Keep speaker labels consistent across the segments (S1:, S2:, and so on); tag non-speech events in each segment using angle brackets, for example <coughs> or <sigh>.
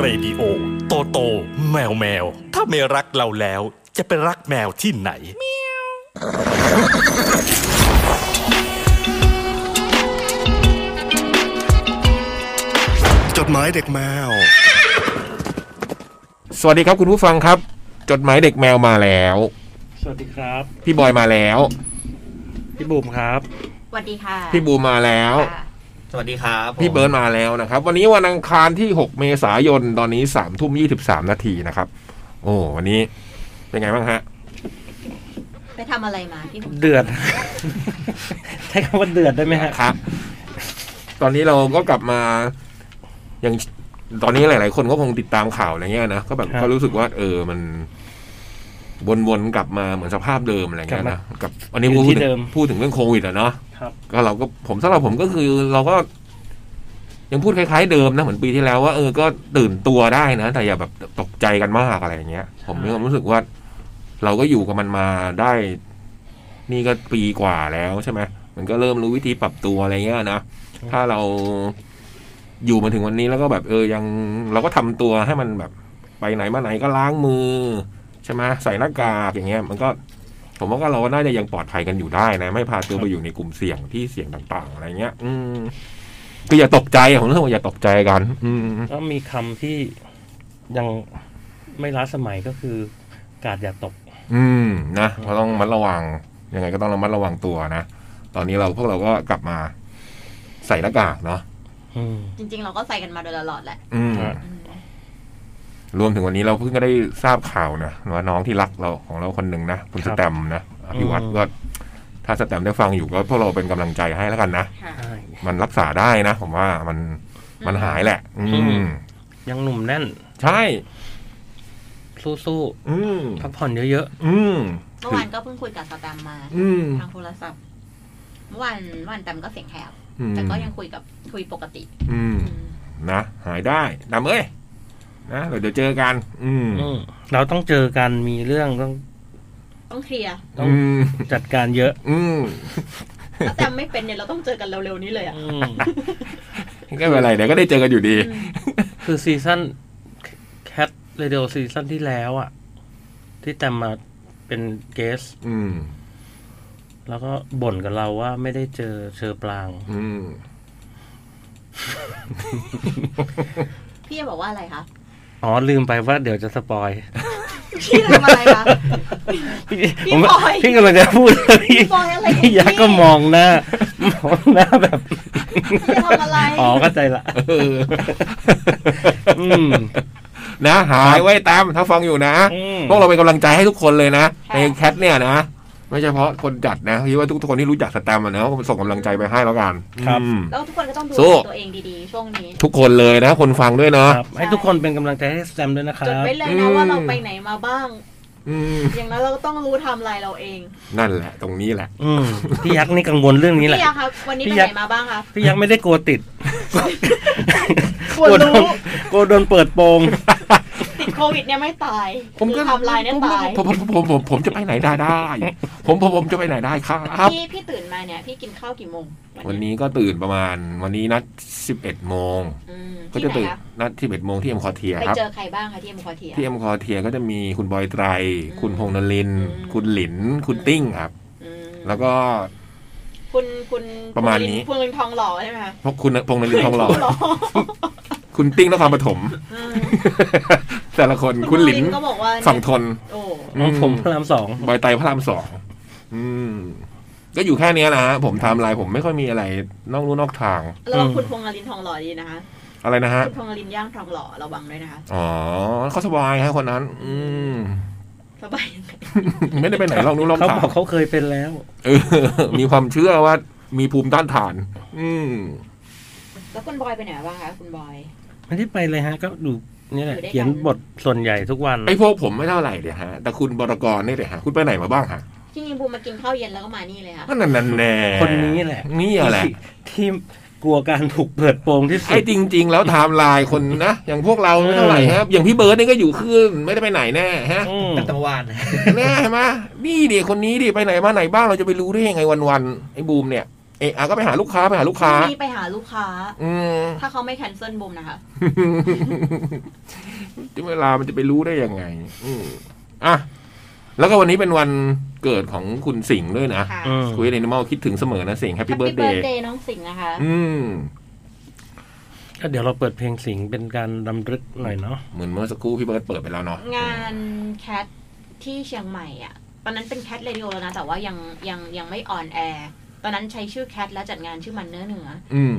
S1: เรดิโอ โตโต แมวแมว ถ้าไม่รักเราแล้ว จะไปรักแมวที่ไหน
S2: จดหมายเด็กแมว
S3: สวัสดีครับคุณผู้ฟังครับ จดหมายเด็กแมวมาแล้ว
S4: สวัสดีครับ
S3: พี่บอยมาแล้ว
S4: พี่บุ๋มครับ
S5: สวัสดีค่ะ
S3: พี่บูมมาแล้ว
S5: ค่ะ
S6: สวัสดีครับ
S3: พี่เบิร์ดมาแล้วนะครับ วันนี้วันอังคารที่ 6 เมษายนตอนนี้3ามทุ่มยีนาทีนะครับ โอ้วันนี้เป็นไงบ้างฮะ
S5: ไปทำอะไรมาพี่ผม
S4: เดือด <laughs> ใช้คำว่าเดือดได้ไหมฮะ
S3: ครับ ตอนนี้เราก็กลับมาอย่างตอนนี้หลาย ๆ คนก็คงติดตามข่าวอะไรเงี้ยนะก็แบบก็รู้สึกว่า เออมัน วนๆกลับมาเหมือนสภาพเดิมอะไรเงี้ยนะกับอันนี้พูดถึงพูดถึงเรื่องโควิดอะเนาะ
S4: ครับ
S3: ก็เราก็ผมสำหรับผมก็คือเราก็ ยังพูดคล้ายๆเดิมนะเหมือนปีที่แล้วว่าเออก็ตื่นตัวได้นะ แต่อย่าแบบตกใจกันมากอะไรอย่างเงี้ย ผม
S4: ใช่
S3: มีความรู้สึกว่า เราก็อยู่กับมันมาได้ นี่ก็ปีกว่าแล้วใช่ไหมมันก็เริ่มรู้วิธีปรับตัวอะไรเงี้ยนะถ้าเราอยู่มาถึงวันนี้แล้วก็แบบเออยัง เราก็ทำตัวให้มันแบบ ไปไหนมาไหนก็ล้างมือ ใช่ไหมใส่หน้ากากอย่างเงี้ย มันก็ ผมว่าก็เราก็น่าจะยังปลอดภัยกันอยู่ได้นะ ไม่พาตัวไปอยู่ในกลุ่มเสี่ยงที่เสี่ยงต่างๆ อะไรเงี้ย อืมก็อย่าตกใจอะผมรู้สึกว่าอย่าตกใจกัน อืม
S4: ก็มีคำที่ยังไม่ล้าสมัยก็คือ กาดอย่าตก
S3: อืมนะก็ต้องระมัดระวังยังไงก็ต้องระมัดระวังตัวนะตอนนี้เราพวกเราก็กลับมา ใส่หน้ากากเนาะ
S4: อืม
S5: จริง ๆ เราก็ใส่กันมาโดยตลอดแหละ
S3: อืม
S4: ครับ
S5: อืม
S3: รวมถึงวันนี้เราเพิ่งก็ได้ทราบข่าวนะว่าน้องที่รักเราของเราคนหนึ่งนะคุณสแตมป์นะอภิวัตรก็ถ้าสแตมป์ได้ฟังอยู่ก็พวกเราเป็นกำลังใจให้แล้วกันนะ
S5: ค่ะ
S4: ใช่
S3: มันรักษาได้นะ ผมว่ามันมันหายแหละ อืม
S4: ยังหนุ่มแน่น
S3: ใช่
S4: สู้
S3: อืม
S4: ๆพักผ่อนเยอะ
S3: อืม
S5: เมื่อวานก็เพิ่งคุยกับสแตมมา
S3: อืม
S5: ทางโทรศัพท์ เมื่อวานเมื่อวานแตมก็เสียงแหบ
S3: อืม
S5: แต่ก็ยังคุยกับคุยปกติ
S3: อืม
S5: อืม
S3: นะ หายได้ดำเอ้ย นะเดี๋ยวเจอกัน อืม
S4: ๆอืมเราต้องเจอกันมีเรื่องต้อง
S5: ต้องเคลียร์
S3: อืม
S4: จัดการเยอะ
S3: อืม
S5: ถ้าแตมไม่เป็นเนี่ยเราต้องเจอกันเร็วๆนี้เลยอ่ะ
S4: อืม
S3: ก็ไม่เป็นไรเดี๋ยวก็ได้เจอกันอยู่ดี
S5: อืม
S4: คือซีซั่นแคทเรดิโอซีซั่นที่แล้วอ่ะ ที่แตมมาเป็นเกส
S3: อืม
S4: แล้วก็บ่นกับเราว่าไม่ได้เจอเชอปลาง
S3: อืม
S5: พี่จะบอกว่าอะไรคะ
S4: อ๋อลืมไปว่าเดี๋ยวจะสปอย
S5: พี่ทำอะไรคะ
S4: พี่
S5: พี่
S4: ผม
S5: ปอย
S4: พี่กำลังจะพูดพี่
S5: ปอยอะไร
S4: พี่ยักษ์ก็มองหน้า มองหน้าแบบ
S5: พี่จะทำอะไร
S4: อ๋อเข้าใจละ
S3: เออ
S4: อืม
S3: นะ หายไว้ตามถ้าฟังอยู่นะ
S4: อืม
S3: พวกเราเป็นกำลังใจให้ทุกคนเลยนะ ในแคทเนี่ยนะ ไม่เฉพาะคนจัดนะคิดว่าทุกคนที่รู้จักสแตมป์อะนะก็ส่งกำลังใจไปให้แล้วกัน
S4: ครับ
S3: อืม
S5: แล้วทุกคนก็ต้องดู
S3: สู้
S5: แลตัวเองดีๆ ช่วงนี้
S3: ทุกคนเลยนะ คนฟังด้วยเนาะ
S4: ครับ ให้ทุกคนเป็นกำลังใจให้แซมด้วยนะค
S5: จ
S4: รั
S5: ด
S4: บ
S5: ไว้เลยนะ
S3: อืม
S5: ว่าเราไปไหนมาบ้าง
S3: อืม
S5: อย่างนั้นเราก็ต้องรู้ไทำลายเราเอง
S3: นั่นแหละ ตรงนี้แหละ
S4: อืมพี่ยักษ์นี่กังวลเรื่องนี้แหละ
S5: พี่ยาครับวันนี้
S4: พี่
S5: ไป
S4: ยา
S5: ไหนมาบ้างคะ
S4: พี่ยักษ์ไม่ได้กลัวติด
S5: กลัวรู้
S4: โดนกลัวโดนเปิดโปง
S5: ติดโควิดเนี่ยไม่ตาย
S3: ผมก็
S5: ไทำลายเนี่ยตาย
S3: ผมผมผมผมผมจะไปไหนได้ได้ ผมผมผมจะไปไหนได้ครับ
S5: พี่พี่ตื่นมาเนี่ย พี่กินข้าวกี่โมง
S3: วันนี้ก็ตื่นประมาณ วันนี้นัดสิบเอ็ดโมง
S5: อืม
S3: ก็
S5: ที่
S3: จะ
S5: ไหน
S3: ตื่น
S5: ครับ
S3: นัดสิบเอ็ดโมงที่เอ็มคอเทีย
S5: ไป
S3: ครับ
S5: เจอใครบ้างคะที่เอ็มควอเทีย
S3: ที่เอ็มคอเทียก็จะมีคุณบอยไตร
S5: อืม
S3: คุณพงษ์นลินทร์
S5: อืม
S3: คุณหลิน คุณติ้งครับ
S5: อืม
S3: แล้วก็
S5: คุณคุณ
S3: ประมาณนี้
S5: คุณลินทองหล่อใช่ไหมคะ
S3: พวก <laughs> คุณพงษ์นลินทร์ทองหล่อ
S5: คุณ
S3: คุณติ้งนครปฐ <laughs> ม
S5: อืม
S3: แต่ละคนคุณหลิน
S5: ก็บอกว่า
S3: ฝั่งทน
S5: โอ้
S3: อืม
S4: ผมพระรามสอง
S3: บอยไตรพระรามสองอืม ก็อยู่แค่เนี้ยนะฮะผมไทำลายผมไม่ค่อยมีอะไรนอกรู้นอกทาง
S5: ระวังคุณพงษ์อลินทองหล่อดีนะคะ
S3: อะไรนะฮะ
S5: คุณพงษ์อลินย่างทองหล่อระวังด้วยนะคะ
S3: อ๋อเขาสบายฮะคนนั้น อืม <laughs>
S5: สบาย
S3: ไม่ได้ไปไหนลองนู้นลอง
S4: เขา
S3: ถา
S4: บอกเขาเคยเป็นแล้ว
S3: เอ <laughs> อ มีความเชื่อว่ามีภูมิต้านทาน อืม
S5: แล้วคุณบอยไปไหนมาบ้างคะคุณบอย
S4: ไม่ได้ไปเลยฮะ ก็ดูนี่แหละ
S5: อยู่ด้วยกัน
S4: เขียนบทส่วนใหญ่ทุกวัน
S3: ไอ้พวกผมไม่เท่าไหร่เดี๋ยวฮะ แต่คุณบรกรเนี่ยเดี๋ยวฮะ คุณไปไหนมาบ้างฮะ
S5: ที่ยิงบูมมากินข้าวเย็นแล้วก็มานี่เลยค่ะ
S3: นั่นนั่นแน่
S4: คนนี้แหละ
S3: นี่แหละ
S4: ที่ที่กลัวการถูกเปิดโปงที่สุ
S3: ไอ้
S4: ด
S3: จริง ๆ แล้วไทม์ไลน์คนนะ อย่างพวกเราไม่เท่าไหร่ฮะ อย่างพี่เบิร์ดนี่ก็อยู่ขึ้น ไม่ได้ไปไหนแน่ฮะ
S4: อืม
S6: ตั้งแต่วานนะ
S3: แน่ใช่ไหมนี่ดิคนนี้ดิไปไหนมาไหนบ้างเราจะไปรู้ได้ยังไงวันๆไอ้บูมเนี่ย เอะอะก็ไปหาลูกค้าไปหาลูก
S5: พ
S3: ค้า
S5: รุ่งนี้ไปหาลูกค้า
S3: อืม
S5: ถ้าเขาไม่แคนเซิลบูมนะคะ
S3: เวลามันจะ <laughs> ไปรู้ได้ยังไง อืมอ่ะ แล้วก็วันนี้เป็นวันเกิดของคุณสิงห์ด้วยนะ
S5: ค่ะ
S4: อืม
S3: คุยในนิมอลคิดถึงเสมอนะสิงห์แฮป
S5: แฮป
S3: ปี้เบิร์
S5: ปี้
S3: ดเด
S5: เบิร์ด
S3: ย์
S5: เดย์น้องสิงห์นะคะ
S3: อืม
S4: ก็เดี๋ยวเราเปิดเพลงสิงห์เป็นการดำรึกหน่อยเนาะ
S3: เหมือนเมื่อสักครู่พี่เบิร์ดเปิดไปแล้วเนาะ
S5: งานแคทที่เชียงใหม่อ่ะ ตอนนั้นเป็นแคทเรดิโอแล้วนะ แต่ว่ายังยังยังไม่ออนแอร์ ตอนนั้นใช้ชื่อแคทและจัดงานชื่อมันเนื้อเหนือ
S3: อืม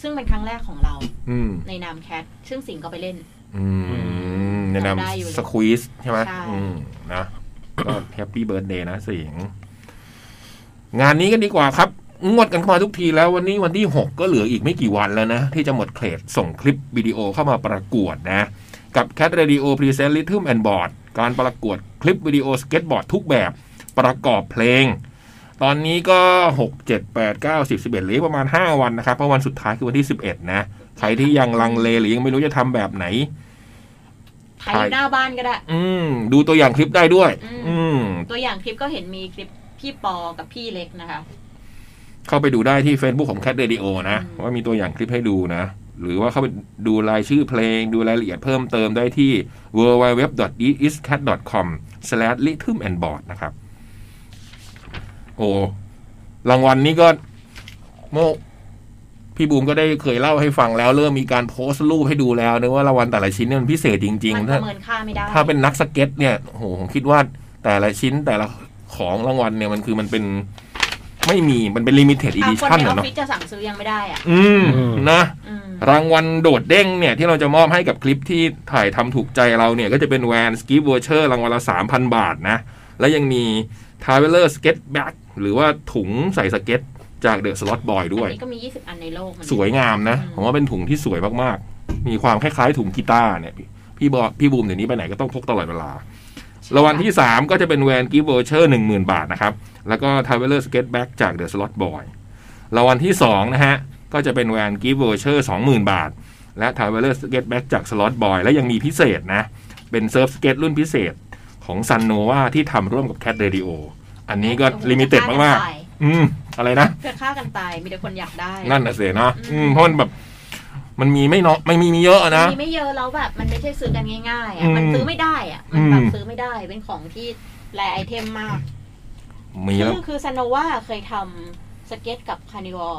S5: ซึ่งเป็นครั้งแรกของเรา
S3: อืม
S5: ในนามแคท ซึ่งสิงห์ก็ไปเล่น
S3: อืมแนะ
S5: จำได้อยู่เลย
S3: นำสควีสใช่ไหม
S5: ใช่
S3: อืมนะก็แฮปปี้เบิร์ดเดย์นะสิงห์งานนี้กันดีกว่าครับ งวดกันเข้ามาทุกทีแล้ววันนี้วันที่ 6 ก็เหลืออีกไม่กี่วันแล้วนะ ที่จะหมดเคลดส่งคลิปวิดีโอเข้ามาประกวดนะ กับ Cat Radio Present Rhythm and Board การประกวดคลิปวิดีโอสเก็ตบอร์ดทุกแบบประกอบเพลง ตอนนี้ก็ 6 7 8 9 10 11เหลือประมาณ 5 วันนะครับเพราะวันสุดท้ายคือวันที่ 11 นะ ใครที่ยังลังเลหรือยังไม่รู้จะทำแบบไหน
S5: ถ่ายอยู่หน้าบ้านก็ได้
S3: อืม ดูตัวอย่างคลิปได้ด้วย
S5: อืม
S3: อืม
S5: ตัวอย่างคลิปก็เห็นมีคลิปพี่ปอกับพี่เล็กนะคะ
S3: เข้าไปดูได้ที่ Facebook ของ Cat Radio นะ
S5: อืม
S3: ว่ามีตัวอย่างคลิปให้ดูนะ หรือว่าเข้าไปดูรายชื่อเพลง ดูรายละเอียดเพิ่มเติมได้ที่ www.eiscat.com/rhythmandboard นะครับ โอ้รางวัลนี้ก็โมพี่บูมก็ได้เคยเล่าให้ฟังแล้ว เริ่มมีการโพสต์รูปให้ดูแล้วนะว่ารางวัลแต่ละชิ้นเนี่ยมันพิเศษจริง
S5: มัน
S3: ๆ
S5: ป
S3: ถ้า
S5: ระเมินค่าไม่ได้
S3: ถ้าเป็นนักสเก็ตเนี่ยโอ้โหผมคิดว่าแต่ละชิ้นแต่ละของรางวัลเนี่ยมันคือมันเป็นไม่มีมันเป็นลิมิเต็ดอี
S5: อ่ะ
S3: ดิ
S5: คน
S3: ชั่น
S5: ในออฟ
S3: เนาะ
S5: ฟิศจะสั่งซื้อยังไม่ได้อ่ะ
S3: อืมนะ
S5: อืม
S3: รางวัลโดดเด้งเนี่ย ที่เราจะมอบให้กับคลิปที่ถ่ายทำถูกใจเราเนี่ย ก็จะเป็นแวนสกีบวอเชอร์รางวัลละ 3,000 บาทนะ และยังมีทาเวลเลอร์สเก็ตแบ็กหรือว่าถุงใส่สเก็ตจากเดอะสล็อตบอยด้วย
S5: อันนี้ก็มี 20 อันในโลกมัน
S3: สวยงามนะ
S5: อืม
S3: ผมว่าเป็นถุงที่สวยมากๆ มีความคล้ายๆถุงกีตาร์เนี่ย พี่บอพี่บูมเดี๋ยวนี้ไปไหนก็ต้องพกตลอดเวลา รางวัลที่ 3 ก็จะเป็นแวนกิฟต์เวอร์เชอร์หนึ่งหมื่นบาทนะครับ แล้วก็ทาวเวลเลอร์สเก็ตแบ็กจากเดอะสล็อตบอยรางวัลที่ 2 นะฮะ ก็จะเป็นแวนกิฟต์เวอร์เชอร์สองหมื่นบาท และทาวเวลเลอร์สเก็ตแบ็กจากสล็อตบอยและยังมีพิเศษนะ เป็นเซิร์ฟสเก็ตรุ่นพิเศษของซันโนวาที่ทำร่วมกับแคทเรดิโออันนี้ก็
S5: โอ้โห
S3: ลิมิเต็ด
S5: จะฆ่
S3: มาก
S5: นตย
S3: ๆ อืมอะไรนะ
S5: เพื่อฆ่ากันตายมีแต่คนอยากได้
S3: นั่นน่ะเสียนะ
S5: อื
S3: อืม
S5: ม
S3: เพราะมันแบบ มันมีไม่น้อยไม่มีมีเยอะอะนะ
S5: มีไม่เยอะแล้วแบบมันไม่ใช่ซื้อกันง่ายๆ
S3: อื
S5: อ่ะ
S3: ม
S5: มันซื้อไม่ได้อ่ะมันแบ
S3: อื
S5: บ
S3: ม
S5: ซื้อไม่ได้เป็นของที่แรไอเทมมาก
S3: มีแล้ว
S5: คือคือซานโนวาเคยทำสเก็ตกับคาร์นิวัล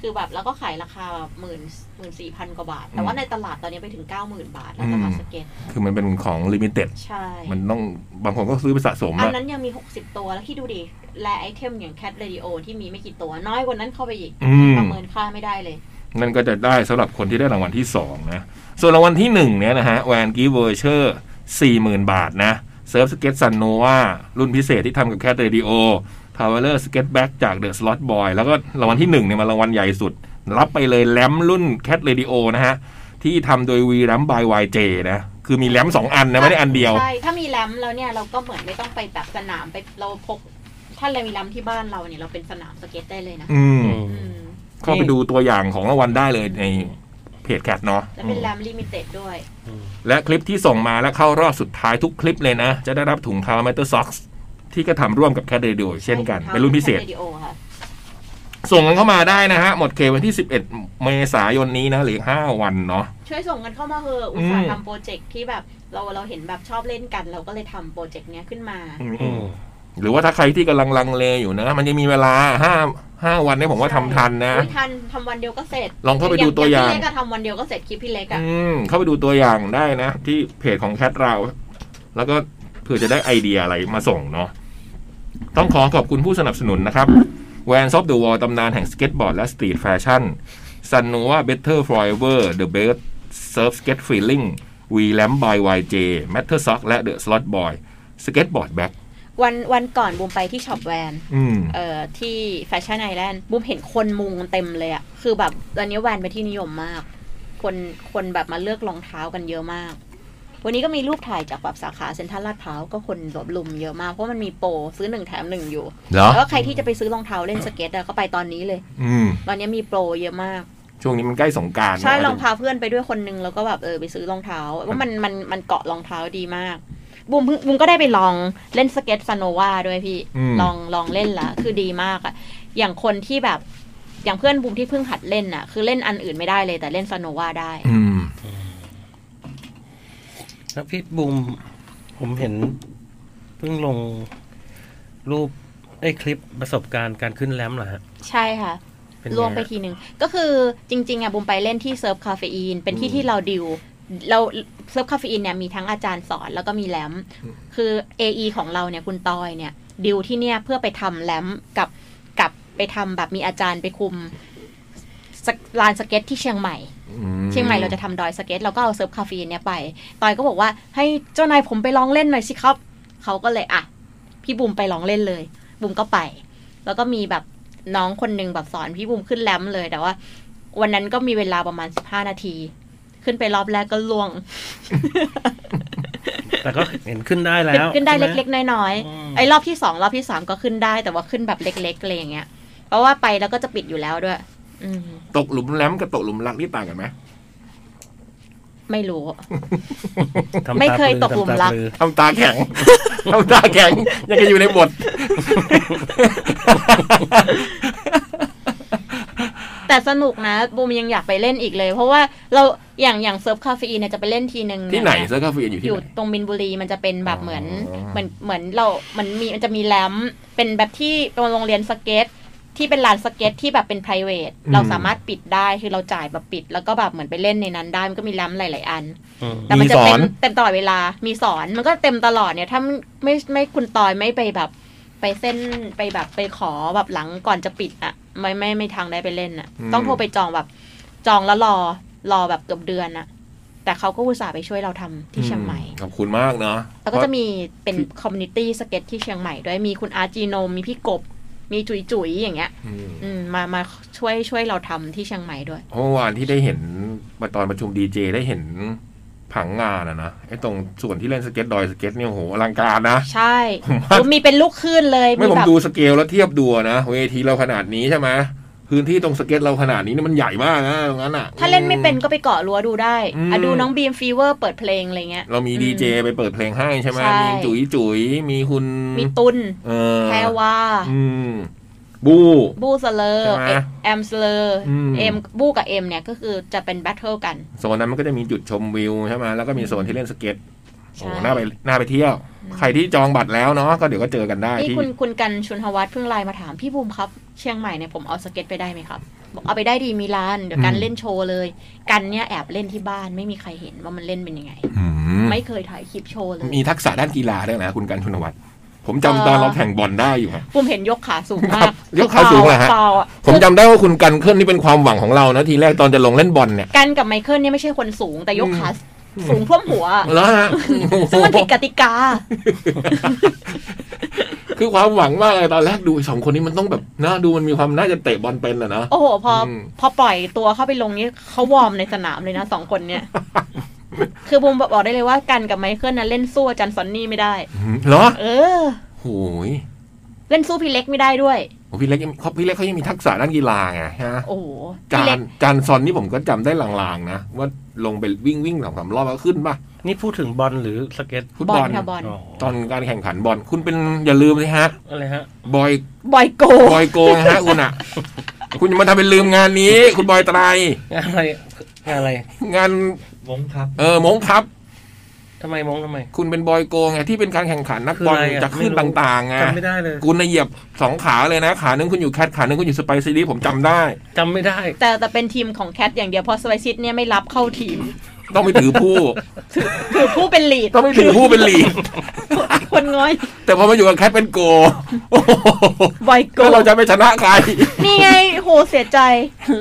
S5: คือแบบแล้วก็ขายราคาแบบหมื่นหมื่นสี่พันกว่าบาท แต่ว่าในตลาดตอนนี้ไปถึงเก้าหมื่นบาทแล้วสำหรับ
S3: อืม
S5: สเก็ต
S3: คือมันเป็นของลิมิเต็ด
S5: ใช่
S3: มันต้องบางคนก็ซื้อไปสะสม
S5: อัน
S3: อะ
S5: นั้นยังมี 60 ตัวแล้วที่ดูดิแรไอเทมอย่างแคทเรดิโอที่มีไม่กี่ตัวน้อยกว่านั้นเข้าไปอีก
S3: อืม
S5: ประเมินค่าไม่ได้เลย
S3: นั่นก็จะได้สำหรับคนที่ได้รางวัลที่สองนะ ส่วนรางวัลที่หนึ่งเนี่ยนะฮะแวนกีเวอร์เชอร์สี่หมื่นบาทนะเซิร์ฟสเก็ตซันโนวารุ่นพิเศษที่ทำกับแคทเรดิโอทาวเวลเลอร์สเก็ตแบ็กจากเดอะสล็อตบอยแล้วก็รางวัลที่หนึ่งเนี่ยมันรางวัลใหญ่สุด รับไปเลยแรมรุ่นแคทเรดิโอนะฮะที่ทำโดยวีรัมบายวายเจนะคือมีแรมสองอันนะไม่ได้อันเดียว
S5: ใช่ ถ้ามีแรมแล้วเนี่ยเราก็เหมือนไม่ต้องไปแบบสนามไปเราพก ถ้าเรามีแรมที่บ้านเราเนี่ยเราเป็นสนามสเก็ตได้เลยนะ
S3: อืม
S4: อืม
S5: อืม
S3: เข้าไปดูตัวอย่างของรางวัลได้เลยในเพจแคทเนาะ
S5: แล้วเป็นแรมลิมิเต็ดด้วย
S3: และคลิปที่ส่งมาและเข้ารอบสุดท้ายทุกคลิปเลยนะ จะได้รับถุงเท้าแมตเตอร์ซ็อกที่ก็ทำร่วมกับแคทเรดิโอเช่นกัน เป็นรุ่นพิเศษ
S5: Cat Radio ค่ะ
S3: ส่งกันเข้ามาได้นะฮะ หมดเขตวันที่ 11 เมษายนนี้นะเหลืออก5วันเนาะ
S5: ช่วยส่งกันเข้ามาเถอะอุตสาหกรรมโปรเจกต์ที่แบบเราเราเห็นแบบชอบเล่นกัน เราก็เลยทำโปรเจกต์เนี้ยขึ้นมา
S4: อืม
S3: หรือว่าถ้าใครที่กำลังลังเลอยู่นะ มันยังมีเวลา5 5วันเนี่ยผมว่าทำทันนะ
S5: อุ๊ยทันทำวันเดียวก็เสร็จ
S3: ลองเข้าไปดูตัวอย่าง
S5: พี่เล็กก็ทำวันเดียวก็เสร็จคลิปพี่เล็กอะ
S3: อืมเข้าไปดูตัวอย่างได้นะ ที่เพจของแคทเรา แล้วก็เผื่อจะได้ไอเดียอะไรมาส่งเนาะต้องขอขอบคุณผู้สนับสนุนนะครับแวนซอฟเดอะวอลตำนานแห่งสเก็ตบอร์ดและสตรีทแฟชั่นซันโนวาเบเตอร์ฟลอยเวอร์เดอะเบสเซิร์ฟสเก็ตฟีลิ่งวีแลมบายวายเจแมทเทอร์ซ็อกและเดอะสล็อตบอยสเก็ตบอร์ดแบ็ก
S5: วันวันก่อนบูมไปที่ช็อปแวน
S3: อืม
S5: เอ่อที่แฟชั่นไอแลนด์บุมเห็นคนมุงเต็มเลยอะคือแบบตอนนี้แวนเป็นที่นิยมมาก คนคนแบบมาเลือกรองเท้ากันเยอะมาก วันนี้ก็มีรูปถ่ายจากแบบสาขาเซ็นทรัลลาดพร้าวก็คนแบบลุมเยอะมาก เพราะมันมีโปรซื้อหนึ่งแถมหนึ่งอยู่
S3: เหรอ
S5: แล้วก็ใครที่จะไปซื้อรองเท้าเล่นสเก็ตอะก็ไปตอนนี้เลย
S3: อืม
S5: ตอนนี้มีโปรเยอะมาก
S3: ช่วงนี้มันใกล้สงกราร
S5: ใช่ลองพาเพื่อนไปด้วยคนนึงแล้วก็แบบเออไปซื้อรองเท้าว่ามันมันมันเกาะรองเท้าดีมากบุมเพิ่งบุมก็ได้ไปลองเล่นสเก็ตซานโนวาด้วยพี่ ลองลองเล่นละคือดีมากอะอย่างคนที่แบบ อย่างเพื่อนบูมที่เพิ่งหัดเล่นน่ะ คือเล่นอันอื่นไม่ได้เลยแต่เล่นซโนวาได้
S3: อืม
S4: แล้วพี่บูมผมเห็นเพิ่งลงรูปไอ้คลิปประสบการณ์การขึ้นแรมป์เหรอฮะ
S5: ใช่ค่ะ
S4: เป็นง
S5: ล่วงไป
S4: ฮะ
S5: ทีหนึ่งก็คือจริง ๆอ่ะบุมไปเล่นที่เซิร์ฟคาเฟอีนเป็นที่
S3: อืม
S5: ที่เราดิวเราเซิร์ฟคาเฟอีนเนี่ยมีทั้งอาจารย์สอนแล้วก็มีแรมคือ AE ของเราเนี่ยคุณตอยเนี่ยดิวที่เนี่ยเพื่อไปทำแรมกับกับไปทำแบบมีอาจารย์ไปคุมสกลานสเก็ตที่เชียงใหม่ เชียงใหม่เราจะทำดอยสเก็ตเราก็เอาเซิร์ฟคาเฟอีนเนี่ยไปตอยก็บอกว่าให้เจ้านายผมไปลองเล่นหน่อยสิครับ เขาก็เลยอ่ะ พี่บุมไปลองเล่นเลย บุมก็ไป แล้วก็มีแบบน้องคนหนึ่งแบบสอนพี่บุมขึ้นแรมป์เลยแต่ว่า วันนั้นก็มีเวลาประมาณสิบห้านาที ขึ้นไปรอบแรกก็ล่วง
S4: แต่ก็เห็นขึ้นได้แล้ว
S5: ขึ้นได้
S4: ใช่หม
S5: เล็กๆน้อย
S4: อืม
S5: ๆไอ้รอบที่สองรอบที่สามก็ขึ้นได้ แต่ว่าขึ้นแบบเล็กๆอะไรอย่างเงี้ยเพราะว่าไปแล้วก็จะปิดอยู่แล้วด้วย อืม
S3: ตกหลุมแรมกับตกหลุมรักนี่ต่างกันไหม
S5: ไม่รู้
S4: ทำตา
S5: ไม่เคย
S4: ปอ
S5: ตกหลุม
S4: ทำา
S5: รัก
S4: ปอ
S3: ทำตาแข็ง ทำตาแข็ง ยังจะอยู่ในบท
S5: แต่สนุกนะบูมยังอยากไปเล่นอีกเลย เพราะว่าเราอย่างอย่างเซิร์ฟคาเฟอีนเนี่ยจะไปเล่นทีหนึ่ง
S3: ที่ไหน
S5: เนี่ย
S3: เซอร์คาเฟ่อยู่
S5: อ
S3: ที่
S5: ยู่
S3: ไหน
S5: ตรงมินบุรีมันจะเป็นแบบ
S3: อ๋อ
S5: เหมือนเหมือนเหมือนเรามันมีมันจะมีแรมป์เป็นแบบที่เป็นโรงเรียนสเก็ต ที่เป็นลานสเก็ตที่แบบเป็น p r i v a t เราสามารถปิดได้คือเราจ่ายแบบปิด แล้วก็แบบเหมือนไปเล่นในนั้นได้มันก็มีแรมป์หลาย ๆ อัน
S4: อืม
S5: แต่มันจะ
S3: มีส
S5: เต็
S3: อ
S5: ม
S3: น
S5: เต็มตลอดเวลามีสอนมันก็เต็มตลอดเนี่ย ถ้าไม่ไม่คุณตอยไม่ไปแบบ ไปเส้นไปแบบไปขอแบบหลังก่อนจะปิดอ่ะ ไม่ไม่ไม่ทางได้ไปเล่นอ่ะ
S3: อืม
S5: ต้องโทรไปจองแบบ จองแล้วรอรอแบบเกือบเดือนอ่ะ แต่เขาก็อุตส่าห์ไปช่วยเราทำที่เชียงใหม่
S3: ขอบคุณมากเนาะ
S5: แล้วก็จะมีเป็นคอมมูนิตี้สเก็ตที่เชียงใหม่ด้วย มีคุณอาร์ตจีโนมมีพี่กบ มีจุยจุยๆอย่างเงี้ย
S3: อืม
S5: อืมมามาช่วยช่วยเราทำที่เชียงใหม่ด้วย
S3: เพราะเมื่อวานที่ได้เห็นตอนประชุมดีเจได้เห็นผังงานอะนะไอ้ตรงส่วนที่เล่นสเก็ตดอยสเก็ตเนี่ยโอ้โหอลังการนะ
S5: ใช่
S3: ผมว่า
S5: โอ้มีเป็นลูกคลื่นเลย
S3: ไม่ผม
S5: แบบ
S3: ดูสเกลแล้วเทียบดูอะนะเวทีเราขนาดนี้ใช่ไหมพื้นที่ตรงสเก็ตเราขนาดนี้เนี่ยมันใหญ่มากนะตรงนั้นอ่ะ
S5: ถ้าเล่นไม่เป็นก็ไปเกาะรั้วดูได้
S3: อืม
S5: อ่ะดูน้องบีมฟีเวอร์เปิดเพลงอะไรเงี้ย
S3: เรามีดีเจไปเปิดเพลงให้ใช่ไหม
S5: ใช่
S3: มีจุ๋ยจุ๋ยมีคุณ
S5: มีตุน
S3: เออ
S5: แพรวา
S3: อืมบู
S5: บูสเลอ
S3: ใช่
S5: ร์
S3: ไหม
S5: เอ็มแอมสเลอร์
S3: อืม
S5: เอ็มบูกับเอ็มเนี่ยก็คือจะเป็นแบทเทิลกัน
S3: โซนนั้นมันก็จะมีจุดชมวิวใช่ไหมแล้วก็มีโซนที่เล่นสเก็ต
S5: ใช่
S3: โอ้น่าไปน่าไปเที่ยว ใครที่จองบัตรแล้วเนาะก็เดี๋ยวก็เจอกันได้
S5: นี่
S3: ที่
S5: คุณคุณกันชุนฮวัตเพิ่งไลน์มาถามพี่บูมครับ เชียงใหม่เนี่ยผมเอาสเก็ตไปได้ไหมครับ บอกเอาไปได้ดีมีร้าน เดี๋ยวกันเล่นโชว์เลย กันเนี่ยแอบเล่นที่บ้านไม่มีใครเห็นว่ามันเล่นเป็นยังไง
S3: อืม
S5: ไม่เคยถ่ายคลิปโชว์เลย
S3: มีทักษะด้านกีฬาด้วยนะคุณกันชุนวัฒน์ผมจำต
S5: เอ่อ
S3: อนเราแข่งบอลได้อยู่ฮะ
S5: บูมเห็นยกขาสูงมา
S3: ครับ
S5: ก
S3: ยกขาสูงเหรอฮะ
S5: เปล่าอ่ะ
S3: ผมจำได้ว่าคุณกันเคลื่อนนี่เป็นความหวังของเรานะทีแรกตอนจะลงเล่นบอล
S5: <laughs>
S3: เนี่ย
S5: กันกับไมเคิลเนี่ยไม่ใช่คนสูง แต่ยกขาสูงท่วมหัว
S3: แล้วฮะ
S5: ซึ่งมันผิดกติ
S3: <laughs>
S5: กา
S3: คือความหวังมากเลยตอนแรกดูไอ้สองคนนี้มันต้องแบบน่าดูมันมีความน่าจะเตะบอลเป็นอะนะ
S5: โอ้โห พออ
S3: ม
S5: พอปล่อยตัวเข้าไปลงนี่เขาวอร์มในสนามเลยนะสองคนเนี่ย คือบูมบอกได้เลยว่ากันกับไมเคิลนะเล่นสู้อาจันซอนนี่ไม่ได้
S3: อืมเหรอ
S5: เออ
S3: โอ้ย
S5: เล่นสู้พี่เล็กไม่ได้ด้วย
S3: โอ้พี่เล็กยังเขาพี่เล็กเขายังมีทักษะด้านกีฬาไงฮะ
S5: โอ้โห
S3: จา
S5: พี่เล็
S3: น
S5: ก
S3: จานซอนนี่ผมก็จำได้ลางๆนะ ว่าลงไปวิ่งวิ่งสองสามรอบแล้วขึ้นป่ะ
S4: นี่พูดถึงบอลหรือสเก็ต
S3: ฟุต
S5: บบ อ
S3: อ
S5: ล
S3: ล
S5: ค่ะบอล
S4: อ๋อ
S3: ตอนการแข่งขันบอลคุณเป็นอย่าลืมเลยฮะ
S4: อะไรฮะ
S3: บอย
S5: บอยโก
S3: บอยโกงฮะคุณอ่ะ คุณอย่ามาทำเป็นลืมงานนี้ คุณบอยไตราย
S4: งานอะไรงานอะไร
S3: งาน
S2: มงครับ
S3: เออมงครับ
S4: ทำไมมองทำไม
S3: คุณเป็นบอยโกงไงที่เป็นการแข่งขันนัก
S4: คือบ
S3: อล
S4: อะไรอะ
S3: จากขึ้น
S4: ไม่รู้
S3: ต่างๆไง
S4: จำไม่ได้เลย
S3: กูนะเหยียบสองขาเลยนะ ขาหนึ่งคุณอยู่แคทขาหนึ่งคุณอยู่สไปซี่ดีผมจำได้
S4: จำไม่ได้
S5: แต่แต่เป็นทีมของแคทอย่างเดียวเพราะสไวซิตเนี่ยไม่รับเข้าทีม
S3: ต้องไม่ถือผู้
S5: คือผู้เป็นลีด
S3: ต้องไม่ถือผู้เป็นลีด
S5: คน
S3: <laughs>
S5: ง้อย
S3: แต่พอมาอยู่กับแคทเป็นโกโอ้โห
S5: บอยโก
S3: แล้วเราจะไม่ชนะใคร
S5: นี่ไงโหเสียใจ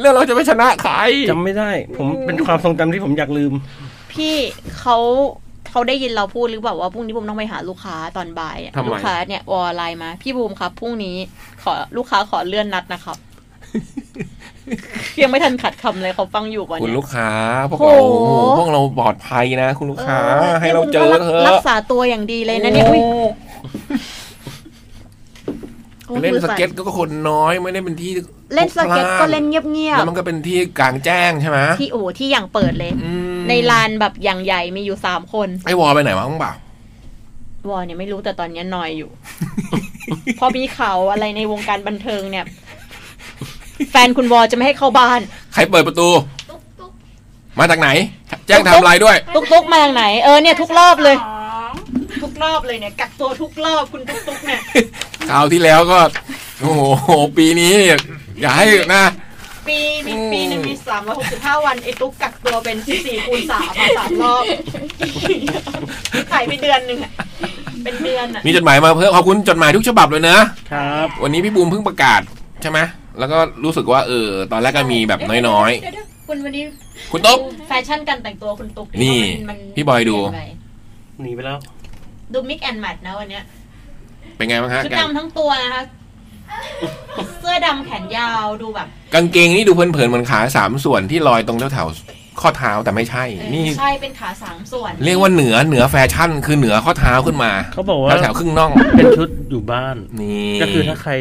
S3: แล้วเราจะไม่ชนะใคร
S4: จำไม่ได้ ผมเป็นความทรงจำที่ผมอยากลืม
S5: พี่เขาเขาได้ยินเราพูดหรือเปล่าว่าพรุ่งนี้บูมต้องไปหาลูกค้าตอนบ่ายอะลูกค้าเนี่ยวอลไลน์มา พี่บูมครับพรุ่งนี้ขอลูกค้าขอเลื่อนนัด
S3: <laughs>
S5: นะครับ ยังไม่ทันขัดคำเลยเขาฟังอยู่วัน
S3: คุณ
S5: นี้
S3: ลูกค้าพวกเรา
S5: โอ้โห
S3: พวกเราปลอดภัยนะ คุณลูกค้า ให้เราเจอเถ
S5: รั
S3: อะ
S5: กษาตัวอย่างดีเลยนะเนี่ยอุ้ยโอ้ย
S3: เล่น
S5: มือ
S3: ส
S5: สั่น
S3: เก็ตก็คนน้อยไม่ได้เป็นที่
S5: เล่นสเก็ตก็เล่นเงียบ
S3: แล้วมันก็เป็นที่กลางแจ้งใช่ไหม
S5: ๆ ที่โอ้โหที่อย่างเปิดเลย
S3: อืม
S5: ในลานแบบอย่างใหญ่มีอยู่สามคน
S3: ไอ้วอลไปไหนวะมึงเปล่าว
S5: อเนี่ยไม่รู้แต่ <laughs> ตอนเนี้ยนอยอยู่ เพอมีข่าวอะไรในวงการบันเทิงเนี่ย แฟนคุณวอจะไม่ให้เข้าบ้าน
S3: ใครเปิดประตู มาจากไหน แจ้งไทำลายด้วย
S5: ตุ๊กตุ๊กมาทางไหน เออเนี่ยทุกรอบเลย ทุกรอบเลยเนี่ยกักตัวทุกรอบคุณตุ๊กตุ๊กเนี่ย
S3: คราวที่แล้วก็ โอ้โห ปีนี้ อย่าให้นะ
S5: ปีมีปีหนึ่งมีสามร้อยหกสิบห้าวันไอ้ตุ๊กกักตัวเป็นสี่คูณสามมาสามรอบ <laughs> ถ่ายไปเดือนหนึ่งอะเป็นเดือนอะ
S3: มีจดหมายมาเพิ่มขอบคุณจดหมายทุกฉบับเลยนะ
S4: ครับ
S3: วันนี้พี่บูมเพิ่งประกาศใช่ไหมแล้วก็รู้สึกว่าเออ ตอนแรกก็มีแบบน้อย
S5: คุณวันนี้
S3: ๆ คุณต๊บ
S5: แฟชั่นการแต่งตัวคุณตุ๊ก
S3: นี่
S5: มัน
S3: พี่บอยดู
S5: เปลี่นไป
S4: หนีไปแล้ว
S5: ดูมิกแอนแมทนะวันเนี้ย
S3: เป็นไงบ้างฮะ
S5: ชุด
S3: กาง
S5: ดำทั้งตัวนะคะเสื้อดำแขนยาวดูแบบ
S3: กางเกงนี่ดูเพลินๆเหมือนขาสามส่วนที่ลอยตรงแถวๆข้อเท้าแต่ไม่ใช่ นี่
S5: ใช่เป็นขาสามส่วน
S3: เรียกว่าเหนือเหนือแฟชั่น คือเหนือข้อเท้าขึ้นมา
S4: เขาบอกว่า
S3: แถวๆครึ่งน่อง
S4: เป็นชุดอยู่บ้าน
S3: นี่
S4: ก็คือถ้าใคร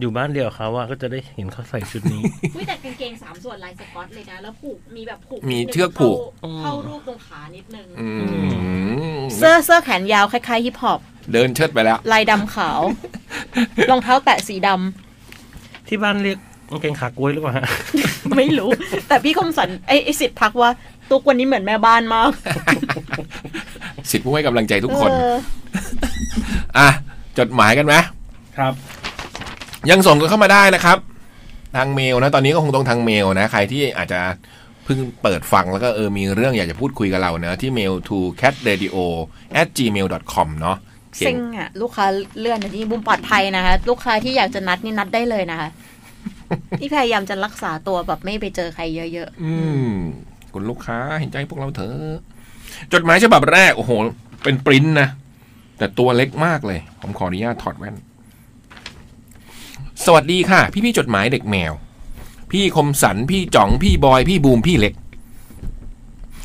S4: อยู่บ้านเดียวกับเขาอะก็จะได้เห็นเขาใส่ชุดนี้
S5: อุ้ยแต่กางเกงสามส่วนลายสก๊อตเลยนะ แล้วผูกมีแบบผูก
S3: มีเชือกผูก
S5: เข้าเข้ารูปตรงขานิดนึง
S3: อืม
S5: เสื้อเสื้อแขนยาวคล้ายๆฮิปฮอป
S3: เดินเชิดไปแล้ว <laughs>
S5: ลายดำขาว รองเท้าแตะสีด
S4: <laughs> ที่บ้านเรียกกางเกงขากล้วยหรือเปล่าฮะ
S5: ำ <laughs> ไม่รู้ แต่พี่คมสันไอ้ไอ้สิทธิ์ทักว่า ตุกวันนี้เหมือนแม่บ้านมาก
S3: สิทธิ์ผู้ให้กำลังใจทุกคน
S5: เออ
S3: อ่ะ จดหมายกันไหม
S4: ครับ
S3: ยังส่งกันเข้ามาได้นะครับ ทางเมลนะ ตอนนี้ก็คงต้องทางเมลนะ ใครที่อาจจะเพิ่งเปิดฟังแล้วก็เออมีเรื่องอยากจะพูดคุยกับเราเนอะที่ mail to cat radio at gmail com เนอะเขีย
S5: เซ็
S3: น
S5: งอะลูกค้าเลื่อนที่บุมปลอดภัยนะคะ ลูกค้าที่อยากจะนัดนี่นัดได้เลย <laughs> นะคะ ที่พยายามจะรักษาตัวแบบไม่ไปเจอใครเยอะ
S3: อืม คุณลูกค้าเห็นใจพวกเราเถอะจดหมายฉบับแรก โอ้โห เป็นปริ้นท์นะ แต่ตัวเล็กมากเลย ผมขออนุญาตถอดแว่น สวัสดีค่ะ พี่พี่ๆจดหมายเด็กแมว พี่คมสันพี่จ๋องพี่บอยพี่บูมพี่เล็ก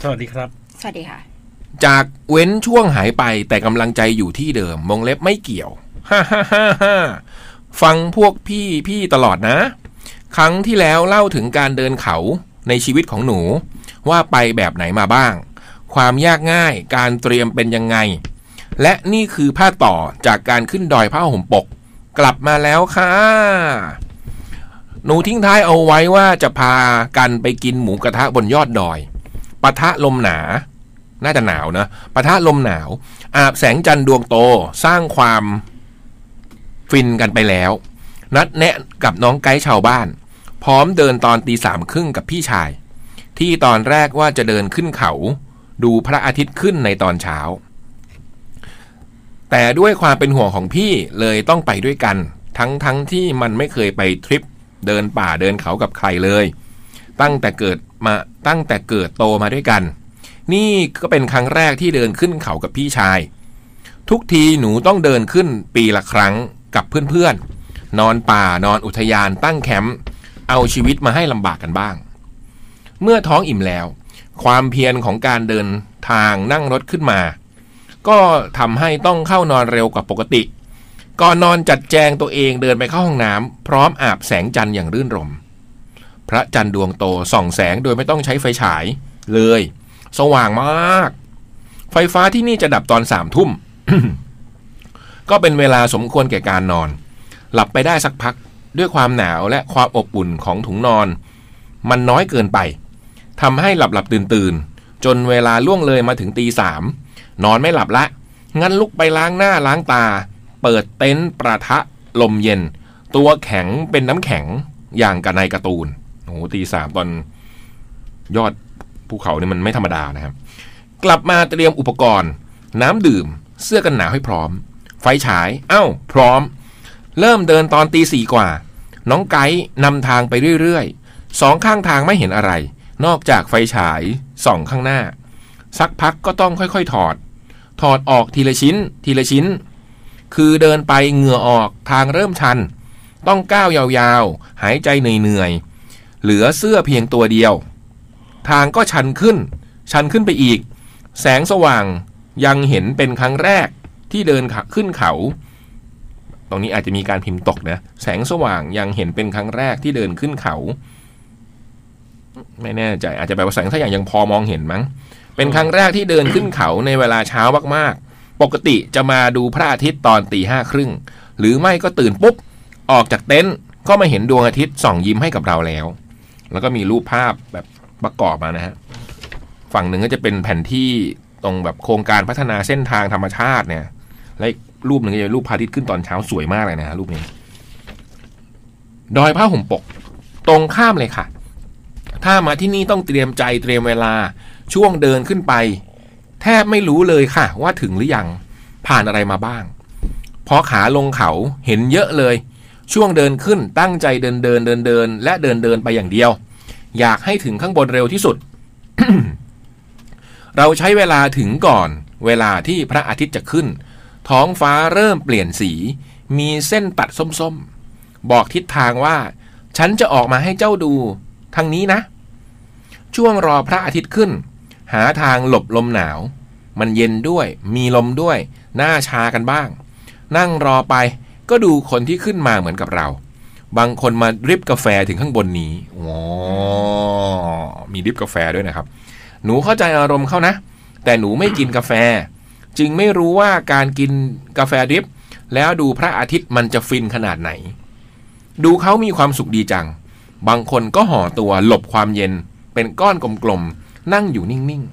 S4: สวัสดีครับ
S5: ๆ สวัสดีค่ะ
S3: จากเว้นช่วงหายไปแต่กำลังใจอยู่ที่เดิมวงเล็บไม่เกี่ยว <laughs> ฮ่าฮ่าฮ่าฮ่าฟังพวกพี่พี่ตลอดนะ ครั้งที่แล้วเล่าถึงการเดินเขาในชีวิตของหนู ว่าไปแบบไหนมาบ้าง ความยากง่ายการเตรียมเป็นยังไง และนี่คือภาคต่อจากการขึ้นดอยผ้าห่มปก กลับมาแล้วค่ะ หนูทิ้งท้ายเอาไว้ว่าจะพากันไปกินหมูกระทะบนยอดดอยปะทะลมหนา น่าจะหนาวนะปะทะลมหนาว อาบแสงจันทร์ดวงโตสร้างความฟินกันไปแล้ว นัดแนะกับน้องไกด์ชาวบ้าน พร้อมเดินตอนตีสามครึ่งกับพี่ชาย ที่ตอนแรกว่าจะเดินขึ้นเขา ดูพระอาทิตย์ขึ้นในตอนเช้า แต่ด้วยความเป็นห่วงของพี่เลยต้องไปด้วยกัน ทั้งทั้งที่มันไม่เคยไปทริป เดินป่าเดินเขากับใครเลย ตั้งแต่เกิดมาตั้งแต่เกิดโตมาด้วยกัน นี่ก็เป็นครั้งแรกที่เดินขึ้นเขากับพี่ชาย ทุกทีหนูต้องเดินขึ้นปีละครั้งกับเพื่อนๆ นอนป่านอนอุทยานตั้งแคมป์เอาชีวิตมาให้ลำบากกันบ้าง เมื่อท้องอิ่มแล้ว ความเพียรของการเดินทางนั่งรถขึ้นมา ก็ทำให้ต้องเข้านอนเร็วกว่าปกติ ก่อนนอนจัดแจงตัวเองเดินไปเข้าห้องน้ำพร้อมอาบแสงจันทร์อย่างรื่นรม พระจันทร์ดวงโตส่องแสงโดยไม่ต้องใช้ไฟฉายเลย สว่างมาก ไฟฟ้าที่นี่จะดับตอนสามทุ่ม <coughs> ก็เป็นเวลาสมควรแก่การนอน หลับไปได้สักพักด้วยความหนาวและความอบอุ่นของถุงนอน มันน้อยเกินไปทำให้หลับหลับตื่นตื่นๆ จนเวลาล่วงเลยมาถึงตีสามนอนไม่หลับละ งั้นลุกไปล้างหน้าล้างตา เปิดเต็นท์ประทะลมเย็น ตัวแข็งเป็นน้ำแข็งอย่างกับในการ์ตูนโอ้โหตีสามตอนยอด ภูเขาเนี่ยมันไม่ธรรมดานะครับ กลับมาเตรียมอุปกรณ์ น้ำดื่ม เสื้อกันหนาวให้พร้อม ไฟฉาย เอ้า พร้อม เริ่มเดินตอนตีสี่กว่า น้องไกด์นำทางไปเรื่อยๆ สองข้างทางไม่เห็นอะไร นอกจากไฟฉายส่องข้างหน้า สักพักก็ต้องค่อยๆถอด ถอดออกทีละชิ้น ทีละชิ้น คือเดินไปเหงื่อออกทางเริ่มชัน ต้องก้าวยาวๆ หายใจเหนื่อยๆ เหลือเสื้อเพียงตัวเดียว ทางก็ชันขึ้น ชันขึ้นไปอีก แสงสว่างยังเห็นเป็นครั้งแรกที่เดินขะขึ้นเขา ตรงนี้อาจจะมีการพิมพ์ตกนะ แสงสว่างยังเห็นเป็นครั้งแรกที่เดินขึ้นเขา ไม่แน่ใจ อาจจะแปลว่าแสงสว่างยังพอมองเห็นมั้ง เป็นครั้งแรกที่เดินขึ้นเขาในเวลาเช้ามากๆ ปกติจะมาดูพระอาทิตย์ตอนตีห้าครึ่ง หรือไม่ก็ตื่นปุ๊บ ออกจากเต็นท์ ก็มาเห็นดวงอาทิตย์ส่องยิ้มให้กับเราแล้ว แล้วก็มีรูปภาพแบบประกอบมานะฮะ ฝั่งหนึ่งก็จะเป็นแผนที่ตรงแบบโครงการพัฒนาเส้นทางธรรมชาติเนี่ย และอีกรูปหนึ่งก็จะเป็นรูปพระอาทิตย์ขึ้นตอนเช้าสวยมากเลยนะฮะรูปนี้ ดอยผ้าห่มปก ตรงข้ามเลยค่ะ ถ้ามาที่นี่ต้องเตรียมใจเตรียมเวลาช่วงเดินขึ้นไป แทบไม่รู้เลยค่ะ ว่าถึงหรือยังผ่านอะไรมาบ้าง พอขาลงเขาเห็นเยอะเลย ช่วงเดินขึ้นตั้งใจเดินเดินเดินเดิน และเดินเดินไปอย่างเดียว อยากให้ถึงข้างบนเร็วที่สุด <coughs> เราใช้เวลาถึงก่อน เวลาที่พระอาทิตย์จะขึ้น ท้องฟ้าเริ่มเปลี่ยนสี มีเส้นตัดส้มๆ บอกทิศทางว่า ฉันจะออกมาให้เจ้าดูทางนี้นะ ช่วงรอพระอาทิตย์ขึ้น หาทางหลบลมหนาว มันเย็นด้วย มีลมด้วย หน้าชากันบ้าง นั่งรอไปก็ดูคนที่ขึ้นมาเหมือนกับเรา บางคนมาดริบกาแฟถึงข้างบนนี้อ๋อมีดริบกาแฟด้วยนะครับ หนูเข้าใจอารมณ์เขานะ แต่หนูไม่กินกาแฟ จึงไม่รู้ว่าการกินกาแฟดริป แล้วดูพระอาทิตย์มันจะฟินขนาดไหน ดูเขามีความสุขดีจัง บางคนก็ห่อตัวหลบความเย็น เป็นก้อนกลมๆ นั่งอยู่นิ่ง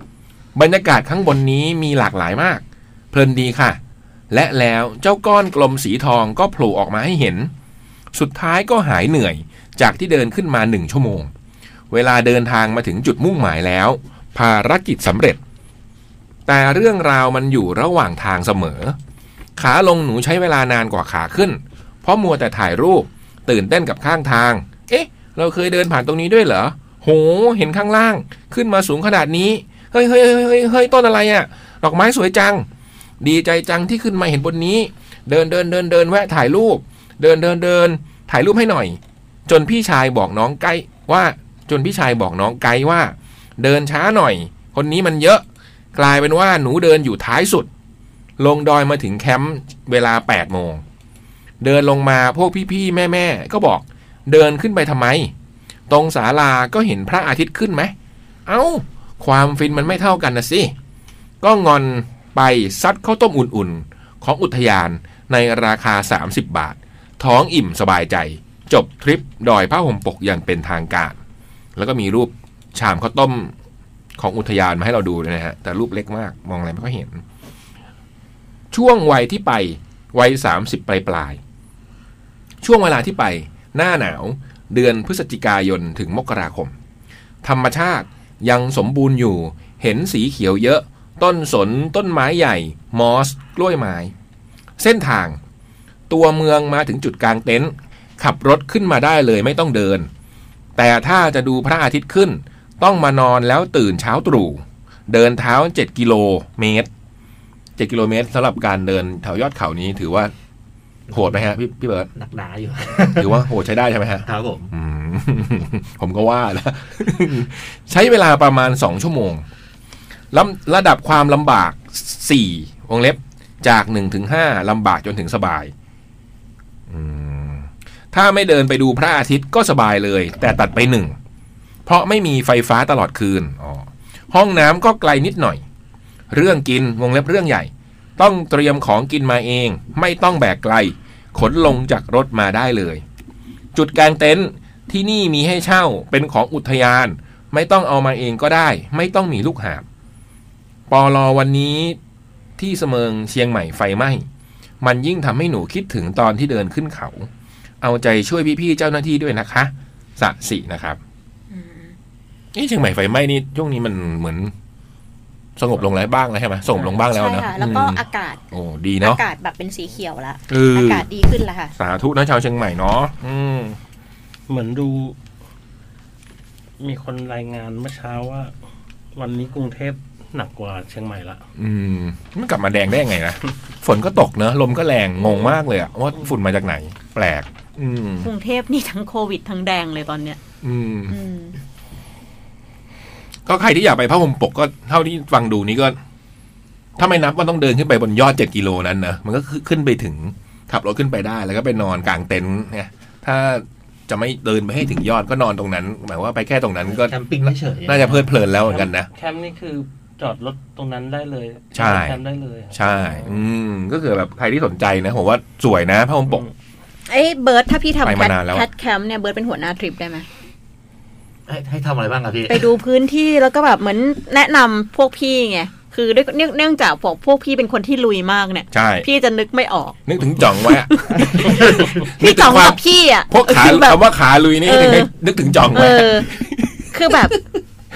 S3: ๆ บรรยากาศข้างบนนี้มีหลากหลายมาก เพลินดีค่ะ และแล้วเจ้าก้อนกลมสีทองก็โผล่ออกมาให้เห็น สุดท้ายก็หายเหนื่อยจากที่เดินขึ้นมาหนึ่งชั่วโมง เวลาเดินทางมาถึงจุดมุ่งหมายแล้ว ภารกิจสำเร็จ แต่เรื่องราวมันอยู่ระหว่างทางเสมอ ขาลงหนูใช้เวลานานกว่าขาขึ้น เพราะมัวแต่ถ่ายรูป ตื่นเต้นกับข้างทาง เอ๊ะ เราเคยเดินผ่านตรงนี้ด้วยเหรอ โห เห็นข้างล่าง ขึ้นมาสูงขนาดนี้ เฮ้ยเฮ้ยเฮ้ยเฮ้ยเฮ้ยต้นอะไรอะ่ะ ดอกไม้สวยจัง ดีใจจังที่ขึ้นมาเห็นบนนี้ เดินเดินเดินเดินแวะถ่ายรูป เดินเดินเดิน ถ่ายรูปให้หน่อย จนพี่ชายบอกน้องไกด์ว่า จนพี่ชายบอกน้องไกด์ว่า เดินช้าหน่อย คนนี้มันเยอะ กลายเป็นว่าหนูเดินอยู่ท้ายสุด ลงดอยมาถึงแคมป์เวลา8โมง เดินลงมาพวกพี่ๆ แม่ๆ ก็บอก เดินขึ้นไปทำไม ตรงศาลาก็เห็นพระอาทิตย์ขึ้นไหม เอ้า ความฟินมันไม่เท่ากันนะสิ ก็งอนไปซัดข้าวต้มอุ่นๆ ของอุทยานในราคา 30 บาท ท้องอิ่มสบายใจ จบทริปดอยผ้าห่มปกอย่างเป็นทางการ แล้วก็มีรูปชามข้าวต้มของอุทยานมาให้เราดูด้วยนะฮะ แต่รูปเล็กมากมองอะไรไม่ค่อยเห็น ช่วงวัยที่ไปวัยสามสิบปลายปลายๆช่วงเวลาที่ไป หน้าหนาวเดือนพฤศจิกายนถึงมกราคม ธรรมชาติยังสมบูรณ์อยู่ เห็นสีเขียวเยอะ ต้นสนต้นไม้ใหญ่ มอส กล้วยไม้ เส้นทาง ตัวเมืองมาถึงจุดกลางเต็นท์ขับรถขึ้นมาได้เลยไม่ต้องเดิน แต่ถ้าจะดูพระอาทิตย์ขึ้น ต้องมานอนแล้วตื่นเช้าตรู่เดินเท้า 7 กิโลเมตร 7 กิโลเมตรสำหรับการเดินแถวยอดเขานี้ถือว่าโหดไหมฮะพี่พี่เบิร์ต
S2: หนักหนาอยู่
S3: ถือว่าโหดใช้ได้ใช่ไหมฮะ
S2: ครับผม
S3: อืม <laughs> ผมก็ว่านะ <laughs> ใช้เวลาประมาณสองชั่วโมงลำระดับความลำบากสี่วงเล็บ จากหนึ่งถึงห้าลำบากจนถึงสบายอืมถ้าไม่เดินไปดูพระอาทิตย์ก็สบายเลย แต่ตัดไปหนึ่ง เพราะไม่มีไฟฟ้าตลอดคืนอ๋อห้องน้ำก็ไกลนิดหน่อย เรื่องกินวงเล็บเรื่องใหญ่ ต้องเตรียมของกินมาเอง ไม่ต้องแบกไกล ขนลงจากรถมาได้เลย จุดกลางเต็นท์ที่นี่มีให้เช่าเป็นของอุทยาน ไม่ต้องเอามาเองก็ได้ ไม่ต้องมีลูกหาบปอลอวันนี้ที่เสมิงเชียงใหม่ไฟไหม้ มันยิ่งทำให้หนูคิดถึงตอนที่เดินขึ้นเขา เอาใจช่วยพี่ๆเจ้าหน้าที่ด้วยนะคะสะสินะครับ
S5: อืม
S3: เอ๊ะเชียงใหม่ไฟไหม้นี่ช่วงนี้มันเหมือน สงบลงแล้วบ้างแล้วใช่ไหมสงบลงบ้างแล้ว
S5: ใช่
S3: เนอะ
S5: ค่ะ แล้วก็
S3: อืม
S5: อากาศ
S3: โอ้ดีเนาะ
S5: อากาศแบบเป็นสีเขียวละ
S3: เออ
S5: อากาศดีขึ้นละค่ะ
S3: สาธุนะชาวเชียงใหม่เนาะอืม
S4: เหมือนดู มีคนรายงานเมื่อเช้าว่า วันนี้กรุงเทพหนักกว่าเชียงใหม่ละ
S3: อืมมันกลับมาแดงได้ยังไงนะ ฝนก็ตกเนอะลมก็แรงงงมากเลยอะว่าฝุ่นมาจากไหน แปลก อืม
S5: กรุงเทพนี่ทั้งโควิดทั้งแดงเลยตอนเนี้ย
S3: อืม
S5: อืม
S3: ก็ใครที่อยากไปพระห่มปกก็เท่าที่ฟังดูนี้ก็ ถ้าไม่นับว่าต้องเดินขึ้นไปบนยอดเจ็ดกิโลนั้นนะมันก็คือขึ้นไปถึงขับรถขึ้นไปได้ แล้วก็ไปนอนกลางเต็นท์เนี่ยถ้าจะไม่เดินไปให้ถึงยอดก็นอนตรงนั้น หมายว่าไปแค่ตรงนั้นก็
S2: แคมปิ้งเฉยๆ
S3: น่าจะเพลิดเพลินแล้วเหมือนกันนะ
S4: แคมป์นี่คือจอดรถตรงนั้นได้เลย
S3: ใช่
S4: แคมป์ได้เลย
S3: ใช่ อืม ก็คือแบบใครที่สนใจนะผมว่าสวยนะพระห่มปก
S5: ไอ้เบิร์ดถ้าพี่ทำ
S3: ไป
S5: แค
S3: มา
S5: ท
S3: นานแล้ว
S5: แคทแคมป์เนี่ยเบิร์ดเป็นหัวหน้าทริปได้ไห <laughs> ม
S2: ให้ให้ทำอะไรบ้างอะพี่
S5: ไปดูพื้นที่แล้วก็แบบเหมือนแนะนำพวกพี่ไง คือด้วยเนื่องเนื่องจากพวกพวกพี่เป็นคนที่ลุยมากเนี่ย
S3: ใช่
S5: พี่จะนึกไม่ออก
S3: นึกถึงจ่องไว้อะ
S5: พี่จอง
S3: นึถึควา
S5: กั
S3: ม
S5: บพี่อ่ะ
S3: พวกขา
S5: คือแบบ
S3: คำว่าขาลุยนี่
S5: เออ
S3: ถึงได้นึกถึงจ่อง
S5: เอ
S3: ไว้
S5: อ คือแบบ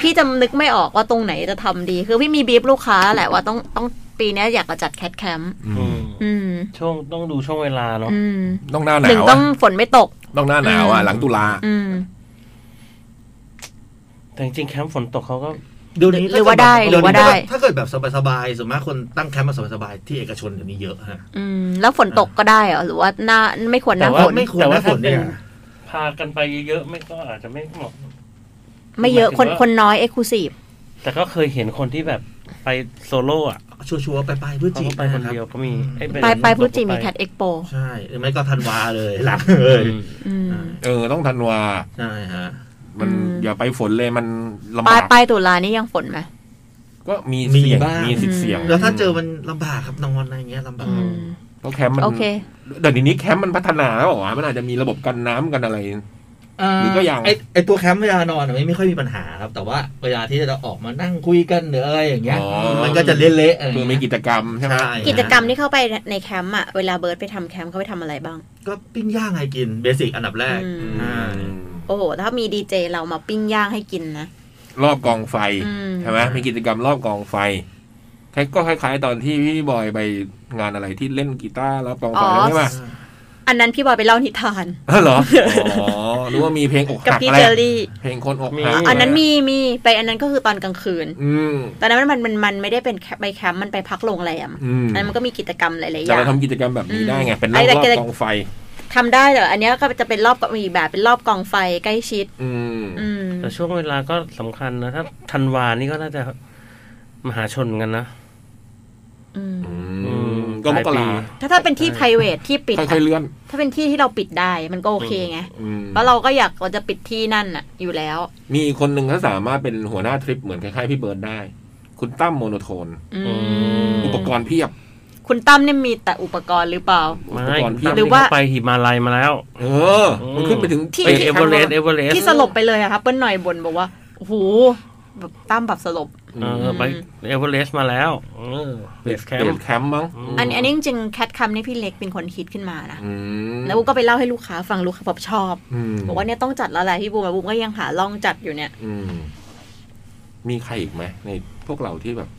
S5: พี่จะนึกไม่ออกว่าตรงไหนจะทำดี คือพี่มีบีฟลูกค้าแหละว่าต้องต้องปีเนี้ยอยากจะจัดแคทแคมป์
S3: ม
S5: อืม
S4: ช่วงต้องดูช่วงเวลาเนาะ
S5: อืม
S3: ต้องหน้าห
S5: หนึ่ง
S3: นาว
S5: ต้
S3: อะ
S5: องฝนไม่ตก
S3: ต้องหน้าหนาวอะหลังตุลา
S5: อืม
S4: แต่จริงๆแคมป์ฝนตกเขาก็
S2: เดี๋ยวนี้
S5: หรือว่าได้หรือว่าได้
S2: ถ้าเกิดแบบสบายๆส่วนมากคนตั้งแคมป์มาสบายๆที่เอกชนเดี๋ยวนี้เยอะฮะ
S5: อืม แล้วฝนตกก็ได้เหรอหรือว่าหน้าไม่ควรห
S4: แต่
S5: น้า
S4: ว่า
S5: ฝน
S2: ไม่ควร
S4: แต่ว่า
S2: นะฝนเนี่ย
S4: ถ้าเป็นพากันไปเยอะๆไม่ก็อาจจะไม่เหมาะ
S5: ไม่เยอะคน
S4: หมายถึงว่า
S5: คนน้อยเอ็กซ์คลูซีฟ
S4: แต่ก็เคยเห็นคนที่แบบไปโซโล่อะ
S2: ชัวร์ๆไปไปด้วย
S4: เขา
S2: จี
S4: ก็
S2: บ
S4: ไปคนเดียวก็มีเอ้ย
S5: ไปไป
S4: น้ำตก
S5: พูดจริงมี
S4: ก็ไป
S5: แคทเอ็กโป
S2: ใช่หรือไม่ก็ธันวาเลย <laughs> หลังเลย
S4: อืม
S5: อืม
S3: เออ ต้องธันวา
S2: ใช่ฮะ
S3: มัน
S5: อืม
S3: อย่าไปฝนเลยมันลำ
S5: ป
S3: บา
S5: ลา
S3: ย ก
S5: ปลายตุลานี่ยังฝนไหม
S3: ก็มี
S2: มี
S3: เสี่ยง
S2: บ้าง
S3: มีสิทธิ์เสี่ยง
S2: แล้วถ้าเจอมันลำบากครับนอนอะไรเงี้ยลำบาก
S4: อืม
S3: เพราะแคมป์มัน
S5: โอเค
S3: เดี๋ยวนี้แคมป์มันพัฒนาแล้วเหรอวะมันอาจจะมีระบบกันน้ำกันอะไร หรือก็ยัง
S2: ไอไอตัวแคมป์เวลานอนอะไม่ไม่ค่อยมีปัญหาครับ แต่ว่าเวลาที่จะออกมานั่งคุยกันหรืออะไรอย่างเงี้ย
S3: อ๋อ
S2: มันก็จะเละๆอะไร
S3: คือ
S2: เงี้ย
S3: มีกิจกรรมใช่ไหม
S2: ใช่ฮะ
S5: กิจกรรมที่เข้าไปในแคมป์อะเวลาเบิร์ดไปทำแคมป์เขาไปทำอะไรบ้าง
S2: ก็ปิ้งย่างให้กินเบสิกอันดับแรก
S5: อืม
S2: อ่า
S5: โอ้โห ถ้ามีดีเจเรามาปิ้งย่างให้กินนะ
S3: รอบกองไฟ
S5: อืม
S3: ใช่ไหมมีกิจกรรมรอบกองไฟคล้ายก็คล้ายๆตอนที่พี่บอยไปงานอะไรที่เล่นกีตาร์รอบกองไฟแล้วใช่ไหม
S5: อันนั้นพี่บอยไปเล่านิทาน
S3: อ๋อเหรออ๋อหรือว่ามีเพลงอก
S5: กับ
S3: หัก
S5: พี่
S3: อะไร
S5: เจอรี่
S3: เพลงคนอก
S4: มี
S3: หัก
S5: อันนั้นมีมีไปอันนั้นก็คือตอนกลางคืน
S3: อืม
S5: ตอนนั้นมันมันมันไม่ได้เป็นแคไปแคมป์มันไปพักโรงแรม
S3: อืม
S5: อันนั้นมันก็มีกิจกรรมหลายๆอ
S3: แต่
S5: ย่าง
S3: เราทำกิจกรรมแบบนี้ได้ไงเป็นรอ
S5: ไอ้
S3: บ
S5: แต่
S3: รอ
S5: กิจ
S3: บกองไฟ
S5: ทำได้แต่อันเนี้ยก็จะเป็นรอบกับอีกแบบเป็นรอบกองไฟใกล้ชิด
S3: อืม
S5: อืม
S4: แต่ช่วงเวลาก็สำคัญนะถ้าธันวานี่ก็น่าจะมหาชนกันนะ
S5: อืม
S3: อืม
S4: ป
S3: ก็ม
S4: ลาย
S3: ก
S4: ปี
S3: รา
S5: ถ้าถ้าเป็นที่ p r i v a t ที่ปิดอะ
S3: ค่อยๆเลื่อน
S5: ถ้าเป็นที่ที่เราปิดได้มันก็โอเคไง
S3: อืม
S5: เพราะเราก็อยากเราจะปิดที่นั่นน่ะ อยู่แล้ว
S3: มีอีกคนหนึ่งเขาสามารถเป็นหัวหน้าทริปเหมือนคล้ายๆพี่เบิร์ดได้ คุณตั้มโมโนโทน
S5: อืม
S4: ม
S3: อุปกรณ์เพียบ
S5: คุณตั้มเนี่ยมีแต่อุปกรณ์หรือเปล่า
S3: อุ
S4: ไม่
S3: ปกรณ์เพียบ
S5: หรือว่า
S4: เขไปหิมาลัยมาแล้ว
S3: เออมันขึ้นไปถึง
S5: ที่
S4: เอ
S3: อ้ย
S4: เวอเรสต์เอเวอเรสต์
S5: ที่สลบไปเลยอะครับเปิ้ลหน่อยบนบอกว่าโอ้โหแบบตั้มแบบสลบ
S4: เออไปเอเวอเรสต์มาแล้วเออเบ
S3: เด็
S4: ส
S3: ด
S4: แค
S3: แค
S4: ม
S3: ม
S4: ป์
S3: ป์แคมป์มั้ง
S5: อันอันนี้จริงๆแคทคัมนี่พี่เล็กเป็นคนคิดขึ้นมานะ
S3: อืม
S5: แล้วบูมก็ไปเล่าให้ลูกค้าฟังลูกค้าบอกชอบ
S3: อืม
S5: บอกว่าเนี่ยต้องจัดแล้วแหละพี่บูมอะบูมก็ยังหาล่องจัดอยู่เนี่ย
S3: อืมมีใครอีกไหมในพวกเราที่แบบ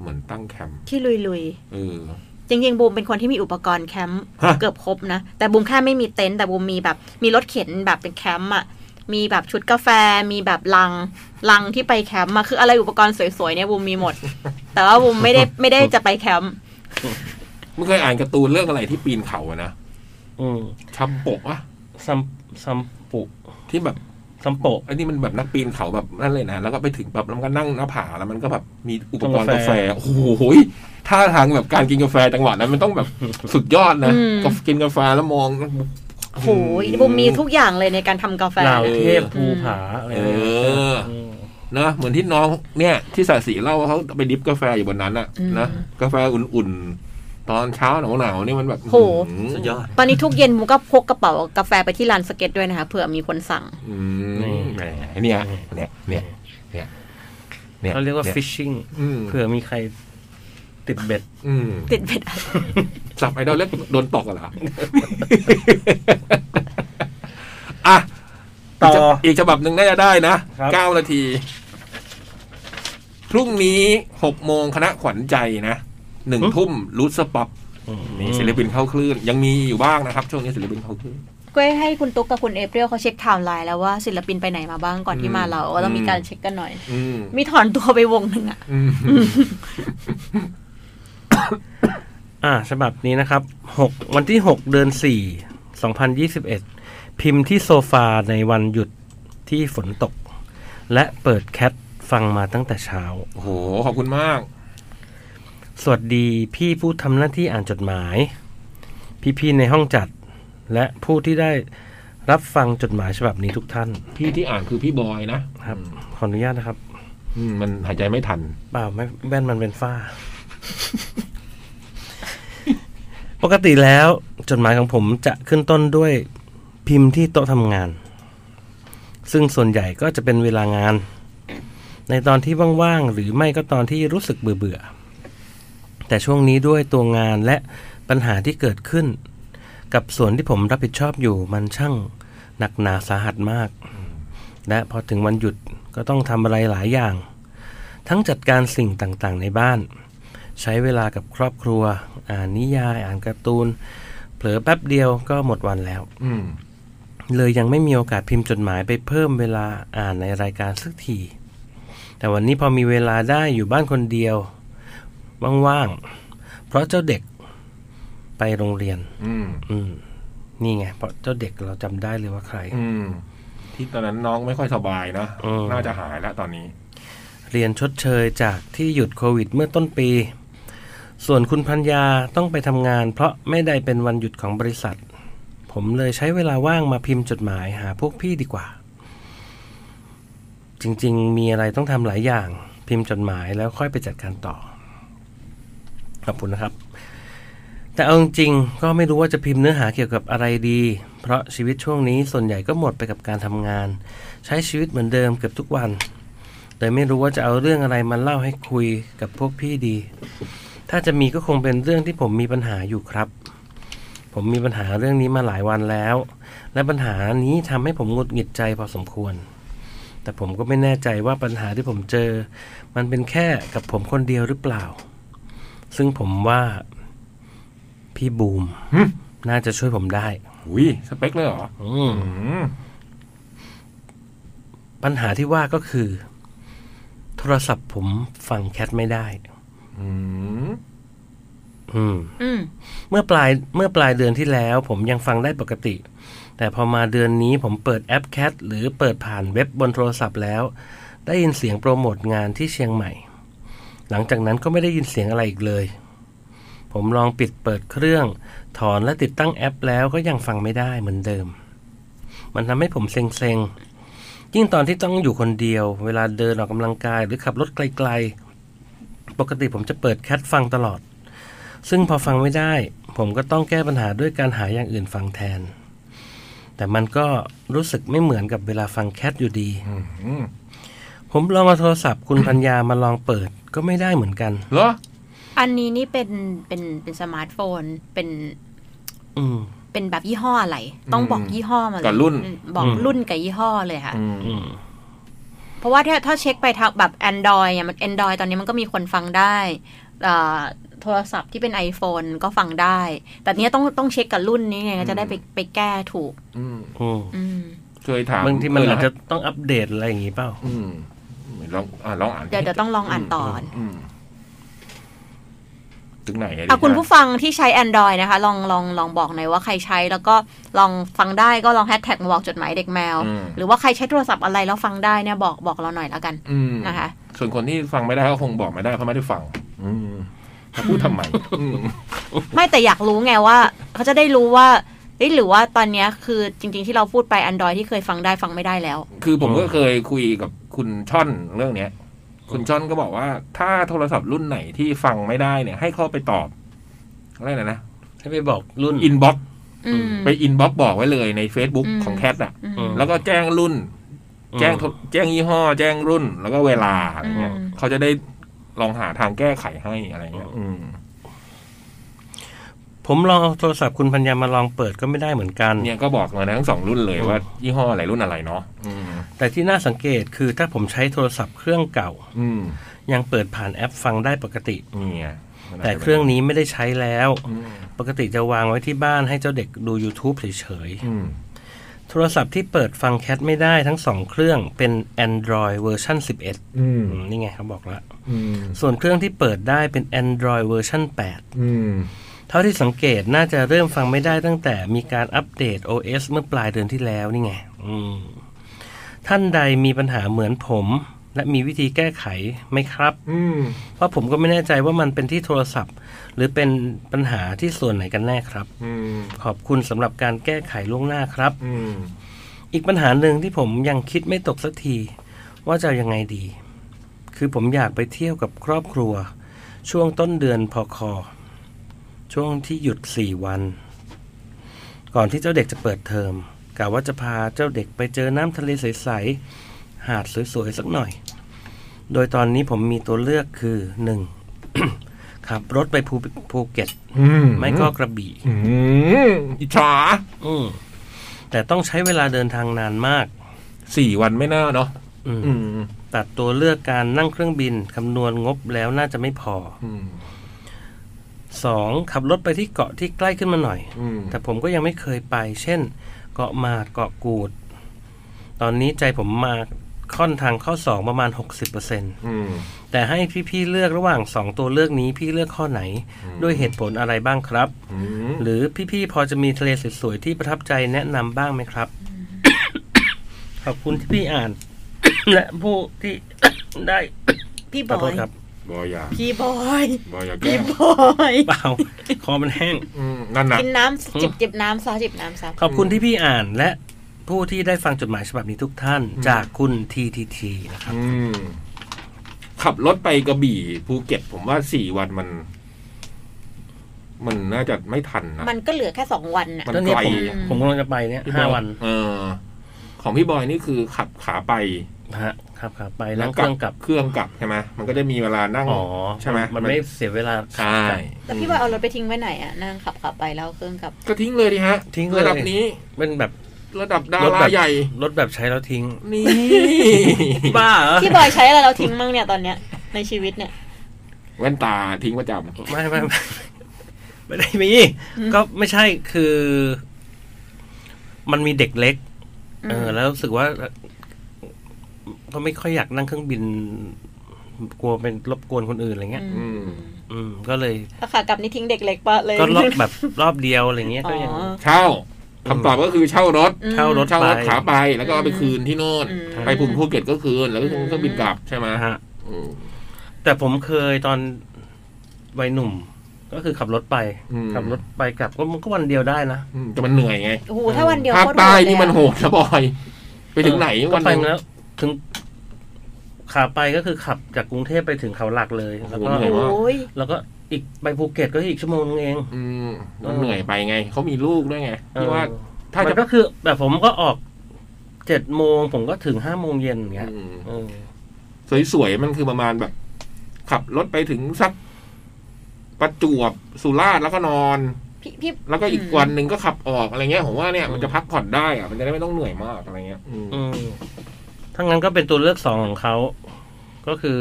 S3: เหมือนตั้งแคมป์
S5: ที่ลุย
S3: เออ
S5: ๆ จริงๆบูมเป็นคนที่มีอุปกรณ์แคมป์
S3: ฮะ
S5: เกือบครบนะ แต่บูมแค่ไม่มีเต็นท์แต่บูมมีแบบมีรถเข็นแบบเป็นแคมป์อะมีแบบชุดกาแฟ มีแบบลังลังที่ไปแคมป์มาคืออะไรอุปกรณ์สวยๆเนี่ยบูมมีหมด แต่ว่าบูมไม่ได้ไม่ได้จะไปแคมป์
S3: ไม่เคยอ่านการ์ตูนเรื่องอะไรที่ปีนเขาอะนะ
S4: อืม
S3: ชัมโปะวะ
S4: ซัมซัมปุ
S3: ที่แบบ
S4: ซัมโปะ
S3: ไอันนี้มันแบบนักปีนเขาแบบนั่นเลยนะ แล้วก็ไปถึงแบบแล้วมันก็นั่งหน้าผาแล้วมันก็แบบมีอุปกร
S4: กาก
S3: ณ์า
S4: แฟ
S3: แฟ โอ้โหยท่าทางแบบการกินกาแฟจังหวะนั้นมันต้องแบบสุดยอดนะ
S5: อืม
S3: ก็กินกาแฟแล้วมอง
S5: โอ้โหบูมมีทุกอย่างเลยในการทำกาแฟ
S4: เหล่าว
S3: ออ
S4: เทพภูผาอะไรอย่างเงี้ย
S3: เออ
S4: ม
S3: นะเหมือนที่น้องเนี่ยที่สาสีเล่าว่าเขาไปดริฟกาแฟอยู่บนนั้นอะ
S5: อืม
S3: นะกาแฟอุ่นๆ ตอนเช้าหนาวๆนี่มันแบบ
S5: โห
S3: หื
S2: สุดยอด
S5: ตอนนี้ทุกเย็นบูมก็พกกระเป๋ากาแฟไปที่ร้านสเก็ตด้วยนะคะเผื่อมีคนสั่ง
S3: อื
S4: นี่
S3: มแหมเนี่ยเนี่ยเนี่ยเนี่ยเนี่ย
S4: เขาเรียกว่า
S3: นี่
S4: ฟิชชิ่ง
S3: อืม
S4: เผื่อมีใครติดเบ็ด
S3: อืม
S5: ติดเบ็ด
S3: สับไอดอลเล็กโดนตกอะเห
S4: <laughs>
S3: รอ อ่ะ
S4: ต่อ
S3: อีกฉบับหนึ่งน่าจะได้นะ
S4: ครับ
S3: 9 นาที พรุ่งนี้ 6 โมงคณะขวัญใจนะหนึ่งทุ่มรูทสป๊อปนี่ศิลปินเข้าคลื่น ยังมีอยู่บ้างนะครับ ช่วงนี้ศิลปินเข้าคลื่น
S5: ก็ให้คุณตุ๊กกับคุณเอเปรียวเขาเช็คไทม์ไลน์แล้วว่าศิลปินไปไหนมาบ้างก่อนที่มาเราก็ต้องมีการเช็คกันหน่อย
S3: อืม
S5: มีถอนตัวไปวงหนึ่งอะ
S3: อืม
S4: อ่า ฉบับนี้นะครับ 6 วันที่ 6 เดือน 4 2021 พิมพ์ที่โซฟาในวันหยุดที่ฝนตก และเปิดแคทฟังมาตั้งแต่เช้า
S3: โอ้โห ขอบคุณมาก
S4: สวัสดีพี่ผู้ทำหน้าที่อ่านจดหมาย พี่ๆในห้องจัด และผู้ที่ได้รับฟังจดหมายฉบับนี้ทุกท่าน
S3: พี่ที่อ่านคือพี่บอยนะครับ
S4: ขออนุญาตนะครับ
S3: อืมมันหายใจไม่ทัน
S4: <laughs> เปล่าไม่แว่นมันเป็นฝ้า ปกติแล้วจดหมายของผมจะขึ้นต้นด้วยพิมพ์ที่โต๊ะทำงาน ซึ่งส่วนใหญ่ก็จะเป็นเวลางาน ในตอนที่ว่างๆหรือไม่ก็ตอนที่รู้สึกเบื่อๆแต่ช่วงนี้ด้วยตัวงานและปัญหาที่เกิดขึ้น กับส่วนที่ผมรับผิดชอบอยู่มันช่างหนักหนาสาหัสมาก และพอถึงวันหยุดก็ต้องทำอะไรหลายอย่าง ทั้งจัดการสิ่งต่างๆในบ้าน ใช้เวลากับครอบครัว อ่านนิยาย อ่านการ์ตูน เผลอแป๊บเดียวก็หมดวันแล้ว
S3: อืม
S4: เลยยังไม่มีโอกาสพิมพ์จดหมายไปเพิ่มเวลาอ่านในรายการสักที แต่วันนี้พอมีเวลาได้อยู่บ้านคนเดียว ว่างๆ เพราะเจ้าเด็กไปโรงเรียน
S3: อืม
S4: อืม นี่ไง เพราะเจ้าเด็กเราจำได้เลยว่าใคร
S3: อืม ที่ตอนนั้นน้องไม่ค่อยสบายนะ
S4: เออ
S3: น่าจะหายแล้วตอนนี้
S4: เรียนชดเชยจากที่หยุดโควิดเมื่อต้นปี ส่วนคุณพัญญาต้องไปทำงาน เพราะไม่ได้เป็นวันหยุดของบริษัท ผมเลยใช้เวลาว่างมาพิมพ์จดหมายหาพวกพี่ดีกว่า จริงๆ มีอะไรต้องทำหลายอย่าง พิมพ์จดหมายแล้วค่อยไปจัดการต่อ ขอบคุณนะครับ แต่เอาจริงๆก็ไม่รู้ว่าจะพิมพ์เนื้อหาเกี่ยวกับอะไรดี เพราะชีวิตช่วงนี้ส่วนใหญ่ก็หมดไปกับการทำงาน ใช้ชีวิตเหมือนเดิมเกือบทุกวัน เลยไม่รู้ว่าจะเอาเรื่องอะไรมาเล่าให้คุยกับพวกพี่ดี ถ้าจะมีก็คงเป็นเรื่องที่ผมมีปัญหาอยู่ครับ ผมมีปัญหาเรื่องนี้มาหลายวันแล้ว และปัญหานี้ทำให้ผมหงุดหงิดใจพอสมควร แต่ผมก็ไม่แน่ใจว่าปัญหาที่ผมเจอ มันเป็นแค่กับผมคนเดียวหรือเปล่า ซึ่งผมว่า พี่บูม
S3: หึ
S4: น่าจะช่วยผมได้
S3: หุยสเปคเลยเหรอ
S4: อืม
S3: อืม
S4: ปัญหาที่ว่าก็คือ โทรศัพท์ผมฟังแคทไม่ได้
S3: อืม
S4: อืม
S5: อืม
S4: เมื่อปลายเมื่อปลายเดือนที่แล้ว ผมยังฟังได้ปกติ แต่พอมาเดือนนี้ผมเปิดแอปแคทหรือเปิดผ่านเว็บบนโทรศัพท์แล้ว ได้ยินเสียงโปรโมทงานที่เชียงใหม่ หลังจากนั้นก็ไม่ได้ยินเสียงอะไรอีกเลย ผมลองปิดเปิดเครื่อง ถอนและติดตั้งแอปแล้วก็ยังฟังไม่ได้เหมือนเดิม มันทำให้ผมเซ็งๆ ยิ่งตอนที่ต้องอยู่คนเดียว เวลาเดินออกกำลังกายหรือขับรถไกลๆ ปกติผมจะเปิดแคทฟังตลอด ซึ่งพอฟังไม่ได้ ผมก็ต้องแก้ปัญหาด้วยการหาอย่างอื่นฟังแทน แต่มันก็รู้สึกไม่เหมือนกับเวลาฟังแคทอยู่ดี
S3: อืม
S4: ผมลองเอาโทรศัพท์คุณพัญญามาลองเปิดก็ไม่ได้เหมือนกัน
S3: เหรอ
S5: อันนี้นี่เป็นเป็นเป็นสมาร์ทโฟนเป็น
S4: อืม
S5: เป็นแบบยี่ห้ออะไร ต้องบอกยี่ห้อมาเลย
S3: กับรุ่น
S5: บอก
S4: อืม
S5: รุ่นกับยี่ห้อเลยค่ะ
S3: อืม
S4: อืม
S5: เพราะว่าถ้าถ้าเช็คไปทางแบบ Android เนี่ยมัน Android ตอนนี้มันก็มีคนฟังได้เอ่อโทรศัพท์ที่เป็น iPhone ก็ฟังได้ แต่เนี้ยต้องต้องเช็คกับรุ่นนี้ไงก็จะได้ไปไปแก้ถูก
S3: อืม
S4: อืม
S5: อืม
S3: เคยถาม
S4: บางทีมัน
S3: เ
S4: อาจจะต้องอัปเดตอะไรอย่างงี้เปล่า
S3: อืมลองอ่าลองอ่าน
S5: เดี๋ยวเดี๋ยวต้องลองอ่านต่อ
S3: อืมถึงไหนอะ
S5: อ่ะคุณผู้ฟังที่ใช้ Android นะคะ ลองลองลองบอกหน่อยว่าใครใช้แล้วก็ลองฟังได้ก็ลองแฮชแท็กมาบอกจดหมายเด็กแมว
S3: อืม
S5: หรือว่าใครใช้โทรศัพท์อะไรแล้วฟังได้เนี่ยบอกบอกเราหน่อยแล้วกัน
S3: อืม
S5: นะคะ
S3: ส่วนคนที่ฟังไม่ได้ก็คงบอกไม่ได้เพราะไม่ได้ฟัง อืมจะพูดทำไมอืม
S5: ไม่แต่อยากรู้ไงว่า เขาจะได้รู้ว่าเอ้ยหรือว่าตอนเนี้ยคือจริง ๆ ที่เราพูดไป Android ที่เคยฟังได้ฟังไม่ได้แล้ว
S3: คือผมก็เคยคุยกับคุณช่อนเรื่องเนี้ย คุณช่อนก็บอกว่า ถ้าโทรศัพท์รุ่นไหนที่ฟังไม่ได้เนี่ย ให้เข้าไปตอบอะไรนะนะ
S4: ให้ไปบอกรุ่น
S3: อินบ็อก
S5: อืม
S3: ไปอินบ็อกบอกไว้เลยใน Facebook
S5: อืม
S3: ของแคทอ่ะ
S5: อืม
S3: แล้วก็แจ้งรุ่น แจ้งโทรแจ้งยี่ห้อ แจ้งรุ่น แล้วก็เวลาอะไรเงี้ย
S5: อืม
S3: เขาจะได้ลองหาทางแก้ไขให้อะไรเงี้ยอืม
S4: ผมลองเอาโทรศัพท์คุณพัญญามาลองเปิดก็ไม่ได้เหมือนกัน
S3: เนี่ยก็บอกมาทั้งสองรุ่นเลยว่า ยี่ห้ออะไรรุ่นอะไรเนาะอืม
S4: แต่ที่น่าสังเกตคือถ้าผมใช้โทรศัพท์เครื่องเก่า
S3: อืม
S4: ยังเปิดผ่านแอปฟังได้ปกติ
S3: เนี่ย
S4: แต่เครื่องนี้ไม่ได้ใช้แล้ว
S3: อืม
S4: ปกติจะวางไว้ที่บ้านให้เจ้าเด็กดู YouTube เฉย
S3: อืม
S4: ๆ โทรศัพท์ที่เปิดฟังแคทไม่ได้ทั้งสองเครื่องเป็น Android เวอร์ชัน11
S3: อืม
S4: อืมนี่ไงเขาบอกละ
S3: อืม
S4: ส่วนเครื่องที่เปิดได้เป็น Android เวอร์ชัน
S3: อืม
S4: 8 เท่าที่สังเกตน่าจะเริ่มฟังไม่ได้ตั้งแต่มีการอัปเดต OS เมื่อปลายเดือนที่แล้วนี่ไงอืมท่านใดมีปัญหาเหมือนผม และมีวิธีแก้ไขไหมครับ
S3: อืม
S4: เพราะผมก็ไม่แน่ใจว่ามันเป็นที่โทรศัพท์ หรือเป็นปัญหาที่ส่วนไหนกันแน่ครับ
S3: อืม
S4: ขอบคุณสำหรับการแก้ไขล่วงหน้าครับ
S3: อืม
S4: อีกปัญหาหนึ่งที่ผมยังคิดไม่ตกสักที ว่าจะเอายังไงดี คือผมอยากไปเที่ยวกับครอบครัว ช่วงต้นเดือนพอคอ ช่วงที่หยุดสี่วัน ก่อนที่เจ้าเด็กจะเปิดเทอมกะว่าจะพาเจ้าเด็กไปเจอน้ำทะเลใสๆหาดสวยๆสักหน่อย โดยตอนนี้ผมมีตัวเลือกคือหนึ่ง <coughs> ขับรถไปภูภูเก็ต ไม่ก็กระบี่
S3: อืมอิจฉา
S4: อืมแต่ต้องใช้เวลาเดินทางนานมาก
S3: สี่วันไม่น่าเนาะ
S4: อืม
S3: อืม
S4: ตัดตัวเลือกการนั่งเครื่องบินคำนวณงบแล้วน่าจะไม่พอ
S3: อืม
S4: สองขับรถไปที่เกาะที่ใกล้ขึ้นมาหน่อย
S3: อืม
S4: แต่ผมก็ยังไม่เคยไป เช่น เกาะหมากเกาะกูด ตอนนี้ใจผมมาค่อนทางข้อสองประมาณ 60%
S3: อืม
S4: แต่ให้พี่ๆเลือกระหว่าง 2 ตัวเลือกนี้พี่เลือกข้อไหน
S3: อืม
S4: ด้วยเหตุผลอะไรบ้างครับ
S3: อืม
S4: หรือพี่ๆพอจะมีทะเลสวยๆที่ประทับใจแนะนำบ้างไหมครับ ขอบคุณที่พี่อ่าน <coughs> และผู้ที่ ได้
S5: พี่
S4: ข
S5: บ
S4: อ
S5: อ
S4: โทษ
S5: ย
S4: ครับ
S3: บอยอยาก
S5: พี่บอย
S3: บอยอยากแก้
S5: พี่บอย
S4: เปล่าคอมันแห้ง
S3: อืมนั่นน่ะ
S5: กินน้ำจิบจิบน้ำซะจิบน้ำซะ
S4: ขอบคุณที่พี่อ่านและผู้ที่ได้ฟังจดหมายฉบับนี้ทุกท่าน จากคุณทีทีทีนะครับ
S3: อืมขับรถไปกระบี่ภูเก็ต ผมว่าสี่วันมัน มันน่าจะไม่ทันนะ
S5: มันก็เหลือแค่สองวันน่ะ
S3: มัน
S4: ก็เนี่
S3: ไก
S4: ย
S3: ล
S4: ผม
S5: อืม
S4: ผมกำลังจะไปเนี่ย
S3: พี่บอย
S4: ห้าวัน
S3: เออ ของพี่บอยนี่คือขับขาไป
S4: ฮะครับครับไปแล้วเครื่องกลับ
S3: เครื่องกลับใช่ไหมมันก็จะมีเวลานั่ง
S4: อ๋อ
S3: ใช่ไหม
S4: มันไม่เสียเวลา
S3: ใช่
S5: แต่พี่บอยเอารถไปทิ้งไว้ไหนอ่ะนั่งขับขับไปแล้วเอาเครื่องกลับ
S3: ก็ทิ้งเลยดิฮะ
S4: ทิ้งเลย
S3: ระดับนี้
S4: เป็นแบบ
S3: ระดับดาร
S4: ถ
S3: รา
S4: แบบ
S3: ใหญ่
S4: รถแบบใช้แล้วทิ้ง
S3: นี่
S4: <laughs> บ้าเหรอ
S5: พี่บอยใช้อะไรเราทิ้งมั่งเนี่ยตอนเนี้ยในชีวิตเนี่ย
S3: แว่นตาทิ้งประจ
S4: ไม่ไม่ไม่ไม่ได้มีก็ไม่ใช่คือ มันมีเด็กเล็ก เออ แล้วรู้สึกว่าก็ไม่ค่อยอยากนั่งเครื่องบิน กลัวเป็นรบกวนคนอื่นอะไรเงี้ย
S5: อื
S3: ำอืม
S4: อืม ก็เลย
S5: เอาขากลับนี่ทิ้งเด็กเล็กปะเลย
S4: ก็รอบแบบรอบเดียวอะไรเงี้ย
S5: อ๋
S4: ก็ยัง
S5: อ
S3: เช่าคำตอบก็คือเช่ารถ
S5: อืม
S4: เช่ารถ
S3: เช่ารถขาไปแล้วก็เอาไป
S5: อืม
S3: คืนที่โน่น
S5: อืม
S3: ไปภูมิภูเก็ตก็คืน แล้วก็
S5: อืม
S3: เครื่องบินกลับใช่ไหม
S4: นะฮะ
S3: อืม
S4: แต่ผมเคยตอนวัยหนุ่ม ก็คือขับรถไป
S3: อืม
S4: ขับรถไปกลับก็มันก็วันเดียวได้นะ
S3: อืมแต่มันเหนื่อยไง
S5: โอ้โหถ้าวันเดียว
S3: ภาค
S5: โคตรโหด
S3: ใต้
S5: เลย
S3: นี่
S5: อะ
S3: มันโหดนะบอย ไปถึงไหน
S4: ก็
S3: วัน
S4: ไป
S3: หนึง
S4: มาแล้ว ถึงขาไปก็คือขับจากกรุงเทพไปถึงเขาหลักเลย แล้วก็
S5: โอ้ย
S4: แล้วก็อีกไปภูเก็ตก็อีกชั่วโมงนึงเอง
S3: อืมมันเหนื่อยไปไงเขามีลูกด้วยไงที่ว่า
S4: เออ
S3: ถ้า
S4: มั
S3: จะ
S4: นก็คือแบบผมก็ออกเจ็ดโมงผมก็ถึงห้าโมงเย็นอย่างเงี้ย
S3: อืม
S4: เออ
S3: สวยๆมันคือประมาณแบบ ขับรถไปถึงสักประจวบสุราษฎร์แล้วก็นอน
S5: พี่พี่
S3: แล้วก็อีก
S5: อืม
S3: วันหนึ่งก็ขับออกอะไรเงี้ยผมว่าเนี่ยมันจะพักผ่อนได้อะมันจะได้ไม่ต้องเหนื่อยมากอะไรเงี้ยอืม
S4: อืมถ้างั้นก็เป็นตัวเลือกสองของเขา ก็คือ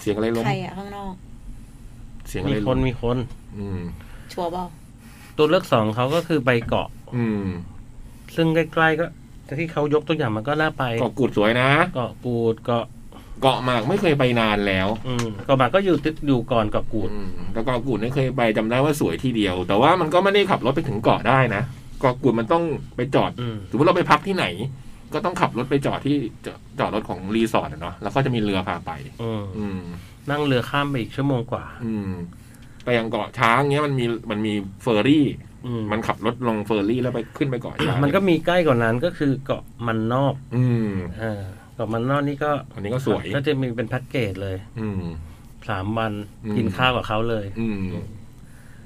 S3: เสียงอะไรลม
S5: ใครอะข้างนอก
S3: เสียงอะ
S4: มี
S3: ไร
S4: ค
S3: ล
S4: น
S3: ม
S4: มีคน
S3: อืม
S5: ชัวร์เปล่า
S4: ตัวเลือกสองของเขาก็คือไปเกาะ
S3: อืม
S4: ซึ่งใกล้ๆก็ที่เขายกตัวอย่างมันก็น่าไป
S3: เกาะกูดสวยนะ
S4: เกาะกูดเกาะ
S3: เกาะหมากไม่เคยไปนานแล้ว
S4: อืมเกาะหมากก็อยู่ติดอยู่ก่อนเกาะกูด
S3: อืมแล้วเกาะกูดไม่เคยไปจำได้ว่าสวยที่เดียว แต่ว่ามันก็ไม่ได้ขับรถไปถึงเกาะได้นะเกาะกูดมันต้องไปจอด
S4: อืม
S3: สมมติเราไปพักที่ไหน ก็ต้องขับรถไปจอดที่จอจอดรถของรีสอร์ทอะเนาะแล้วก็จะมีเรือพาไป
S4: อืม
S3: อืม
S4: นั่งเรือข้ามไปอีกชั่วโมงกว่า
S3: อืม แต่อย่างเกาะช้างเนี้ยมันมีมันมีเฟอร์รี่
S4: อืม
S3: มันขับรถลงเฟอร์รี่แล้วไปขึ้นไปเกาะช้าง
S4: มันก็มีใกล้กว่านั้นก็คือเกาะมันนอก
S3: อืม
S4: เออเกาะมันนอกนี่ก็
S3: อันนี้ก็สวย
S4: ก็จะมีเป็นแพ็กเกจเลย
S3: อืม
S4: สามวัน
S3: อืม
S4: กินข้าวกับเขาเลย
S3: อืม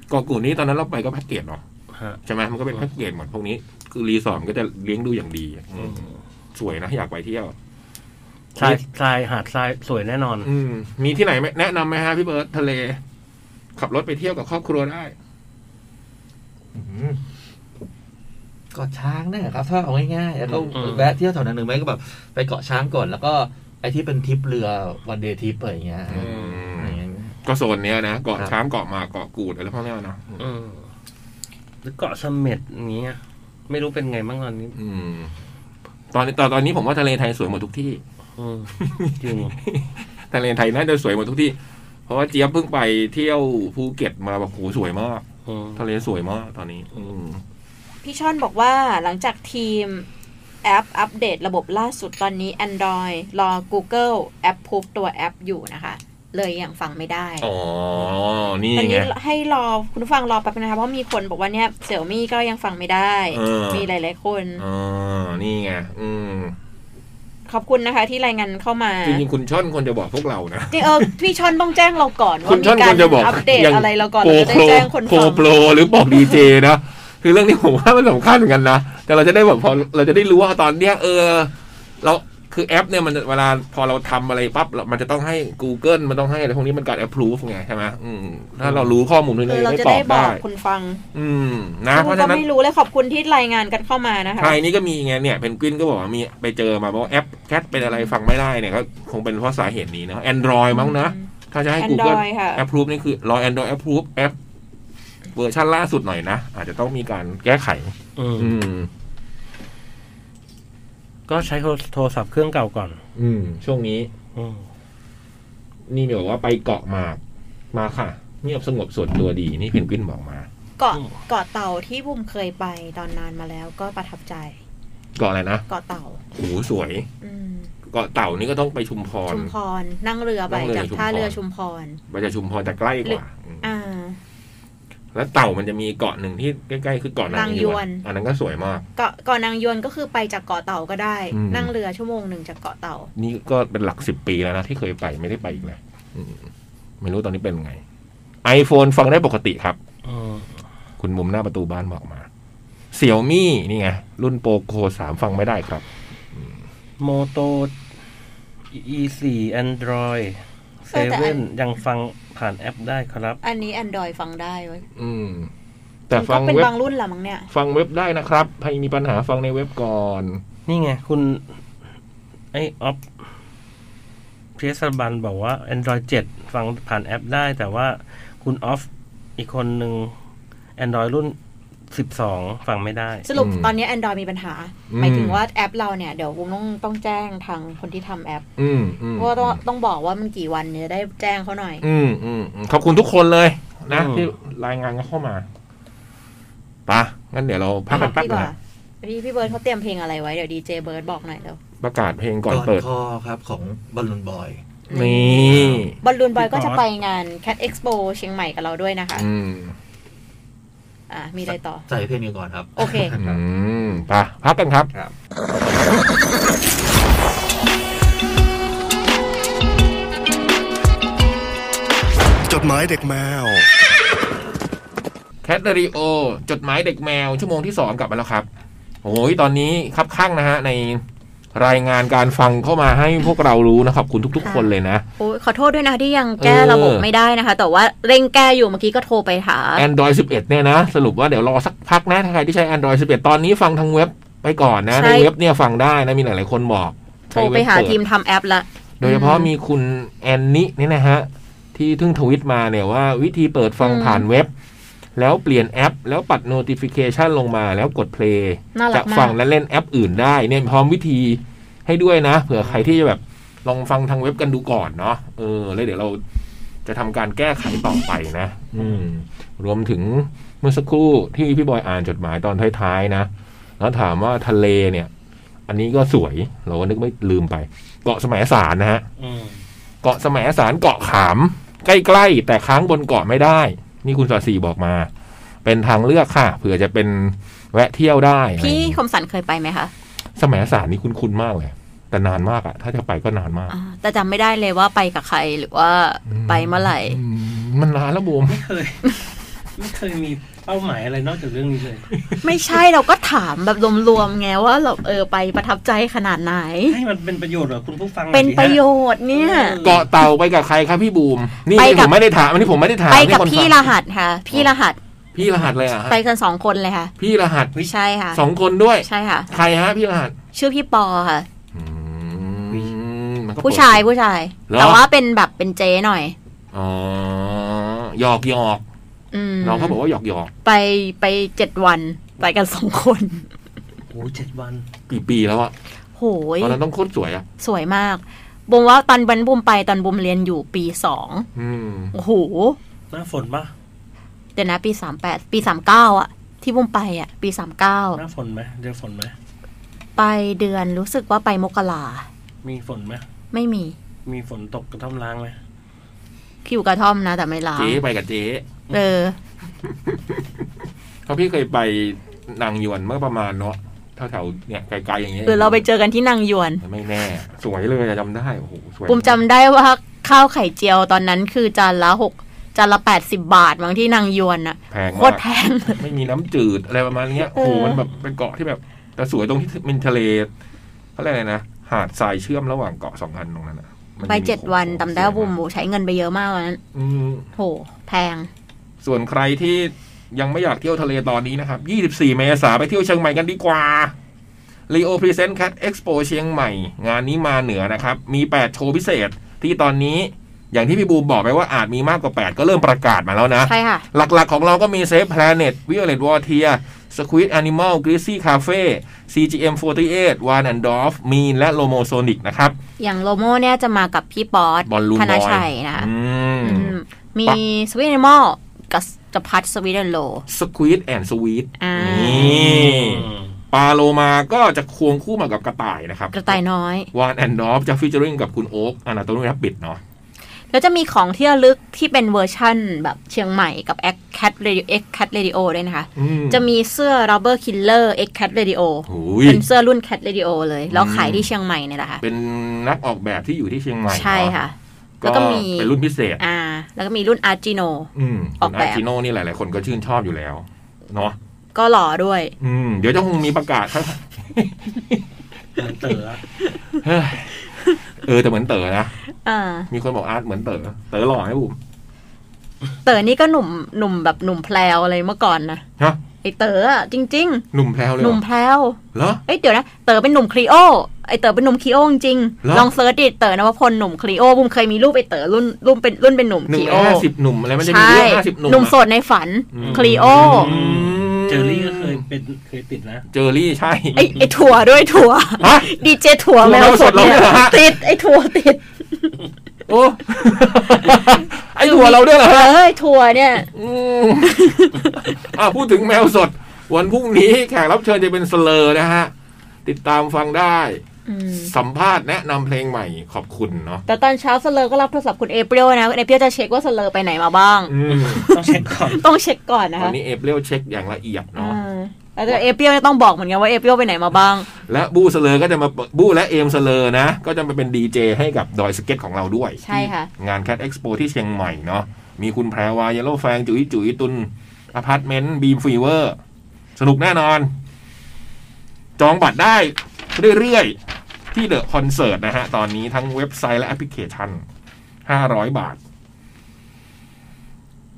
S3: เกาะกูดนี้ตอนนั้นเราไปก็แพ็กเกจเนาะ
S4: ฮะ
S3: ใช่ไหมมันก็เป็นแพ็กเกจหมดพวกนี้ คือรีสอร์ทมันก็จะเลี้ยงดูอย่างดีอืมสวยนะ อยากไปเที่ยว
S4: ทรายทรายหาดทรายสวยแน่นอน
S3: อืม มีที่ไหนไหมแนะนำไหมฮะพี่เบิร์ตทะเล ขับรถไปเที่ยวกับครอบครัวได้
S2: อืมเกาะช้างเนี่ยครับถ้าเอาง่ายๆแล้วก็
S4: อืม
S2: แวะเที่ยวแถวนั้นหนึ่งไหมก็แบบไปเกาะช้างก่อน แล้วก็ไอที่เป็นทริปเรือวันเดย์ทริปอะไรอย่างเงี้ย
S3: อืม
S2: อะไรอย่างเงี้ย
S3: ก็โซนเนี้ยนะเกาะ
S2: ครับ
S3: ช้างเกาะหมากเกาะกูดอะไรพวกเนี้ยเนาะ
S4: อืมหรือเกาะเสม็ดอย่างเงี้ยไม่รู้เป็นไงบ้างตอนนี้
S3: อืม ตอนนี้ตอนตอนนี้ผมว่าทะเลไทยสวยหมดทุกที่
S4: อืมจริง
S3: ทะเลไทยน่าจะสวยหมดทุกที่ เพราะว่าเจี๊ยบเพิ่งไปเที่ยวภูเก็ตมาแบบโหสวยมาก
S4: อืม
S3: ทะเลสวยมากตอนนี้ อืม
S5: พี่ช่อนบอกว่าหลังจากทีมแอปอัปเดตระบบล่าสุดตอนนี้ Android รอ Google แอปพูบตัวแอปอยู่นะคะ เลยยังฟังไม่ได้
S3: อ๋อ นี่
S5: ตอน
S3: ไง
S5: นี้ให้รอคุณผู้ฟังรอแป๊บนะคะ เพราะมีคนบอกว่าเนี่ยเสี่ยวมี่ก็ยังฟังไม่ได้
S3: เออ
S5: มีหลาย ๆ คน
S3: อ๋อ นี่ไง อืม
S5: ขอบคุณนะคะ ที่รายงานเข้ามา
S3: จริงๆคุณช่อนคนจะบอกพวกเรานะ
S5: จริงเออพี่ชอนต้องแจ้งเราก่อน
S3: คุ
S5: ว่า
S3: ณ
S5: มี
S3: ช่อน
S5: กา
S3: ค
S5: ร
S3: นจะบอก
S5: อัปเดต
S3: ย่าง
S5: อะไรเราก่อน
S3: โปร
S5: เราจะได้
S3: โปร
S5: แจ้งคน
S3: โปร
S5: ฟัง
S3: โปรหรือบอกดีเจนะคือเรื่องนี้ผมว่ามันสำคัญเหมือนกันนะ แต่เราจะได้แบบพอเราจะได้รู้ว่าตอนเนี้ยเออ เราคือแอปเนี่ยมันเวลาพอเราทำอะไรปั๊บเรามันจะต้องให้ Google มันต้องให้อะไรพวกนี้มันการ approve ไงใช่ไหมอืมถ้าเรารู้ข้อมูลนี้
S5: เออ
S3: เรา
S5: เรา
S3: จะ
S5: จะ
S3: ได้ตอ
S5: ได้
S3: บบ
S5: อ
S3: ได้
S5: กคนฟัง
S3: อืมนะเพราะ
S5: ก็
S3: ฉะนั้น
S5: ไม่รู้เลยขอบคุณที่รายงานกันเข้ามานะคะ
S3: ไทยนี่ก็มีไงเนี่ยเพนกวินก็บอกว่ามีไปเจอมาบอกว่าแอปแคทเป็นอะไรฟังไม่ได้เนี่ยก็คงเป็นเพราะสาเหตุนี้เนอะแอนดรอยมั้งนะ ถ้าจะให้
S5: แอนดร
S3: Google
S5: อยค่ะ
S3: แอปพรูฟนี่คือรอแอนดรอยแอปพรูฟแอปเวอร์ชันล่าสุดหน่อยนะ อาจจะต้องมีการแก้ไข
S4: อืม
S3: อืม
S4: ก็ใช้โทรโทรศัพท์เครื่องเก่าก่อน
S3: อืม ช่วงนี้
S4: อืม
S3: นี่เนี่ยบอกว่าไปเกาะหมากมาค่ะเงียบสงบส่วนตัวดีนี่เพนกวินบอกมา
S5: เกาะเกาะเต่าที่บุมเคยไปตอนนานมาแล้วก็ประทับใจ
S3: เกาะอะไรนะ
S5: เกาะเต่า
S3: โหูสวย
S5: อืม
S3: เกาะเต่านี่ก็ต้องไปชุมพร
S5: ชุมพรนั่งเรือไป
S3: นั่งเรือ
S5: จาก
S3: ชุมพร
S5: ท่าเรือชุมพร
S3: ไปจะชุมพรแต่ใกล้กว่าอืม
S5: อ่า
S3: แล้วเต่ามันจะมีเกาะหนึ่งที่ใกล้ๆคือเกาะนางยวน
S5: นางยวน
S3: อันนั้นก็สวยมาก
S5: เกาะเกาะนางยวนก็คือไปจากเกาะเต่าก็ได้
S3: อืม
S5: นั่งเรือชั่วโมงหนึ่งจากเกาะเต่า
S3: นี่ก็เป็นหลักสิบปีแล้วนะ ที่เคยไปไม่ได้ไปอีกเลยอืมไม่รู้ตอนนี้เป็นไง iPhone ฟังได้ปกติครับ
S4: อืม
S3: คุณมุมหน้าประตูบ้านบอกมา เสี่ยวมี่นี่ไง รุ่นโปรโคสามฟังไม่ได้ครับ
S4: โมโต E4 Android
S5: เออแต่อัน
S4: 7ยังฟังผ่านแอปได้ครับ
S5: อันนี้ Android ฟังได้เว้ย
S3: อืม แต่
S5: มัน
S3: ฟั
S5: ก็
S3: ง
S5: เป็
S3: เว็บบ
S5: นางรุ่นละมั้งเนี่ย
S3: ฟังเว็บได้นะครับใครมีปัญหาฟังในเว็บก่อน
S4: นี่ไง คุณ ไอออฟเพียสบันบอกว่า Android 7 ฟังผ่านแอปได้ แต่ว่าคุณออฟอีกคนหนึ่ง Android รุ่น 12 ฟังไม่ได้
S5: สรุป
S3: อืม
S5: ตอนนี้ Android มีปัญหา
S3: อืม
S5: หมายถึงว่าแอปเราเนี่ย เดี๋ยวบุมต้องต้องแจ้งทางคนที่ทำแอป
S3: อืมอืม
S5: เพราะว่าต้องต้องบอกว่ามันกี่วันเนี่ยได้แจ้งเขาหน่อย
S3: อืมอืมอืมขอบคุณทุกคนเลยนะ
S4: อืม
S3: ที่รายงานกันเข้ามาปะงั้นเดี๋ยวเราพักกันแป๊บ
S5: พี่
S3: ห
S5: ก
S3: นึง
S5: ว่าพี่พี่เบิร์ดเขาเตรียมเพลงอะไรไว้ เดี๋ยวดีเจเบิร์ดบอกหน่อยเร็ว
S3: ประกาศเพลงก่อนเปิด
S2: คอครับของบอลลูนบอย
S3: นี่
S5: บอลลูนบอยก็จะไปงาน Cat Expo เชียงใหม่กับเราด้วยนะคะ
S3: อืม
S5: อ่ะ มีอะไรต่อ
S2: ใส่เพลงนี้ก่อนครับ
S5: โอเค
S3: อืมไปะพักกันครับ
S2: ครับ
S6: จดหมายเด็กแมว
S3: แคทเดริโอ จดหมายเด็กแมว ชั่วโมงที่สองกลับมาแล้วครับโอ้ยตอนนี้ครับข้างนะฮะ ในรายงานการฟังเข้ามาให้พวกเรารู้นะครับ คุณทุก ๆ คนเลยนะ
S5: โอ้ยขอโทษด้วยนะที่ยังแก้ระบบ
S3: เออ
S5: ไม่ได้นะคะ แต่ว่าเร่งแก้อยู่เมื่อกี้ก็โทรไปหา
S3: Android 11 เนี่ยนะ สรุปว่าเดี๋ยวรอสักพักนะ ถ้าใครที่ใช้ Android 11 ตอนนี้ฟังทางเว็บไปก่อนนะ
S5: ใช่
S3: ในเว็บเนี่ยฟังได้นะ มีหลาย ๆ คนบอก
S5: โทรไปหาทีมทำแอปละ
S3: โดยเฉพาะ
S5: อืม
S3: มีคุณแอนนี่เนี่ยนะฮะ ที่เพิ่งทวิตมาเนี่ยว่าวิธีเปิดฟัง
S5: อืม
S3: ผ่านเว็บ แล้วเปลี่ยนแอป แล้วปัด notification ลงมาแล้วกด play
S5: น่ารั
S3: จะ
S5: กมา
S3: ฟั
S5: ก
S3: งและเล่นแอปอื่นได้เนี่ยพร้อมวิธีให้ด้วยนะ เผื่อใครที่จะแบบลองฟังทางเว็บกันดูก่อนเนาะเออ แล้วเดี๋ยวเราจะทำการแก้ไขต่อไปนะ อืม รวมถึงเมื่อสักครู่ที่พี่บอยอ่านจดหมายตอนท้ายๆนะ แล้วถามว่าทะเลเนี่ย อันนี้ก็สวยเราก็นึกไม่ลืมไป เกาะแสมสารนะฮะ
S4: อืม
S3: เกาะแสมสารเกาะขาม ใกล้ๆ แต่ค้างบนเกาะไม่ได้ นี่คุณสอสีบอกมา เป็นทางเลือกค่ะ เผื่อจะเป็นแวะเที่ยวได้อะไรอ
S5: พี่
S3: ย่างงี้
S5: คมสันเคยไปไหมคะ
S3: สมัยศาสตร์นี่คุ้นๆมากเลย แต่นานมากอะถ้าจะไปก็นานมาก
S5: อ่าแต่จำไม่ได้เลยว่าไปกับใครหรือว่าไปเมื่อไหร่
S3: อืมมันนานแล้วบูม
S4: ไม่เคย ไม่เคยมีเป้าหมายอะไรนอกจากเรื่องนี้เลย
S5: <laughs> ไม่ใช่เราก็ถามแบบรวมๆไงว่าเราเออไปประทับใจขนาดไหน
S4: ให้มันเป็นประโยชน์เหรอคุณผู้ฟัง
S5: เป็นประโย
S4: ชน์
S5: ชน์เนี่ย
S3: เกาะเต่าไปกับใครครับพี่บูม นี่
S5: ไป
S3: ผ
S5: กับ
S3: มไม่ได้ถามอันนี้ผมไม่ได้ถาม
S5: ไปกับ
S3: นี่คน
S5: พี่ร
S3: ฟัง
S5: หัสค่ะ พี่รหัส
S3: พี่รหัสเลยเหรอะฮะ
S5: ไปกันสองคนเลยค่ะ
S3: พี่รหัส
S5: ใช่ค่ะ
S3: สองคนด้วย
S5: ใช่ค่ะ
S3: ใครฮะพี่รหัส
S5: ชื่อพี่ปอค่ะ
S3: อืมมันก็
S5: ผู้ชาย
S3: เปิด
S5: ผู้ชาย
S3: เหรอ
S5: แต่ว่าเป็นแบบเป็นเจ๊หน่อย
S3: อ๋อหยอกหยอก
S5: อืม
S3: น้องเขาบอกว่าหยอกหยอก
S5: ไปไปเจ็ดวันไปกันสองคน
S4: โอ้ยเจ็ดวัน
S3: กี่ปีแล้วอะ
S5: โหย
S3: ตอนนั้นต้องโคตรสวยอะ
S5: สวยมากบุมว่าตอนบันบุมไปตอนบุมเรียนอยู่ปีสอง
S3: อืม
S5: โอ้โห
S4: หน้าฝนปะ
S5: เดี๋ยวนะปีสามแปดปีสามเก้าอะที่บุมไปอะปีสามเก้า
S4: หน้าฝนไหมเดือนฝนไหม
S5: ไปเดือนรู้สึกว่าไปมกรา
S4: มีฝนไหม
S5: ไม่มี
S4: มีฝนตกกระท่อมล้างไหม
S5: คิวกระท่อมนะ แต่ไม่ลา
S3: เจ๊ไปกับเจ๊
S5: เออ
S3: เพราะพี่เคยไปนางยวนเมื่อประมาณเนาะ แถวๆเนี่ยไกลๆอย่างเงี้ย
S5: หรือเราไปเจอกันที่นางยวน
S3: ไม่แน่ สวยเลยอะจำได้โอ้โหสวย
S5: ปุมจำได้ว่าข้าวไข่เจียวตอนนั้นคือจานละหกจานละแปดสิบบาทบางที่นางยวนอะ
S3: แพง
S5: โค
S3: มา
S5: ต
S3: ก
S5: รแพง
S3: ไม่มีน้ำจืดอะไรประมาณเนี้ยโอ้โห
S5: เออ
S3: มันแบบเป็นเกาะที่แบบ แต่สวยตรงที่เป็นทะเลเขาเรียกอะไรนะหาดทรายเชื่อมระหว่างเกาะสองอันตรงนั้นอะมัน
S5: ไปเจ็ดวัน
S3: ของ
S5: จำได้ว่าบุม
S3: สยก
S5: โอ้ใช้เงินไปเยอะมากวันนั้น
S3: อืม
S5: โหแพง
S3: ส่วนใครที่ยังไม่อยากเที่ยวทะเลตอนนี้นะครับ 24 เมษาไปเที่ยวเชียงใหม่กันดีกว่า Leo Present Cat Expo เชียงใหม่ งานนี้มาเหนือนะครับ มี 8 โชว์พิเศษที่ตอนนี้อย่างที่พี่บูมบอกไปว่าอาจมีมากกว่า 8 ก็เริ่มประกาศมาแล้วนะ
S5: ใช่ค่ะ
S3: หลักๆของเราก็มี Safe Planet Violet Water Squid Animal Greasy Cafe CGM 48 w a n and Dolph Mean และ Lomo Sonic นะครับ
S5: อย่างโลโม่เนี่ยจะมากับพี่ป๊อต
S3: บอลลูน
S5: ธ
S3: บอ
S5: นา
S3: ย
S5: ชัยนะ
S3: อืม
S5: อืมมี
S3: ปะ
S5: สวีเดนมอลกับจะพัดสวีเดนโล
S3: Squid and Sweet
S5: อ่า
S3: นี่ ปลาโลมาก็จะควงคู่มากับกระต่ายนะครับ
S5: กระต่ายน้อย
S3: วานแอนด์ดอฟจะฟิชเจอริงกับคุณโอ๊คอนาโตนุรับปิดเนาะ
S5: แล้วจะมีของที่ระลึกที่เป็นเวอร์ชั่นแบบเชียงใหม่กับ X Cat Radio X Cat Radio ด้วยนะคะ
S3: อืม
S5: จะมีเสื้อ Rubber Killer X Cat Radio
S3: หูย
S5: เป็นเสื้อรุ่น Cat Radio เลย แล้ว
S3: อืม
S5: ขายที่เชียงใหม่เนี่ยแหละค่ะ
S3: เป็นนักออกแบบที่อยู่ที่เชียงใหม่เนอ
S5: ใช่ค่ะ แล้
S3: ก็
S5: วก็มี
S3: เป็นรุ่นพิเศษ
S5: อ่า แล้วก็มีรุ่น Argino
S3: อืม
S5: ออก
S3: คุณ
S5: แบ
S3: อา
S5: บ
S3: จิโน่นี่หลาย ๆ คนก็ชื่นชอบอยู่แล้วเนาะ
S5: ก็หล่อด้วย
S3: อืม เดี๋ยวจะคงมีประกาศครับ
S2: เต๋อ
S3: เฮ้ยเออแต่เหมือนเต๋อนะ
S5: อ่า
S3: มีคนบอกอาร์ตเหมือนเต๋อเต๋อหล่อไหมบุ๋ม
S5: เต๋อนี่ก็หนุ่มหนุ่มแบบหนุ่มแพลวอะไรเมื่อก่อนนะ
S3: ฮะ
S5: ไอเต๋ออะจริง
S3: หนุ่มแพรวเลย
S5: ๆ
S3: เหร
S5: หนุ่ม
S3: อ
S5: แพลว
S3: เหรอ
S5: เอ้ยเดี๋ยวนะ เต๋อเป็นหนุ่มคลีโอ ไอเต๋อเป็นหนุ่มคลีโอจริงๆ
S3: เหรอ
S5: ลองเซิร์ชดิเต๋อนวพลหนุ่มคลีโอบุมเคยมีรูปไอเต๋อรุ่นรุ่นเป็นรุ่นเป็นหนุ่ม
S3: ห
S5: ค
S3: นึ่ง
S5: ลีโอ
S3: ห้าสิบหนุ่มอะไรไม่ได้มี
S5: ใช่
S3: เรื่องห้าสิบหนุ่ม
S5: หนุ่ม
S3: อะ
S5: โสดในฝัน
S3: อืม
S5: คลีโอ
S3: อืม
S4: เจอรี่ก็เคยเป็นเคยติดนะ
S3: เจอรี่ใช่
S5: ไอไอถั่วด้วยถั่ว
S3: ฮะ
S5: ดีเจถั่วแมวสดเนี่ย
S3: เราสดเราเหรอฮะ
S5: ติดไอถั่วติด
S3: โอ้
S5: <laughs>
S3: ไอหัวเราด้วยเหรอ
S5: เอ
S3: ฮะ
S5: อไอถั่วเนี่ย
S3: อืม <laughs> อ่ะพูดถึงแมวสด วันพรุ่งนี้แขกรับเชิญจะเป็นสเลอร์นะฮะ ติดตามฟังได้
S5: อืม
S3: สัมภาษณ์แนะนำเพลงใหม่ขอบคุณเนาะ
S5: แต่ตอนเช้าเสลอก็รับโทรศัพท์คุณเอเปรียวนะคุณเอเปรียวจะเช็คว่าเสลอไปไหนมาบ้าง
S3: อืม
S4: ต้องเช็คก่อน
S5: ต้องเช็คก่อน
S3: วั
S5: นะ
S3: น
S5: คะ
S3: นี้เอเปรียวเช็คอย่างละเอียดเนาะ
S5: อ่าแล้วแต่เอเปรียวเนี่ยต้องบอกเหมือนกันว่าเอเปรียวไปไหนมาบ้าง
S3: และบูสเลอร์ก็จะมาเปิดบูและเอมสเลอร์นะ ก็จะมาเป็นดีเจให้กับดอยสเก็ตของเราด้วย
S5: ใช่ค่ะ
S3: งานแคดเอ็กซ์โปที่เชียงใหม่เนาะมีคุณแพรวายาโลแฟงจุ๋ยจุ๋ยตุนอพาร์ตเมนต์บีมฟีเวอร์สนุกแน่นอน จองบัตรได้เรื่อยๆ ที่เดอะคอนเสิร์ตนะฮะ ตอนนี้ทั้งเว็บไซต์และแอปพลิเคชัน 500 บาท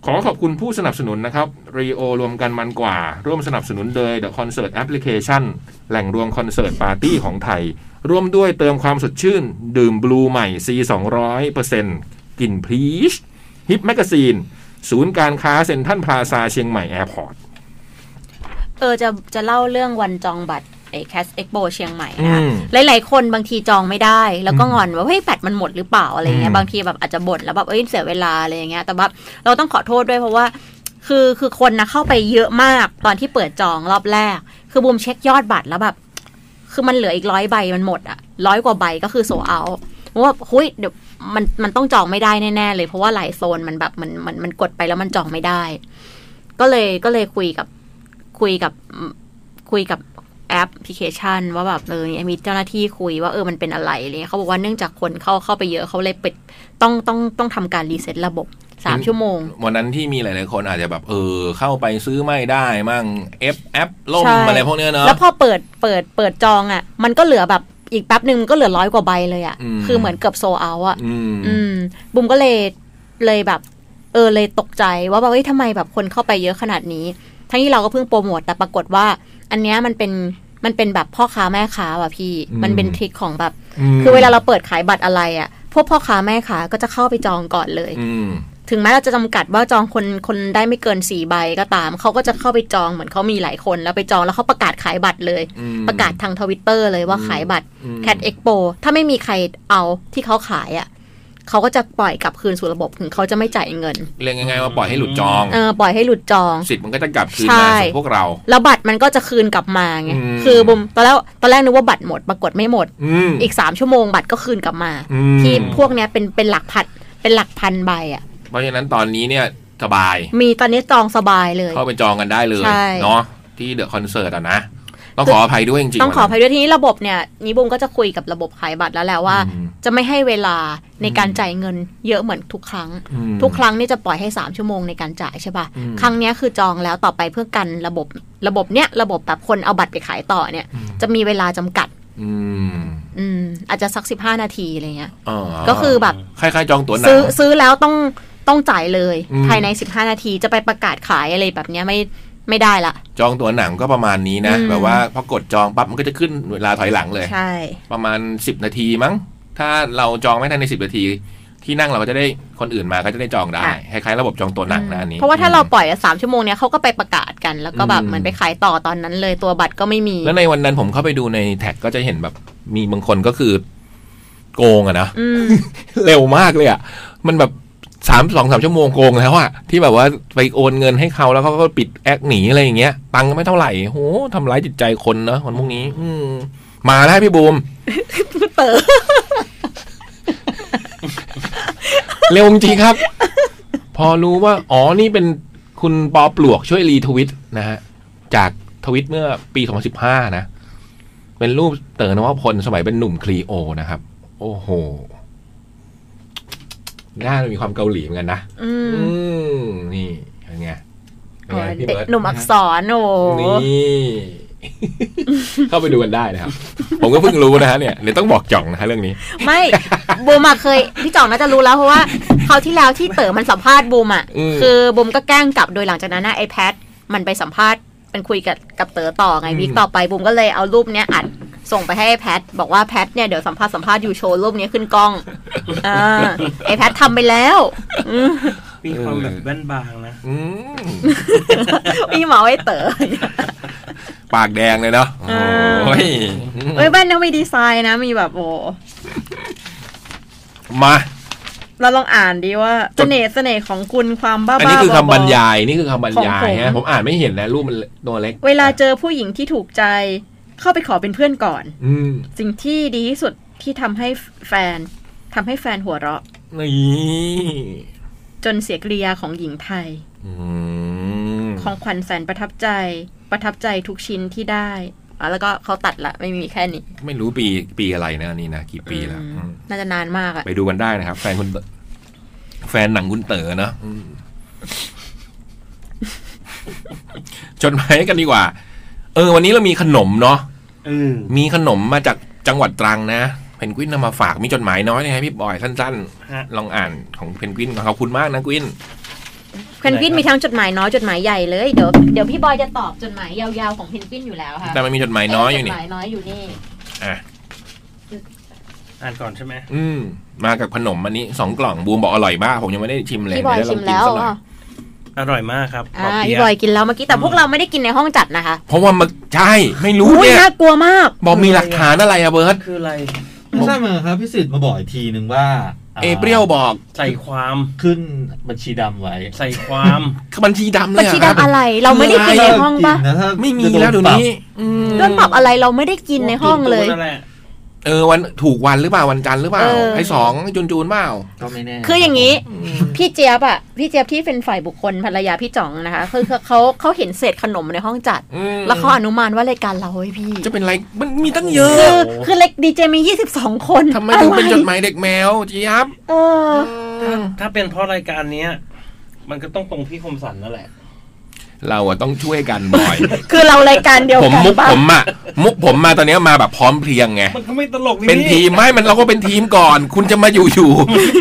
S3: ขอขอบคุณผู้สนับสนุนนะครับรีโอรวมกันมันกว่า ร่วมสนับสนุนโดย The Concert Application แหล่งรวมคอนเสิร์ตปาร์ตี้ของไทย ร่วมด้วยเติมความสดชื่น ดื่มบลูใหม่ C 2 0 0กลิ่นพรีชฮิปแมกซีนศูนย์การค้าเซ็นทรัลพลาซาเชียงใหม่แอร์พอร์ต
S5: เออจะจะเล่าเรื่องวันจองบัตรไอแคสเอ็กโปเชียงใหม่นะ
S3: อืม
S5: หลาย ๆ คนบางทีจองไม่ได้ แล้วก็งอนว่าเฮ้ยแบตมันหมดหรือเปล่าอะไรเงี้
S3: อื
S5: ย
S3: ม
S5: บางทีแบบอาจจะบ่นแล้วแบบเอ้ยเสียเวลาอะไรอย่างเงี้ยแต่ว่าเราต้องขอโทษด้วยเพราะว่า คือคือคนนะเข้าไปเยอะมากตอนที่เปิดจองรอบแรก คือบูมเช็คยอดบัตรแล้วแบบ คือมันเหลืออีกร้อยใบมันหมดอะร้อยกว่าใบก็คือโซเอาว่าเฮ้ยเดี๋ยวมันมันต้องจองไม่ได้แน่ๆเลยเพราะว่าหลายโซนมันแบบมันมันมันกดไปแล้วมันจองไม่ได้ ก็เลยก็เลยคุยกับ คุยกับอืมคุยกับแอปพลิเคชัน ว่าแบบเออเนี่ยมีเจ้าหน้าที่คุยว่าเออมันเป็นอะไรอะไรเลยเขาบอกว่าเนื่องจากคนเข้าเข้าไปเยอะเขาเลยปิดต้องต้องต้องทำการรีเซ็ตระบบสาม
S3: อืม
S5: ชั่วโมง
S3: วันนั้นที่มีหลาย ๆ คนอาจจะแบบ เออ เข้าไปซื้อไม่ได้มั่งแอปแอปล่ม
S5: ใช่
S3: อะไรพวกเนี้ยเนาะ
S5: แล้วพอเปิดเปิดเปิดจองอะ่ะ มันก็เหลือแบบอีกแป๊บหนึ่งมันก็เหลือร้อยกว่าใบเลยอะ่ะ
S3: อืม
S5: คือเหมือนเกือบโซเอาอ่ะ
S3: อืม
S5: อืมบุมก็เลยเลยแบบ เออเลยตกใจว่าแบบเฮ้ยทำไมแบบคนเข้าไปเยอะขนาดนี้ ทั้งที่เราก็เพิ่งโปรโมทแต่ปรากฏว่า อันเนี้ยมันเป็นมันเป็นแบบพ่อค้าแม่ค้าว่ะพี่
S3: อืม
S5: มันเป็นทริคของแบบ
S3: ม
S5: คือเวลาเราเปิดขายบัตรอะไรอะ่ะ พวกพ่อค้าแม่ค้าก็จะเข้าไปจองก่อนเลย
S3: อืม
S5: ถึงแม้เราจะจำกัดว่าจองคนคนได้ไม่เกินสี่ใบก็ตาม เขาก็จะเข้าไปจองเหมือนเขามีหลายคนแล้วไปจองแล้วเขาประกาศขายบัตรเลย
S3: อืม
S5: ประกาศทางทวิตเตอร์เลยว่า
S3: อืม
S5: ขายบัตร
S3: อืม
S5: แคดเอ็กโปถ้าไม่มีใครเอาที่เขาขายอะ่ะเขาก็จะปล่อยกลับคืนสู่ระบบถึงเขาจะไม่จ่ายเงิน
S3: เรียกง่ายๆว่าปล่อยให้หลุดจอง
S5: เออปล่อยให้หลุดจอง
S3: สิทธิ์มันก็จะกลับคืน
S5: ใช่
S3: มาสู่พวกเรา
S5: แล้วบัตรมันก็จะคืนกลับมาไง
S3: อืม
S5: คือบุมตอนแรกตอนแรกนึกว่าบัตรหมดปรากฏไม่หมด
S3: อืม
S5: อีกสามชั่วโมงบัตรก็คืนกลับมา
S3: อืม
S5: ที่พวกเนี้ยเป็นเป็นหลักพันเป็นหลักพันใบอะ่ะ
S3: เพราะฉะนั้นตอนนี้เนี่ยสบาย
S5: มีตอนนี้จองสบายเลย
S3: เข้าไปจองกันได้เลย
S5: ใช่
S3: เนาะที่เดอะคอนเสิร์ตอ่ะนะ ต้องขออภัยด้วยจริงๆ
S5: ต้องขออภัยด้วยทีนี้ระบบเนี่ยนิบุงก็จะคุยกับระบบขายบัตรแล้วแหละว่า
S3: อืม
S5: จะไม่ให้เวลาในการจ่ายเงินเยอะเหมือนทุกครั้ง
S3: อืม
S5: ทุกครั้งนี่จะปล่อยให้ 3 ชั่วโมงในการจ่ายใช่ปะ่ะ
S3: อืม
S5: ครั้งเนี้ยคือจองแล้วต่อไปเพื่อกันระบบระบบเนี้ยระบบแบบคนเอาบัตรไปขายต่อเนี่ย จะมีเวลาจำกัด
S3: อืม
S5: อืมอาจจะสัก 15 นาทีอะไรเงี้ย
S3: อ๋อ
S5: ก็คือแบบ
S3: คล้ายๆจองตั๋วหนัง
S5: ซื้อซื้อแล้วต้องต้องจ่ายเลย
S3: อืม
S5: ภายใน 15 นาทีจะไปประกาศขายอะไรแบบเนี้ยไม่ไม่ได้ละ
S3: จองตั๋วหนังก็ประมาณนี้นะ
S5: อืม
S3: แบบว่าพอกดจองปั๊บมันก็จะขึ้นเวลาถอยหลังเลย
S5: ใช่
S3: ประมาณ 10 นาทีมั้ง ถ้าเราจองไม่ทันใน 10 นาที ที่นั่งเราก็จะได้คนอื่นมาก็จะได้จองได้
S5: ค่ะ
S3: คล้ายๆระบบจองตัวหนังนะอันนี้
S5: เพราะว่าถ้าเราปล่อยสามชั่วโมงเนี้ยเขาก็ไปประกาศกันแล้วก็แบบ
S3: อืม
S5: เหมือนไปขายต่อตอนนั้นเลยตัวบัตรก็ไม่มี
S3: แล้วในวันนั้นผมเข้าไปดูในแท็กก็จะเห็นแบบมีบางคนก็คือโกงอะนะ
S5: อืม
S3: เร็วมากเลยอะมันแบบสามสองสามชั่วโมงโกงแล้วอะที่แบบว่าไปโอนเงินให้เขาแล้วเขาก็ปิดแอคหนีอะไรอย่างเงี้ย ตังค์ก็ไม่เท่าไหร่โหทำร้ายจิตใจคนเนอะคนพวกนี้ อืมมาแล้วพี่บูม
S5: เต๋อ
S3: เร็วจริงครับ พอรู้ว่า อ๋อนี่เป็นคุณปอปลวกช่วยรีทวิตนะฮะ จากทวิตเมื่อปี 2015 นะ เป็นรูปเต๋อนวพลสมัยเป็นหนุ่มคลีโอนะครับ โอ้โหน่าจะมีความเกาหลีเหมือนกันนะ
S5: อืม
S3: อืมนี่เป็นไงเป็น
S5: โอ้
S3: ไง
S5: ย
S3: พี่
S5: เด็ก
S3: เบิร์ต
S5: หนุ่มอักษรโอ้โห
S3: นี่ <laughs> เข้าไปดูกันได้นะครับ ผมก็เพิ่งรู้นะฮะเนี่ยเดี๋ยวต้องบอกจ่องนะฮะเรื่องนี้ <laughs>
S5: ไม่บูมอะเคย พี่จ่องน่าจะรู้แล้วเพราะว่าเขาวที่แล้วที่เต๋อมันสัมภาษณ์บูมอะ
S3: อืม
S5: คือบูมก็แกล้งกลับโดยหลังจากนั้นนะไอแพดมันไปสัมภาษณ์มันคุยกับกับเต๋อต่อไง
S3: อืม
S5: วีคต่อไปบูมก็เลยเอารูปเนี้ยอัดส่งไปให้ไอแพดบอกว่าแพดเนี่ยเดี๋ยวสัมภาษณ์สัมภาษณ์อยู่โชว์รูปเนี้ยขึ้นกล้องอ่า
S3: <laughs>
S5: ไอแพดทำไปแล้ว
S4: มีความแบบแว่นบางนะ
S3: อืม
S5: มีหมอไอเต๋อ
S3: ปากแดงเลยเนาะ
S5: อ่า
S3: โอ้ย
S5: เอ้ยแว่นเขามีดีไซน์นะมีแบบโอ้
S3: มา
S5: เราลองอ่านดีว่าเสน่ห์เสน่ห์ของคุณความบ้าๆ
S3: อันนี้คือบ
S5: ๆ
S3: คำบรรยายนี่คือคำบรรยาย
S5: ของผม
S3: ฮะผมอ่านไม่เห็นนะรูปมันตัวเล็ก
S5: เวลาเจอผู้หญิงที่ถูกใจ เข้าไปขอเป็นเพื่อนก่อน
S3: อืม
S5: สิ่งที่ดีที่สุดที่ทำให้แฟนทำให้แฟนหัวเราะ
S3: นี่
S5: จนเสียกริยาของหญิงไทย
S3: อืม
S5: ของขวัญแสนประทับใจ ประทับใจทุกชิ้นที่ได้อ่ะแล้วก็เขาตัดละไม่มีแค่นี้
S3: ไม่รู้ปีปีอะไรนะอันนี่นะกี่ปีแล้ว
S5: อื
S3: อื
S5: ม
S3: ม
S5: น่าจะนานมากอะ
S3: ไปดูกันได้นะครับ แฟนคุณเต๋อแฟนหนังคุณเต๋อเนอะอื
S5: <laughs>
S3: มจดหมายกันดีกว่า เออ วันนี้เรามีขนมเนาะ
S4: อืม
S3: มีขนมมาจากจังหวัดตรังนะเพนกวินนำมาฝากมีจดหมายน้อยนะฮะพี่บอยสั้น
S4: ฮะ
S3: ๆ ลองอ่านของเพนกวินก่อนขอบคุณมากนะกวิน
S5: เพนกวินมีทั้งจดหมายน้อยจดหมายใหญ่เลยเดี๋ยวเดี๋ยวพี่บอยจะตอบจดหมายยาวๆของเพนกวินอยู่แล้วค่ะ
S3: แต่มันมีจดหมายน้อยอยู่
S5: จ
S3: นี่
S5: ดหมายน้อยอยู่นี่
S3: อ่ะ
S4: อ่านก่อนใช่ไหม
S3: อืม มากับขนมอันนี้สองกล่องบูมบอกอร่อยมากผมยังไม่ได้ชิมเลย
S5: พี่บอย
S3: เดี๋
S5: ชิ
S3: ง
S5: ม
S3: กิน
S5: แล้ว
S3: สักหน่อย
S4: อร่อยมากครับ
S5: อ่า
S4: เปี๊
S5: พี่
S4: ยะ
S5: บอยกินแล้วเมื่อกี้แต่พวกเราไม่ได้กินในห้องจัดนะคะ
S3: เพราะว่ามันใช่ไม่รู้
S5: อุ้ย
S3: เนี่ย
S5: น่ากลัวมาก
S3: บอกมีหลักฐานอะไรอะเบิร์ต
S4: คืออะไร
S2: ไม่ทราบเหมือนกันครับพี่สิทธิ์มาบอกอีกทีหนึ่งว่าา
S3: เอเปรี้ยวบอก
S4: ใส่ความ
S2: ขึ้นบัญชีดำไว้
S4: ใส่ความ
S3: บัญชีดำเล
S5: บัญ
S3: ยเหร
S5: ชี
S3: อครับ
S5: ดำอะไรเราไม่ได้กินในห้องปะ
S2: กินนถ้า
S3: ไม่มีแล้วเดี๋ยวนี้อืม
S5: โดนปรับอะไรเราไม่ได้กินในห้องเลย
S4: โดนั่นแหะ
S3: เออวันถูกวันหรือเปล่าวันจันทร์หรือเปล่า
S5: เออ
S3: ไอ้สองจูนจูนๆเปล่า
S2: ก็ไม่แน่
S5: คืออย่างนี้ พี่เจี๊ยบอ่ะพี่เจี๊ยบที่เป็นฝ่ายบุคคลภรรยาพี่จ่องนะคะคือคือเขาเขาเห็นเศษขนมในห้องจัด
S3: อืม
S5: แล้วเขาอนุมานว่ารายการเราเว้ยพี่
S3: จะเป็นไรมันมีตั้งเยอะ
S5: คือคือเล็กดีเจมี 22 คน
S3: ทำไมถึงเป็นจดห
S5: อะไร
S3: มายเด็กแมวจียับ
S5: เออ
S4: ถ้าเป็นเพราะรายการเนี้ย มันก็ต้องตรงพี่คมสันนั่นแหละ
S3: เราอะต้องช่วยกันบ่อย
S5: คือเรารายการเดียว
S3: ผม
S5: กัน
S3: มุก
S5: ปะ
S3: ผมอะมุกผมมาตอนเนี้ยมาแบบพร้อมเพรียงไง
S4: มันก็ไม่ตลกดิ
S3: เป็นทีม
S4: พี่
S3: ไม่มันเราก็เป็นทีมก่อน คุณจะมาอยู่อยู่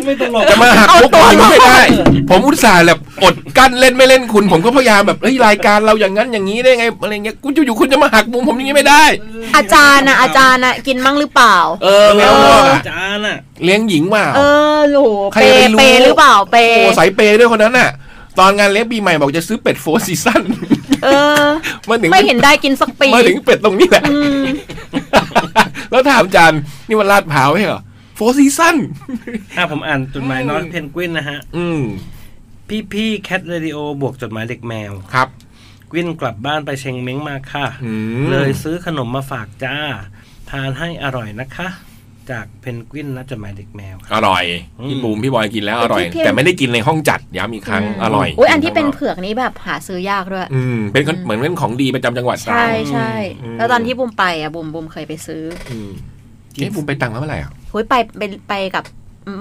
S4: ไม่ตลก
S5: <laughs>
S3: ๆจะมาหักมุกทีมไม่ได้ ผมอุตส่าห์แบบอดกั้นเล่นไม่เล่นคุณ ผมก็พยายามแบบเฮ้ยรายการเราอย่างนั้นอย่างนี้ได้ไงอะไรเงี้ยคุณอยู่ๆคุณจะมาหักมุมผมอย่างนี้ไม่ได้
S5: อาจารย์นะอาจารย์นะกินมั่งหรือเปล่า
S3: เออแมวงอกอะ
S4: จานอ่ะ
S3: เลี้ยงหญิงเปล่า
S5: เออโหล
S3: ใครจะไปรู้
S5: เปเปหรือเปล่าเป
S3: โอ้สายเปย์ด้วยคนนั้นน่ะ ตอนงานเลี้ยงปีใหม่บอกจะซื้อเป็ดโฟร์ซีซั่น
S5: เออ
S3: <laughs> มาถึง
S5: ไม่เห็นได้กินสักปี
S3: มาถึงเป็ดตรงนี้แหละ
S5: อื ม
S3: <laughs> แล้วถามอาจารย์นี่มันลาดพร้าวใช่เหรอโฟร์ซีซั่น
S4: อ่ะผมอ่านจดหมายน้อยเพนกวินนะฮะ
S3: อืม
S4: พี่พี่แคทเรดิโอบวกจดหมายเด็กแมว
S3: ครับ
S4: กวินกลับบ้านไปเชงเม้งมาค่ะ
S3: อืม
S4: เลยซื้อขนมมาฝากจ้า ทานให้อร่อยนะคะ จากเพนกวินและจดหมายเด็กแมว
S3: อร่อย
S4: อืม
S3: พี่บูมพี่บอยกินแล้วอร่อย
S5: ที่เพียง
S3: แต่ไม่ได้กินในห้องจัดย้ำอีกครั้งอร่อย
S5: อุ้ยอันที่เป็น
S3: กิข้างก
S5: เผือกนี้แบบหาซื้อยากด้วย
S3: อืมเป็นเหมือนเป็นของดีประจำจังหวัดตรา
S5: ใช่
S3: ง
S5: ใช่
S3: อืม
S5: แล้วตอนที่บุมไปอ่ะบุมบุมเคยไปซื้อ
S3: อืมเอ๊ะบูมไปตรังแล้วเมื่อไหร่อ่ะ
S5: หุยไปเป็นไปกับ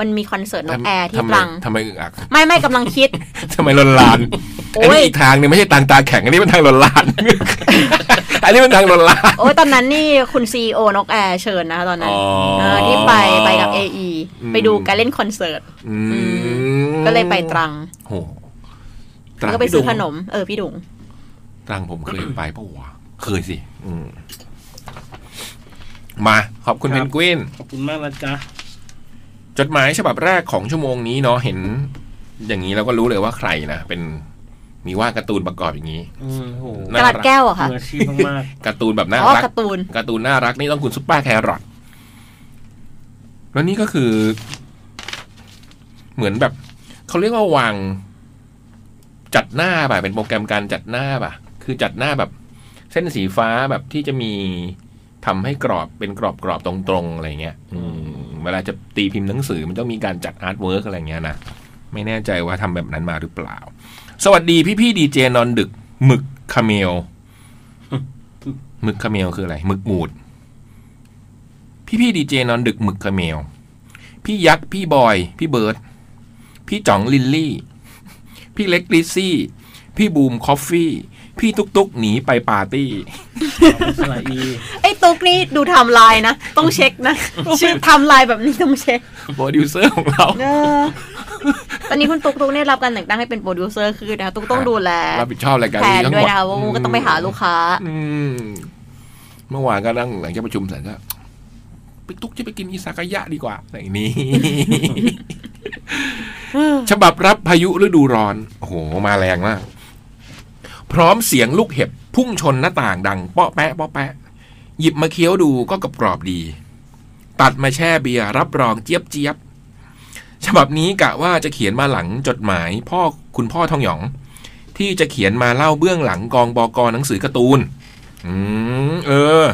S5: มันมีคอนเสิร์ตนกแอร์ที่
S3: ทำไม
S5: ตรัง
S3: ทำไมอึกอั <laughs> ก
S5: ไม่ไม่กำลังคิด
S3: ทำไมลนลาน
S5: โอ้
S3: อัน
S5: ย
S3: นี้อีกทางหนึงไม่ใช่ทางตาแข็ง อันนี้มันทางลนลาน
S5: <laughs>
S3: อันนี้มันทางลนลาน
S5: โอ้ยตอนนั้นนี่คุณซีโอนกแอร์เชิญนะคะตอนนั้น
S3: อ๋อ
S5: เออที่ไปไปกับ AE
S3: อืม
S5: ไปดูการเล่นคอนเสิร์ต
S3: อืม
S5: ก็เลยไปตรัง
S3: โหตรัง
S5: แล้วก็ไปซื้อ
S3: พี่ดุง
S5: ขนม เออพี่ดุง
S3: ตรังผมเคยไป <coughs> ปะวะเคยสิ อืม มา ขอบคุณ
S4: ค
S3: เพ
S4: รับ
S3: นกวิน
S4: ขอบคุณมากนะจ๊ะ
S3: จดหมายฉบับแรกของชั่วโมงนี้เนาะเห็น อย่างนี้เราก็รู้เลยว่าใครนะ เป็นมีว่าดการ์ตูนประกอบอย่างนี้
S4: อืมโห
S5: กระดาษแก้วเหรอะค่ะ
S4: มืออาชีพมาก
S3: การ์ตูนแบบน่า
S5: อ๋อ
S3: รัก
S5: การ์ตูน
S3: การ์ตูนน่ารักนี่ต้องคุณซุปเปอร์แครอทแล้วนี่ก็คือ เหมือนแบบ เขาเรียกว่าวาง จัดหน้าป่ะเป็นโปรแกรมการจัดหน้าป่ะ คือจัดหน้าแบบ เส้นสีฟ้าแบบที่จะมีทำให้กรอบเป็นกรอบกรอบๆตรงๆอะไรเงี้ย อืมเวลาจะตีพิมพ์หนังสือมันต้องมีการจัดอาร์ตเวิร์กอะไรเงี้ยนะ ไม่แน่ใจว่าทำแบบนั้นมาหรือเปล่า สวัสดีพี่พี่ดีเจนอนดึกหมึกคาเมล <laughs> หมึกคาเมลคืออะไรหมึกหมูด พี่พี่ดีเจนอนดึกหมึกคาเมล พี่ยักษ์ พี่บอย พี่เบิร์ดพี่จ๋องลินลี่ พี่เล็กลิซซี่ พี่บูมคอฟฟี่ พี่ตุ๊กตุ๊กหนีไปปาร์ตี้ <laughs>
S4: ๆขอบคุณสล <laughs> ายอี
S5: ไอ้ตุ๊กนี่ดูไทำลายนะ ต้องเช็คนะ ชื่อไทำลายแบบนี้ต้องเช็ค
S3: โปรดิวเซอร์ของเรา
S5: เออ <laughs> ตอนนี้คุณตุ๊กตุ๊กเนี่ยรับการแต่งตั้งให้เป็นโปรดิวเซอร์คือนะคะตุ๊กต้องดูแล
S3: รับผิดชอบรายการ
S5: แทน
S3: นี้ทั้ง
S5: ด้
S3: หม
S5: ว
S3: ด
S5: ยนะคะว่าก็ต้องไปหาลูกค้า
S3: อืมเมื่อวานก็นั่งหลังจากประชุมเสร็จก็ไปตุ๊กจะไปกินอิซากายะดีกว่าไหนนี้ ฉบับรับพายุฤดูร้อน โอ้โห มาแรงมาก พร้อมเสียงลูกเห็บ พุ่งชนหน้าต่างดัง เปาะแปะเปาะแปะ หยิบมาเคี้ยวดูก็กรอบกรอบๆดี ตัดมาแช่เบียร์รับรองเจี๊ยบเจี๊ยบฉบับนี้กะว่าจะเขียนมาหลังจดหมาย พ่อคุณพ่อทองหยอง ที่จะเขียนมาเล่าเบื้องหลังกองบอกหนังสือการ์ตูน อืมเออ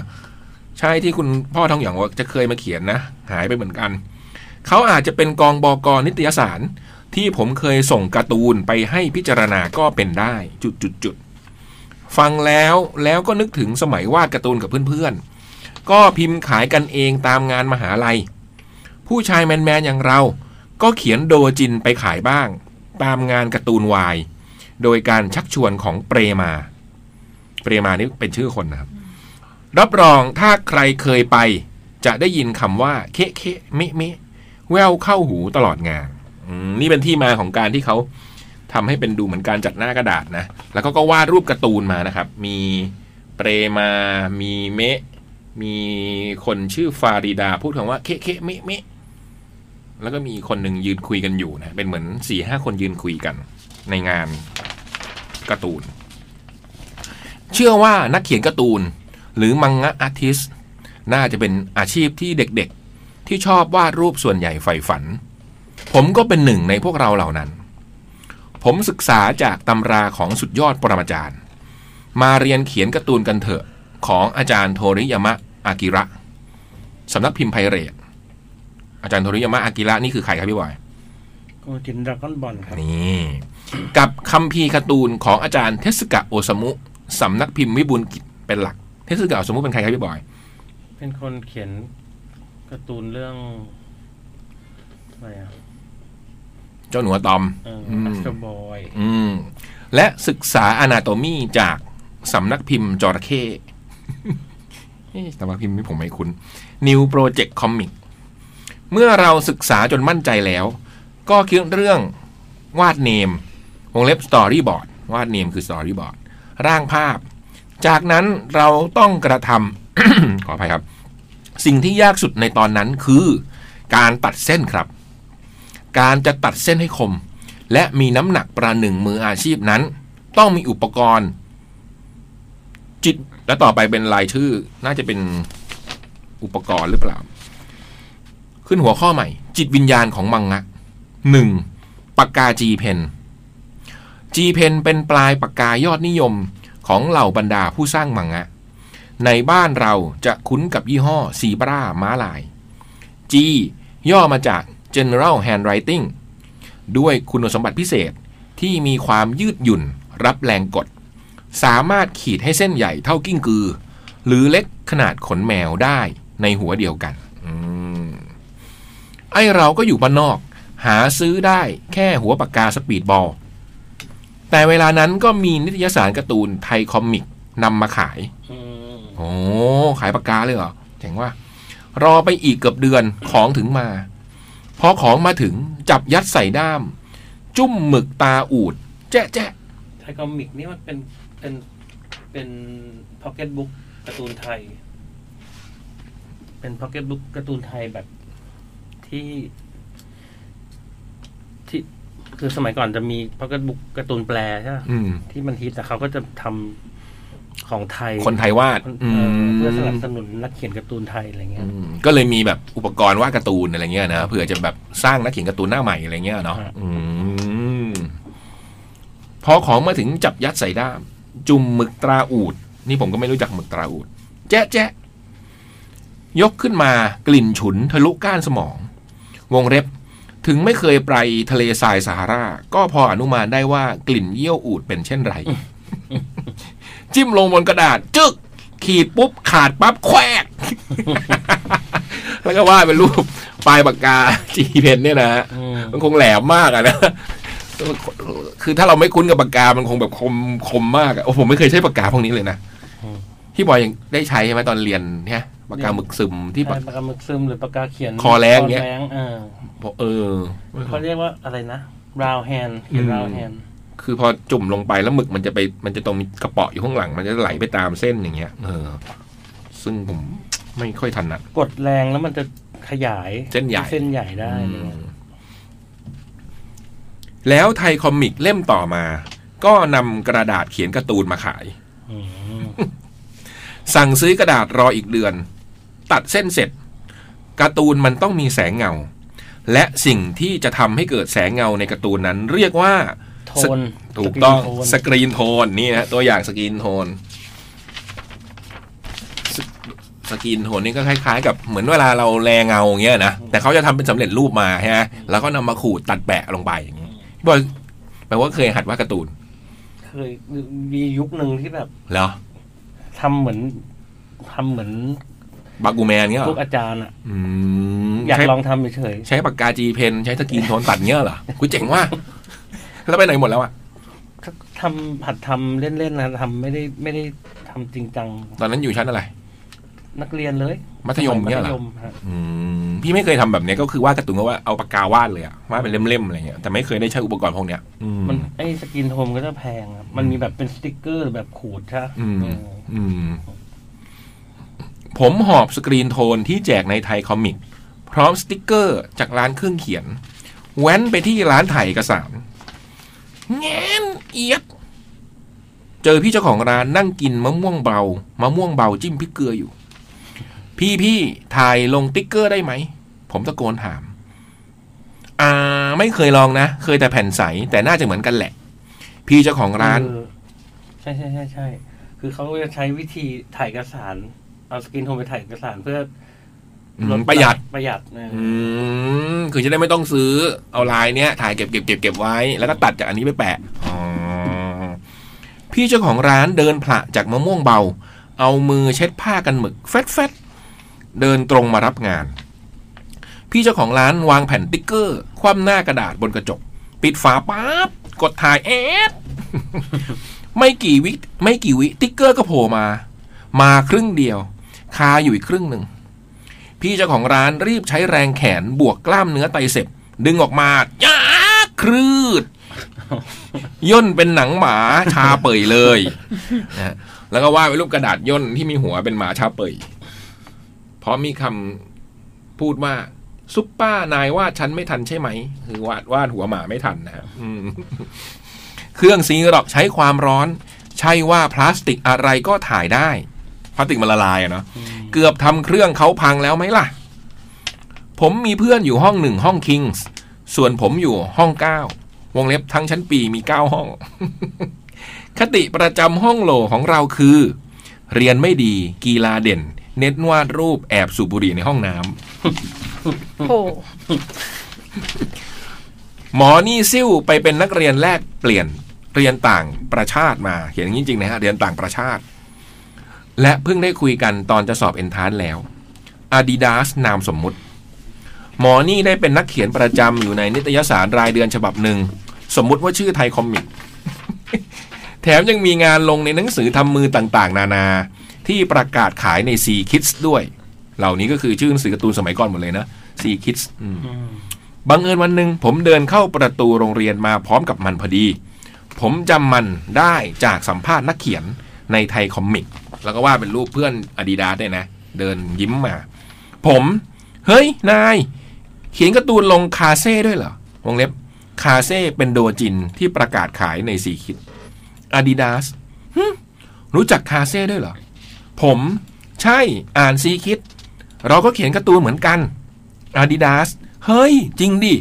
S3: ใช่ที่คุณพ่อทองหยองว่าจะเคยมาเขียนนะ หายไปเหมือนกัน เขาอาจจะเป็นกองบอกนิตยสาร ที่ผมเคยส่งการ์ตูนไปให้พิจารณาก็เป็นได้ จุดจุดจุดฟังแล้วแล้วก็นึกถึงสมัยวาดการ์ตูนกับเพื่อนๆ ก็พิมพ์ขายกันเองตามงานมหาลัย ผู้ชายแมนๆ อย่างเรา ก็เขียนโดจินไปขายบ้าง ตามงานการ์ตูนวาย โดยการชักชวนของเปรมา เปรมานี่เป็นชื่อคนนะครับ รับรองถ้าใครเคยไป จะได้ยินคำว่าเคะเคะเมะเมะแววเข้าหูตลอดงาน อืมนี่เป็นที่มาของการที่เขาทำให้เป็นดูเหมือนการจัดหน้ากระดาษนะ แล้วก็ก็วาดรูปการ์ตูนมานะครับ มีเปรมา มีเมะ มีคนชื่อฟาริดา พูดคำว่าเคเคเมะเมะแล้วก็มีคนหนึ่งยืนคุยกันอยู่นะ เป็นเหมือนสี่ห้าคนยืนคุยกัน ในงานการ์ตูน เชื่อว่านักเขียนการ์ตูน หรือมังงะอาร์ติสน่าจะเป็นอาชีพที่เด็กๆ ที่ชอบวาดรูปส่วนใหญ่ใฝ่ฝัน ผมก็เป็นหนึ่งในพวกเราเหล่านั้น ผมศึกษาจากตำราของสุดยอดปรมาจารย์ มาเรียนเขียนการ์ตูนกันเถอะ ของอาจารย์โทริยามะอากิระสำนักพิมพ์ไพเรตอาจารย์โทริยามะอากิระนี่คือใครครับพี่บอย
S4: ก็จินดราก้อนบอลครับ
S3: นี่ กับคัมภีร์การ์ตูนของอาจารย์เทสกะโอซามุสำนักพิมพ์วิบูลย์กิจเป็นหลัก เทสกะโอซามุเป็นใครครับพี่บอย
S4: เป็นคนเขียนการ์ตูนเรื่องอะไรอ่ะ
S3: เจ้าหนูอะตอม
S4: เออ
S3: อืม
S4: อัสเตอร์บอย
S3: อืม และศึกษาอนาโตมีจากสำนักพิมพ์จระเข้ <laughs> เอ๊ะสำนักพิมพ์นี่ผมไม่คุ้น New Project Comic เมื่อเราศึกษาจนมั่นใจแล้ว ก็คิดเรื่องวาดเนม วงเล็บ Storyboard วาดเนมคือ Storyboard ร่างภาพ จากนั้นเราต้องกระทำ <coughs> ขออภัยครับ สิ่งที่ยากสุดในตอนนั้นคือ การตัดเส้นครับ การจะตัดเส้นให้คม และมีน้ำหนักประหนึ่งมืออาชีพนั้น ต้องมีอุปกรณ์ จิตและต่อไปเป็นรายชื่อ น่าจะเป็นอุปกรณ์หรือเปล่า ขึ้นหัวข้อใหม่ จิตวิญญาณของมังงะหนึ่งปากกาจีเพนจีเพนเป็นปลายปากกายอดนิยมของเหล่าบรรดาผู้สร้างมังงะ ในบ้านเราจะคุ้นกับยี่ห้อซีบราม้าลาย G ย่อมาจาก General Handwriting ด้วยคุณสมบัติพิเศษที่มีความยืดหยุ่นรับแรงกด สามารถขีดให้เส้นใหญ่เท่ากิ้งกือ หรือเล็กขนาดขนแมวได้ในหัวเดียวกันอมไอเราก็อยู่บ้านนอก หาซื้อได้แค่หัวปากกาสปีดบอล แต่เวลานั้นก็มีนิตยสารการ์ตูนไทยคอมิกนำมาขาย โอ้ขายปากกาเลยเหรอเจ๋งว่ะรอไปอีกเกือบเดือนของถึงมา พอของมาถึงจับยัดใส่ด้าม จุ้มหมึกตาอูด แจ๊ะแจ๊ะ
S4: ไทยคอมิกนี่มันเป็นเป็นเป็นพ็อกเก็ตบุ๊กการ์ตูนไทย เป็นพ็อกเก็ตบุ๊กการ์ตูนไทยแบบที่ที่คือสมัยก่อนจะมีพ็อกเก็ตบุ๊กการ์ตูนแปลใช่ปะ
S3: อืม
S4: ที่มันฮิตแต่เขาก็จะทำของไทย
S3: คนไทยวาด
S4: คน
S3: อื
S4: เอ่อ
S3: ม
S4: เพื่อสนับสนุนนักเขียนการ์ตูนไทยอะไรเงี้
S3: อื
S4: ย
S3: มก็เลยมีแบบอุปกรณ์วาดการ์ตูนอะไรเงี้ยนะเผื่อจะแบบสร้างนักเขียนการ์ตูนหน้าใหม่อะไรเงี้ยเนาะ
S4: ฮะ
S3: อืมพอของมาถึงจับยัดใส่ด้าม จุ่มหมึกตราอูด นี่ผมก็ไม่รู้จักหมึกตราอูด แจ๊ะแจ๊ะยกขึ้นมากลิ่นฉุนทะลุก้านสมอง วงเล็บ ถึงไม่เคยไปทะเลทรายซาฮารา ก็พออนุมานได้ว่ากลิ่นเยี่ยวอูดเป็นเช่นไร จิ้มลงบนกระดาษ จึก ขีดปุ๊บ ขาดปั๊บ แควก แล้วก็วาดเป็นรูป <laughs> ปลายปากกา จีเพนเนี่ยนะฮะ
S4: อืม
S3: มันคงแหลมมากอะ <laughs> นะ คือถ้าเราไม่คุ้นกับปากกา มันคงแบบคมคมมากอะโอ้ผมไม่เคยใช้ปากกาพวกนี้เลยนะ พี่บอยยังได้ใช้ไหมตอนเรียนเนี่ยปากกาหมึกซึมที่ปาก
S4: ใช่ปากกาหมึกซึมหรือปากกาเขียน
S3: คอแรงเงี้ย
S4: คอแรงเออ
S3: เออ
S4: เขาเรียกว่าอะไรนะ round hand เขียน round hand
S3: คือพอจุ่มลงไปแล้วหมึกมันจะไป มันจะตรงมีกระเปาะอยู่ข้างหลัง มันจะไหลไปตามเส้นอย่างเงี้ย เออ ซึ่งผมไม่ค่อยทันนะ
S4: กดแรงแล้วมันจะขยาย
S3: เส้นใหญ่
S4: เส้นใหญ่ได้อะไรเงี้ย
S3: แล้วไทยคอมิกเล่มต่อมา ก็นำกระดาษเขียนการ์ตูนมาขาย
S4: อืม
S3: สั่งซื้อกระดาษรออีกเดือน ตัดเส้นเสร็จ การ์ตูนมันต้องมีแสงเงา และสิ่งที่จะทำให้เกิดแสงเงาในการ์ตูนนั้น เรียกว่า
S4: โทน
S3: ถูกต้อง
S4: ส
S3: ส
S4: กรีนโทน
S3: กรีนโทนนี่ฮะตัวอย่างสกรีนโทนสสกรีนโทนนี่ก็คล้ายๆ กับเหมือนเวลาเราแลเงาอย่างเงี้ยนะแต่เขาจะทำเป็นสำเร็จรูปมาใช่ไหมแล้วก็นำมาขูดตัดแปะลงไปอย่างเงี้ยพี่บอยแปลว่าเคยหัดวาดการ์ตูน
S4: เคยมียุคหนึ่งที่แบบ
S3: เหรอ
S4: ทำเหมือนทำเหมือน
S3: บากูแมนเงี้ยเห
S4: พ
S3: ร
S4: ว
S3: อก
S4: อาจารย์อ่ะ
S3: อืม
S4: อยาก
S3: ใช้
S4: ลองทำเฉย
S3: ใช้ปากกาจีเพนใช้สกรีนโทนตัดเงี้ยเหรอกูเจ๋งว่ะแล้วไปไหนหมดแล้วอ่ะ
S4: ๆก็ทำผัดทำเล่นๆนะทำไม่ได้ไม่ได้ทำจริงจัง
S3: ตอนนั้นอยู่ชั้นอะไร
S4: นักเรียนเลย
S3: มัธยม
S4: สมั
S3: เงี้ย
S4: มั
S3: เหร
S4: ธ
S3: อ
S4: ยมฮะ
S3: อืมพี่ไม่เคยทำแบบเนี้ยก็คือวาดการ์ตูนก็ว่าเอาปากกาวาดเลยอะวาดเป็นเล่มๆอะไรเงี้ยแต่ไม่เคยได้ใช้อุปกรณ์พวกเนี้ยอืม
S4: มันไอ้สกินโทมก็จะแพงอะมันมีแบบเป็นสติกเกอร์หรือแบบขูดใช่ปะ
S3: อืม
S4: เออ
S3: อืม ผมหอบสกรีนโทนที่แจกในไทยคอมิก พร้อมสติกเกอร์จากร้านเครื่องเขียน แว้นไปที่ร้านถ่ายเอกสารแงนเอียด เจอพี่เจ้าของร้านนั่งกินมะม่วงเบามะม่วงเบาจิ้มพริกเกลืออยู่ พี่พี่ถ่ายลงติ๊กเกอร์ได้ไหม ผมตะโกนถาม อ่า ไม่เคยลองนะ เคยแต่แผ่นใส แต่น่าจะเหมือนกันแหละ พี่เจ้าของร้าน
S4: เออใช่ใช่ใช่ใช่คือเขาจะใช้วิธีถ่ายเอกสารเอาสกินโทมไปถ่ายเอกสารเพื่ออ
S3: ม
S4: ล
S3: ประหยัด
S4: ประหยัดเอออ
S3: อืม คือจะได้ไม่ต้องซื้อเอาลายเนี้ยถ่ายเก็บเก็บเก็บเก็บไว้ แล้วก็ตัดจากอันนี้ไปแปะอ๋อพี่เจ้าของร้านเดินผละจากมะม่วงเบา เอามือเช็ดผ้ากันหมึกแฟดแฟดเดินตรงมารับงาน พี่เจ้าของร้านวางแผ่นติ๊กเกอร์ คว่ำหน้ากระดาษบนกระจก ปิดฝาปั๊บกดถ่ายแอด ไม่กี่วิไม่กี่วิติ๊กเกอร์ก็โผล่มา มาครึ่งเดียว คาอยู่อีกครึ่งหนึ่ง พี่เจ้าของร้านรีบใช้แรงแขนบวกกล้ามเนื้อไตรเสพดึงออกมาจ้าครืด ย่นเป็นหนังหมาชาเป่ยเลยนะฮะแล้วก็วาดเป็นรูปกระดาษย่นที่มีหัวเป็นหมาชาเป่ยเพราะมีคำพูดว่า ซุปป้านาย วาดฉันไม่ทันใช่ไหม คือวาดวาดหัวหมาไม่ทันนะฮะอืมเครื่องซีหรอกใช้ความร้อน ใช่ว่าพลาสติกอะไรก็ถ่ายได้พลาสติกมันละลายอะเนาะ เกือบทำเครื่องเขาพังแล้วไหมล่ะ ผมมีเพื่อนอยู่ห้องหนึ่งห้องคิงส์ส่วนผมอยู่ห้องเก้าวงเล็บทั้งชั้นปีมีเก้าห้อง <laughs> คติประจำห้องโหลของเราคือ เรียนไม่ดีกีฬาเด่น เน้นวาดรูปแอบสูบบุหรี่ในห้องน้ำ
S5: โอ้
S3: หมอนี่ซิ่วไปเป็นนักเรียนแลกเปลี่ยนเรียนต่างประชาติมาเขียนอย่างนี้จริงนะฮะเรียนต่างประชาติ และเพิ่งได้คุยกันตอนจะสอบเอนทรานซ์แล้ว Adidas นามสมมุติ หมอนี่ได้เป็นนักเขียนประจำอยู่ในนิตยสารรายเดือนฉบับหนึ่ง สมมุติว่าชื่อไทยคอมิก <laughs> แถมยังมีงานลงในหนังสือทำมือต่างๆ นานา ที่ประกาศขายใน C Kids ด้วย เหล่านี้ก็คือชื่อหนังสือการ์ตูนสมัยก่อนหมดเลยนะ C Kids อืม บังเอิญวันหนึ่งผมเดินเข้าประตูโรงเรียนมาพร้อมกับมันพอดี ผมจำมันได้จากสัมภาษณ์นักเขียนในไทยคอมมิก แล้วก็ว่าเป็นรูปเพื่อนอาดิดาสเนี่ยนะ เดินยิ้มมา ผม เฮ้ย นาย เขียนการ์ตูนลงคาเซ่ด้วยเหรอวงเล็บคาเซ่เป็นโดจินที่ประกาศขายในสีคิดอาดิดาสรู้จักคาเซ่ด้วยเหรอ ผมใช่อ่านซีคิด เราก็เขียนการ์ตูนเหมือนกัน อาดิดาสเฮ้ย จริงดิ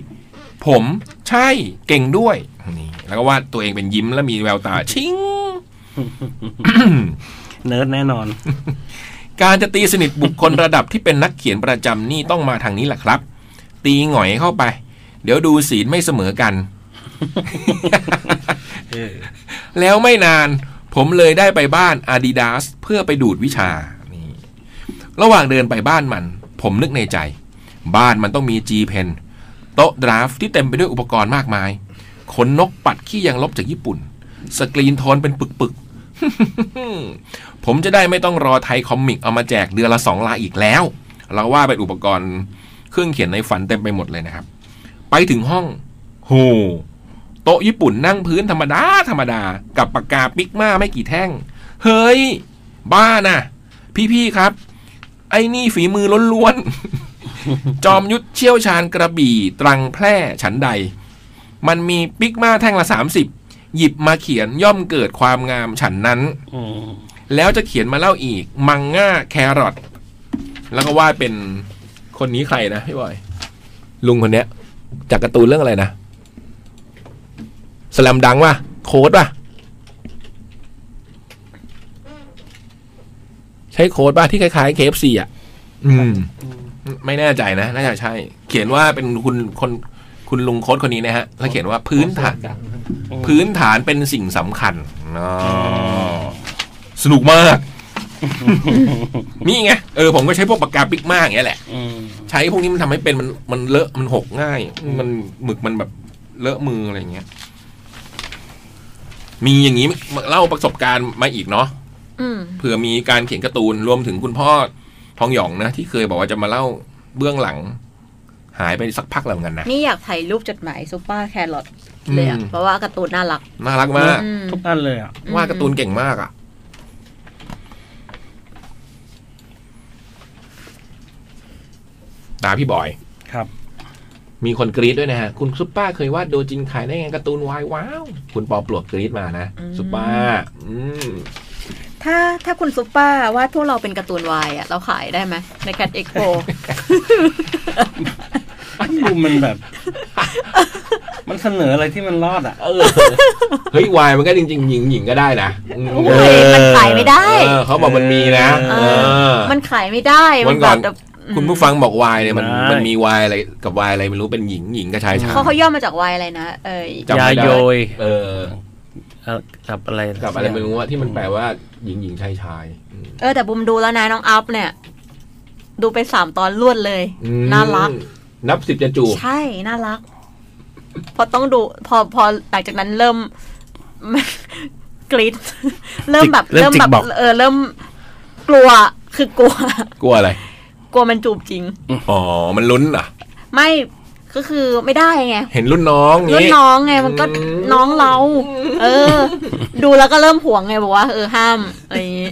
S3: ผมใช่เก่งด้วยนี่แล้วก็วาดตัวเองเป็นยิ้มแล้วมีแววตา ชิง
S4: เนิร์ดแน่นอน
S3: การจะตีสนิทบุคคลระดับที่เป็นนักเขียนประจำนี่ต้องมาทางนี้แหละครับ ตีหงอยเข้าไป เดี๋ยวดูศีลไม่เสมอกัน <laughs> แล้วไม่นาน ผมเลยได้ไปบ้าน Adidas เพื่อไปดูดวิชานี่ระหว่างเดินไปบ้านมัน ผมนึกในใจ บ้านมันต้องมี G Pen โต๊ะดราฟที่เต็มไปด้วยอุปกรณ์มากมายขนนกปัดขี้ยางลบจากญี่ปุ่น สกรีนโทนเป็นปึกๆ <laughs> ผมจะได้ไม่ต้องรอไทยคอมมิกเอามาแจกเดือนละสองลายอีกแล้ว เราว่าเป็นอุปกรณ์เครื่องเขียนในฝันเต็มไปหมดเลยนะครับ ไปถึงห้องโหโต๊ะญี่ปุ่นนั่งพื้นธรรมดา ธรรมดา กับปากกาปิกมาไม่กี่แท่ง เฮ้ย บ้าน่ะ พี่ ๆ ครับ ไอ้นี่ฝีมือล้วนๆ <laughs> จอมยุทธเชี่ยวชาญกระบี่ ตรังแพร่ฉันใด มันมีปิกมาแท่งละ 30 หยิบมาเขียนย่อมเกิดความงามฉันนั้น
S4: อืม
S3: แล้วจะเขียนมาเล่าอีก มังง่าแครอทแล้วก็วาดเป็นคนนี้ใครนะพี่บอย ลุงคนเนี้ย จากการ์ตูนเรื่องอะไรนะสแลมดังป่ะ โค้ดป่ะ ใช้โค้ดป่ะ ที่คล้ายๆเคฟซีอ่ะ อืม ไม่แน่ใจนะ น่าจะใช่ เขียนว่าเป็นคุณคนคุณลุงโค้ดคนนี้นะฮะ แล้วเขียนว่าพื้นฐาน
S2: ดังครับ
S3: พื้นฐานเป็นสิ่งสำคัญอ๋อสนุกมาก <laughs> นี่ไง เออ ผมก็ใช้พวกปากกาปิกมากอย่างเงี้ยแหละ
S4: อืม
S3: ใช้พวกนี้มันทำให้เป็นมันมันเลอะมันหกง่าย มันหมึกมันแบบเลอะมืออะไรอย่างเงี้ย มีอย่างนี้มาเล่าประสบการณ์มาอีกเนาะ
S5: อืม
S3: เผื่อมีการเขียนการ์ตูนรวมถึงคุณพ่อทองหยองนะ ที่เคยบอกว่าจะมาเล่าเบื้องหลัง หายไปสักพักแล้วเหมือนกันนะ
S5: นี่อยากถ่ายรูปจดหมายซูเปอร์แครอทเลยอะ
S3: อืม
S5: เพราะว่าการ์ตูนน่ารัก
S3: น่ารักมาก
S5: อืม
S4: ทุกอันเลยอ่ะ
S3: วาดการ์ตูนเก่งมากอ่ะ ตาพี่บอย
S4: ครับ
S3: มีคนกรี๊ดด้วยนะฮะ คุณซุปป้าเคยวาดโดจินขายได้ไงการ์ตูนวายว้าว คุณปอปลวกกรี๊ดมานะ ซุปป้า อืม
S5: ถ้าถ้าคุณซูเปอร์วาดพวกเราเป็นการ์ตูนวายอะเราขายได้ไหมในแคดเอ็กโป <laughs>
S4: ดูมัน <laughs> แบบ มันเสนออะไรที่มันรอดอ่ะ
S3: เออ เฮ้ยวายมันก็จริงๆหญิงหญิงก็ได้นะอืม
S5: โอ้ยมันขายไม่ได้
S3: เออเขาบอกมันมีนะ
S4: เอ
S3: เออ
S5: มันขายไม่ได้
S3: วันก่อน
S5: แบบอืม
S3: คุณผู้ฟังบอกวายเนี่ยมัน
S4: ได้
S3: มันมีวายอะไรกับวายอะไรไม่รู้เป็นหญิงหญิงกับชายชาย
S5: เขาเขาย่อมาจากวายอะไรนะเออ
S3: จำไม่
S4: ยา
S3: ได้
S4: โยย
S3: เออ
S4: เอ่อกับอะไรน
S3: กับอะไรไม่รู้ว่าที่มันแปลว่าหญิงหญิงชายชายอืม
S5: เออแต่บุมดูแล้วนะน้องอัพเนี่ย ดูไปสามตอนรวดเลย น่ารัก
S3: นับสิบจะจูบ
S5: ใช่น่ารัก พอต้องดู พอพอหลังจากนั้นเริ่ม <laughs> กรีด <laughs> เริ่มแบบ
S4: เริ่มจิก
S5: แบบ
S4: บอก
S5: เออเริ่ม กลัว <laughs> คือกลัว
S3: กลัวอะไร
S5: กลัวมันจูบจริง
S3: อ๋อ มันลุ้นเหรอ่ะ
S5: ไม่ก็คือไม่ได้ไง
S3: เห็นรุ่นน้อง
S5: รุ่น
S3: งี้
S5: น้องไงมันก็
S3: อืม
S5: น้องเรา เออ ดูแล้วก็เริ่มห่วงไงบอกว่าเออห้ามอะไรอย่างงี้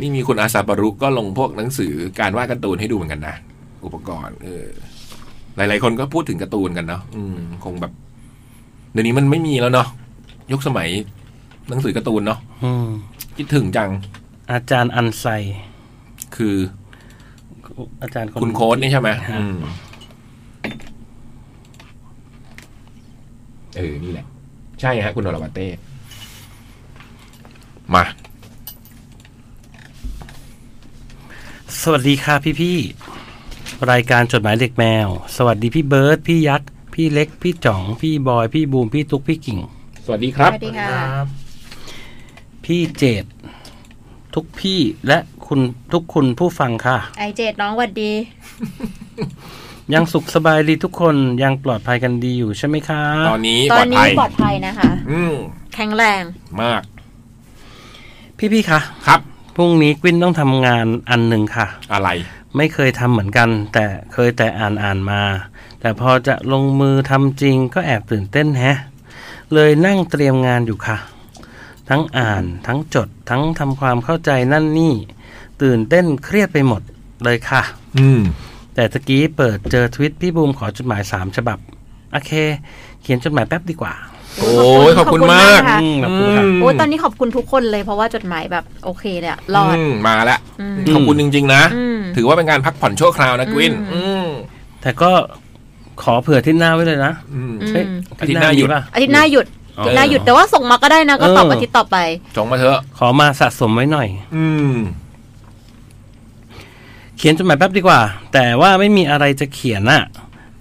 S3: นี่มีคุณอาซาปารุก็ลงพวกหนังสือการวาดการ์ตูนให้ดูเหมือนกันนะ อุปกรณ์ เออ หลาย ๆ คนก็พูดถึงการ์ตูนกันเนาะอืม คงแบบ เดี๋ยวนี้มันไม่มีแล้วเนาะยุคสมัย หนังสือการ์ตูนเนาะ
S4: อืม
S3: คิดถึงจัง
S4: อาจารย์อันไซ
S3: คือ
S4: อาจารย์น
S3: คุณโค้ดนี่ใช่ไหม
S4: ฮะ
S3: อืมเออ นี่แหละ ใช่ฮะ คุณนรวัตเต้มา
S4: ส วัสดีค่ะพี่พี่ๆรายการจดหมายเด็กแมว สวัสดีพี่เบิร์ดพี่ยักษ์พี่เล็ก พี่จ๋อง พี่บอย พี่บูม พี่ตุ๊ก พี่กิ่ง
S3: สวัสดีครับ
S5: สวัสดีค่ะ
S2: ครับ
S4: พี่เจดทุกพี่และคุณทุกคุณผู้ฟังค่ะ
S5: ไอเจดน้องหวัดดี
S4: ยังสุขสบายดีทุกคนยังปลอดภัยกันดีอยู่ใช่ไหมคะ
S3: ตอนนี้ป
S5: ตอ
S3: ลอน ด
S5: นี้
S3: ภัย
S5: ปลอดภัยนะคะ
S3: อืม
S5: แข็งแรง
S3: มาก
S4: พี่พี่ๆคะ
S3: ครับ
S4: พรุ่งนี้กวินต้องทำงานอันหนึ่งค่ะ
S3: อะไร
S4: ไม่เคยทำเหมือนกัน แต่เคยแต่อ่านอ่านๆมา แต่พอจะลงมือทำจริงก็แอบตื่นเต้นแฮะ เลยนั่งเตรียมงานอยู่ค่ะ ทั้งอ่านทั้งจดทั้งทำความเข้าใจนั่นนี่ ตื่นเต้นเครียดไปหมดเลยค่ะ
S3: อืม
S4: แต่ตะกี้เปิดเจอทวิตพี่บูมขอจดหมายสามฉบับ โอเค เขียนจดหมายแป๊บดีกว่า
S3: โอ้ยขอบคุณมาก
S5: ค่ะ
S4: อืมขอบคุณครับ
S5: โอ้ยตอนนี้ขอบคุณทุกคนเลยเพราะว่าจดหมายแบบโอเคเลยอะรอด
S3: มมาแล้ว
S5: อืม
S3: ขอบคุณจริง ๆ นะ
S5: อืม
S3: ถือว่าเป็นการพักผ่อนชั่วคราวนะกวิน
S5: อื
S3: อืม
S4: แต่ก็ขอเผื่อที่หน้าไว้เลยนะ
S3: อืม
S5: อืม
S4: เฮ้ย
S3: อาทิตย์หน้าหยุด
S4: มีป่ะ
S5: อาทิตย์หน้าหยุด
S4: อ๋อ
S5: อาทิตย์หน้าหยุดแต่ว่าส่งมาก็ได้นะ ก็ตอบ
S4: เอออ
S5: อาทิตย์ต่อไป
S3: จงมาเถอะ
S4: ขอมาสะสมไว้หน่อย
S3: อืม
S4: เขียนจดหมายแป๊บดีกว่า แต่ว่าไม่มีอะไรจะเขียนอะ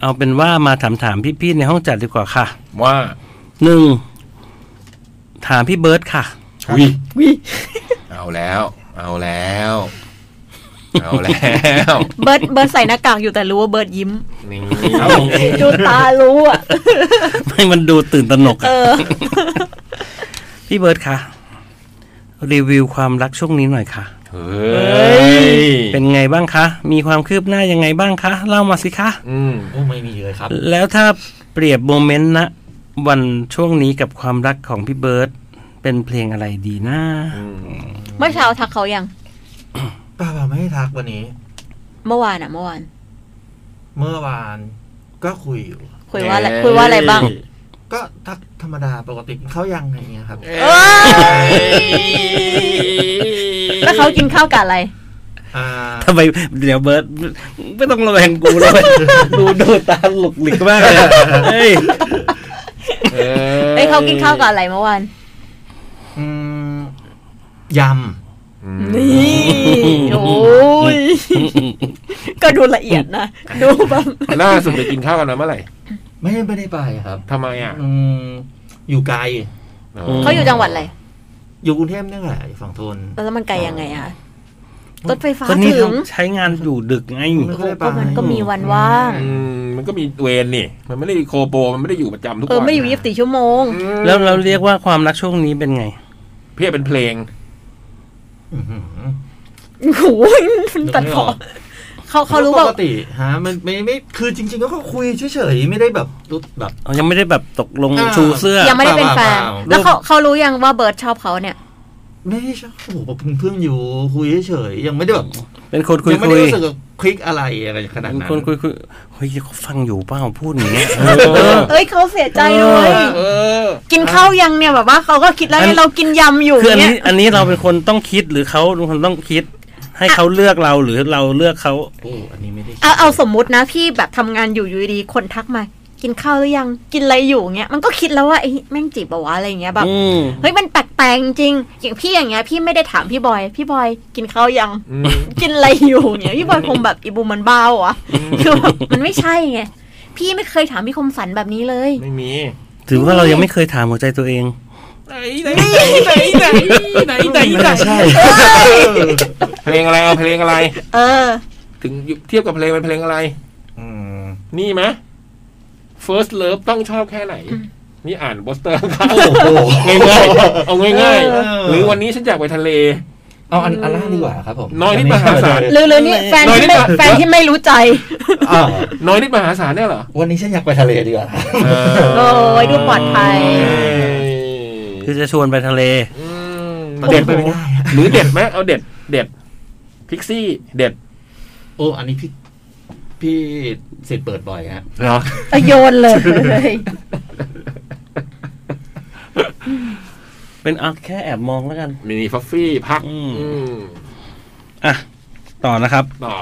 S4: เอาเป็นว่ามาถามถามพี่ๆในห้องจัดดีกว่าค่ะ
S3: ว่า
S4: หนึ่งถามพี่เบิร์ดค่ะ
S3: วิเอาแล้ว เอาแล้ว เอาแล้ว
S5: เบิร์ดเบิร์ดใส่หน้ากากอยู่แต่รู้ว่าเบิร์ดยิ้ม
S3: นี่
S5: ดูตารู้อะ
S4: ไม่มันดูตื่นตระหนก
S5: เอ
S4: อะ
S5: อ
S4: พี่เบิร์ดค่ะ รีวิวความรักช่วงนี้หน่อยค่ะ
S3: เฮ้ย
S4: เป็นไงบ้างคะ มีความคืบหน้ายังไงบ้างคะ เล่ามาสิคะ
S3: อืม
S2: โอ้ไม่มีเลยครับ
S4: แล้วถ้าเปรียบโมเมนต์นะวันช่วงนี้กับความรักของพี่เบิร์ตเป็นเพลงอะไรดีนะ
S3: อืม
S5: เมื่อเช้าทักเขายัง
S2: ป้าป้าไม่ให้ทักวันนี้
S5: เมื่อวานอะเมื่อวาน
S2: เมื่อวานก็คุยอยู่
S5: คุยว่าอะไร
S3: เอ้ย
S5: คุยว่าอะไรบ้าง
S2: ก็ทักธรรมดาปกติกินข้าวยังอะไรอย่างเงี้ยครับ
S5: เอ้ย แล้วเขากินข้าวกับอะไร
S2: อ่า
S4: ทำไมเดี๋ยวเบิร์ตไม่ต้องระแวงกูเลยดูดูตาหลุกหลิกมากเลยเฮ้ย
S3: เอ้ย
S5: เอ้ยเขากินข้าวกับอะไรเมื่อวาน
S2: อืมย
S3: อืม
S5: นี่โอ้ยก็ดูละเอียดนะ ดูแบบ
S3: ล่าสุดไปกินข้าวกันมาเมื่อไหร่
S2: ำไม่ได้ไม่ได้ไปครับ
S3: ทำไมอ่ะ
S2: อืมอยู่ไกล
S5: เขาอยู่จังหวัดอะไร
S2: อยู่กรุงเทพเนี่ยแหละอยู่ฝั่งทน
S5: แล้วมันไกลยังไงอะรถไฟฟ้า
S4: ตอนนี้
S5: ถึ
S4: เขา
S5: ง
S4: ใช้งานอยู่ดึกไง
S5: โอ้โหก็มันก็มีวันว่าง
S3: อืมมันก็มีเวรนี่ มันไม่ได้โคโปรมันไม่ได้อยู่ประจำทุก
S5: เอ
S3: วั
S5: อน ไม่ได้อยู่ยี่สิบสี่ชั่วโมง
S4: แล้วเราเรียกว่าความรักช่วงนี้เป็นไง
S3: เพียเป็นเพลง
S2: อื้อหือ
S5: โอ้โหมันตัดพอเขาเขารู้
S2: ป
S5: ว่าก
S2: ติฮะมันไม่ไม่คือจริง ๆ ก็เขาคุยเฉยๆไม่ได้แบบรู้แบบ
S4: ยังไม่ได้แบบตกลง
S2: อ่า
S4: ชูเสื้อ
S5: ยังไม่ได้เป็นแฟน
S2: เปล่าๆ
S5: แล้วเขาเขารู้ยังว่าเบิร์ดชอบเขาเนี่ย
S2: ไม่ใช่โอ้โหแบบเพิ่งๆอยู่คุยเฉยๆยังไม่ได้แบบ
S4: เป็นคนคุย
S2: ยังไม่
S4: คุย
S2: ได้รู้สึกว่าคลิกอะไรอะไรขนาด
S4: เป็น
S2: นั้น
S4: คนคุยคุยเฮ้ยเขาฟังอยู่เปล่าพูดอย่าง
S2: <laughs>
S4: เงี้ย
S5: เอ้ยเขาเสียใจเลย
S3: เออ
S5: กินข้าวยังเนี่ยแบบว่าเขาก็คิดแล้ว
S4: อั
S5: เนี่ย
S4: น
S5: เรากินยำอยู่
S4: คืออัน
S5: เนี่
S4: นี้
S5: ย
S4: อันนี้เราเป็นคนต้องคิดหรือเขาเป็นคนต้องคิด ให้เขาเลือกเราหรือเราเลือกเขา
S2: โอ้อันนี้ไม่ได้คิด
S5: เอาเอาสมมุตินะพี่แบบทำงานอยู่อยู่ดีๆคนทักมา กินข้าวหรือยังกินอะไรอยู่เงี้ยมันก็คิดแล้วว่าไอ้แม่งจีบปะวะอะไรเงี้ยแบบ
S4: อืม
S5: เฮ้ยมันแปลกๆจริงๆอย่างพี่อย่างเงี้ยพี่ไม่ได้ถามพี่บอย พี่บอยกินข้าวยัง
S3: อืม
S5: กินอะไรอยู่เนี่ยพี่บอยคงแบบอีบูมันบ้าเหรอวะคือแบบมันไม่ใช่ไงพี่ไม่เคยถามพี่คมสันแบบนี้เลย
S3: ไม่มี
S4: ถือว่าเรายังไม่เคยถามหัวใจตัวเอง
S3: ไหนไหนไหนไหนไหนไหนไหน
S2: ใช่
S3: เพลงอะไรเอาเพลงอะไร
S5: เออ
S3: ถึงเทียบกับเพลงเป็นเพลงอะไร
S2: อืม
S3: นี่ไหม first love ต้องชอบแค่ไหน นี่อ่านโปสเตอร์ครับ
S2: โอ้โห
S3: ง่ายๆเอาง่าย
S5: เอ
S3: ๆ หรือวันนี้ฉันอยากไปทะเล
S2: เอาอันอันล่างดีกว่าครับผม
S3: น้อยนิดมหาศาล
S5: หรือหรือนี่แฟนที่ไม่แฟนที่ไม่รู้ใจ
S2: อ้าว
S3: น้อยนิดมหาศาลเนี่ยเหรอ
S2: วันนี้ฉันอยากไปทะเลดีกว่า
S5: โอ้ยดูปลอดภัย
S3: เอ้ย
S4: คือจะชวนไปทะเล
S3: อืม
S2: เด็
S3: เด็
S2: ด
S3: ด
S2: ไปไม่ได้อะ
S3: หรือเด็ดไหมเอาเด็ด เด็ดพิกซี่ เด็ด
S2: โอ้อันนี้พี่พี่เสร็จเปิดบ่อยฮะ
S3: เหรอ
S5: เอาโยนเลย
S4: เป็นอ่ะแค่แอบมองแล้วกัน
S3: มินิฟัฟฟี่พัก
S4: อืม
S3: อืม
S4: อ่ะต่อนะครับ
S3: ต่อ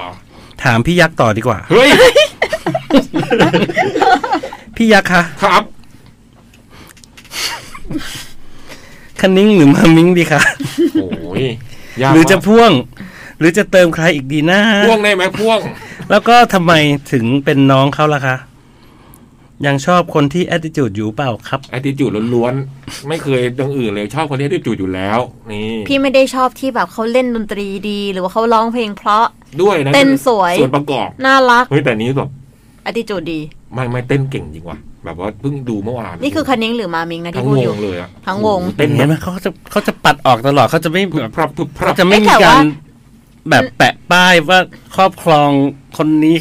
S4: ถามพี่ยักษ์ต่อดีกว่า
S3: เฮ้ย
S4: พี่ยักษ์คะ
S3: ครับ
S4: คันนิ้งหรือมามิ้งดีคะ
S3: โอ้ยยาก
S4: หรือจะ
S3: มาก
S4: พ่วง หรือจะเติมใครอีกดีนะ
S3: พ่วงได้ไหมพ่วง
S4: แล้วก็ทำไมถึงเป็นน้องเขาล่ะคะ ยังชอบคนที่ attitude อยู่เปล่าครับ
S3: แอติจูดล้วนๆ ไม่เคยดังอื่นเลย ชอบคนที่แอติจูดอยู่แล้ว นี่
S5: พี่ไม่ได้ชอบที่แบบเขาเล่นดนตรีดี หรือว่าเขาร้องเพลงเพราะ
S3: ด้วยนะ
S5: เต้นสวย
S3: ส่วนประกอบ
S5: น่ารัก
S3: เฮ้ย แต่นี้แบบ
S5: อติจูดดี
S3: ไม่ไม่เต้นเก่งจริงว่ะ แบบว่าเพิ่งดูเมื่อวาน
S5: นี่คือคันนิ้งหรือมามิงนะ
S3: ทั้ง
S5: ที่พูด
S3: ว
S5: อยู่
S3: งเลยอะ
S5: ทั้งวง
S3: เต้นแบ
S4: เห็น
S3: บ
S4: ไหมเขาจะเขาจะปัดออกตลอดเขาจะไม่
S3: พึ
S4: แบบ บ
S3: พรับพึบพรั
S4: เขา
S3: บ
S4: จะไม่มี
S5: เอ๊ะแต่
S4: กา
S5: ว่า
S4: รแบบแปะป้ายว่าครอบครองคนนี้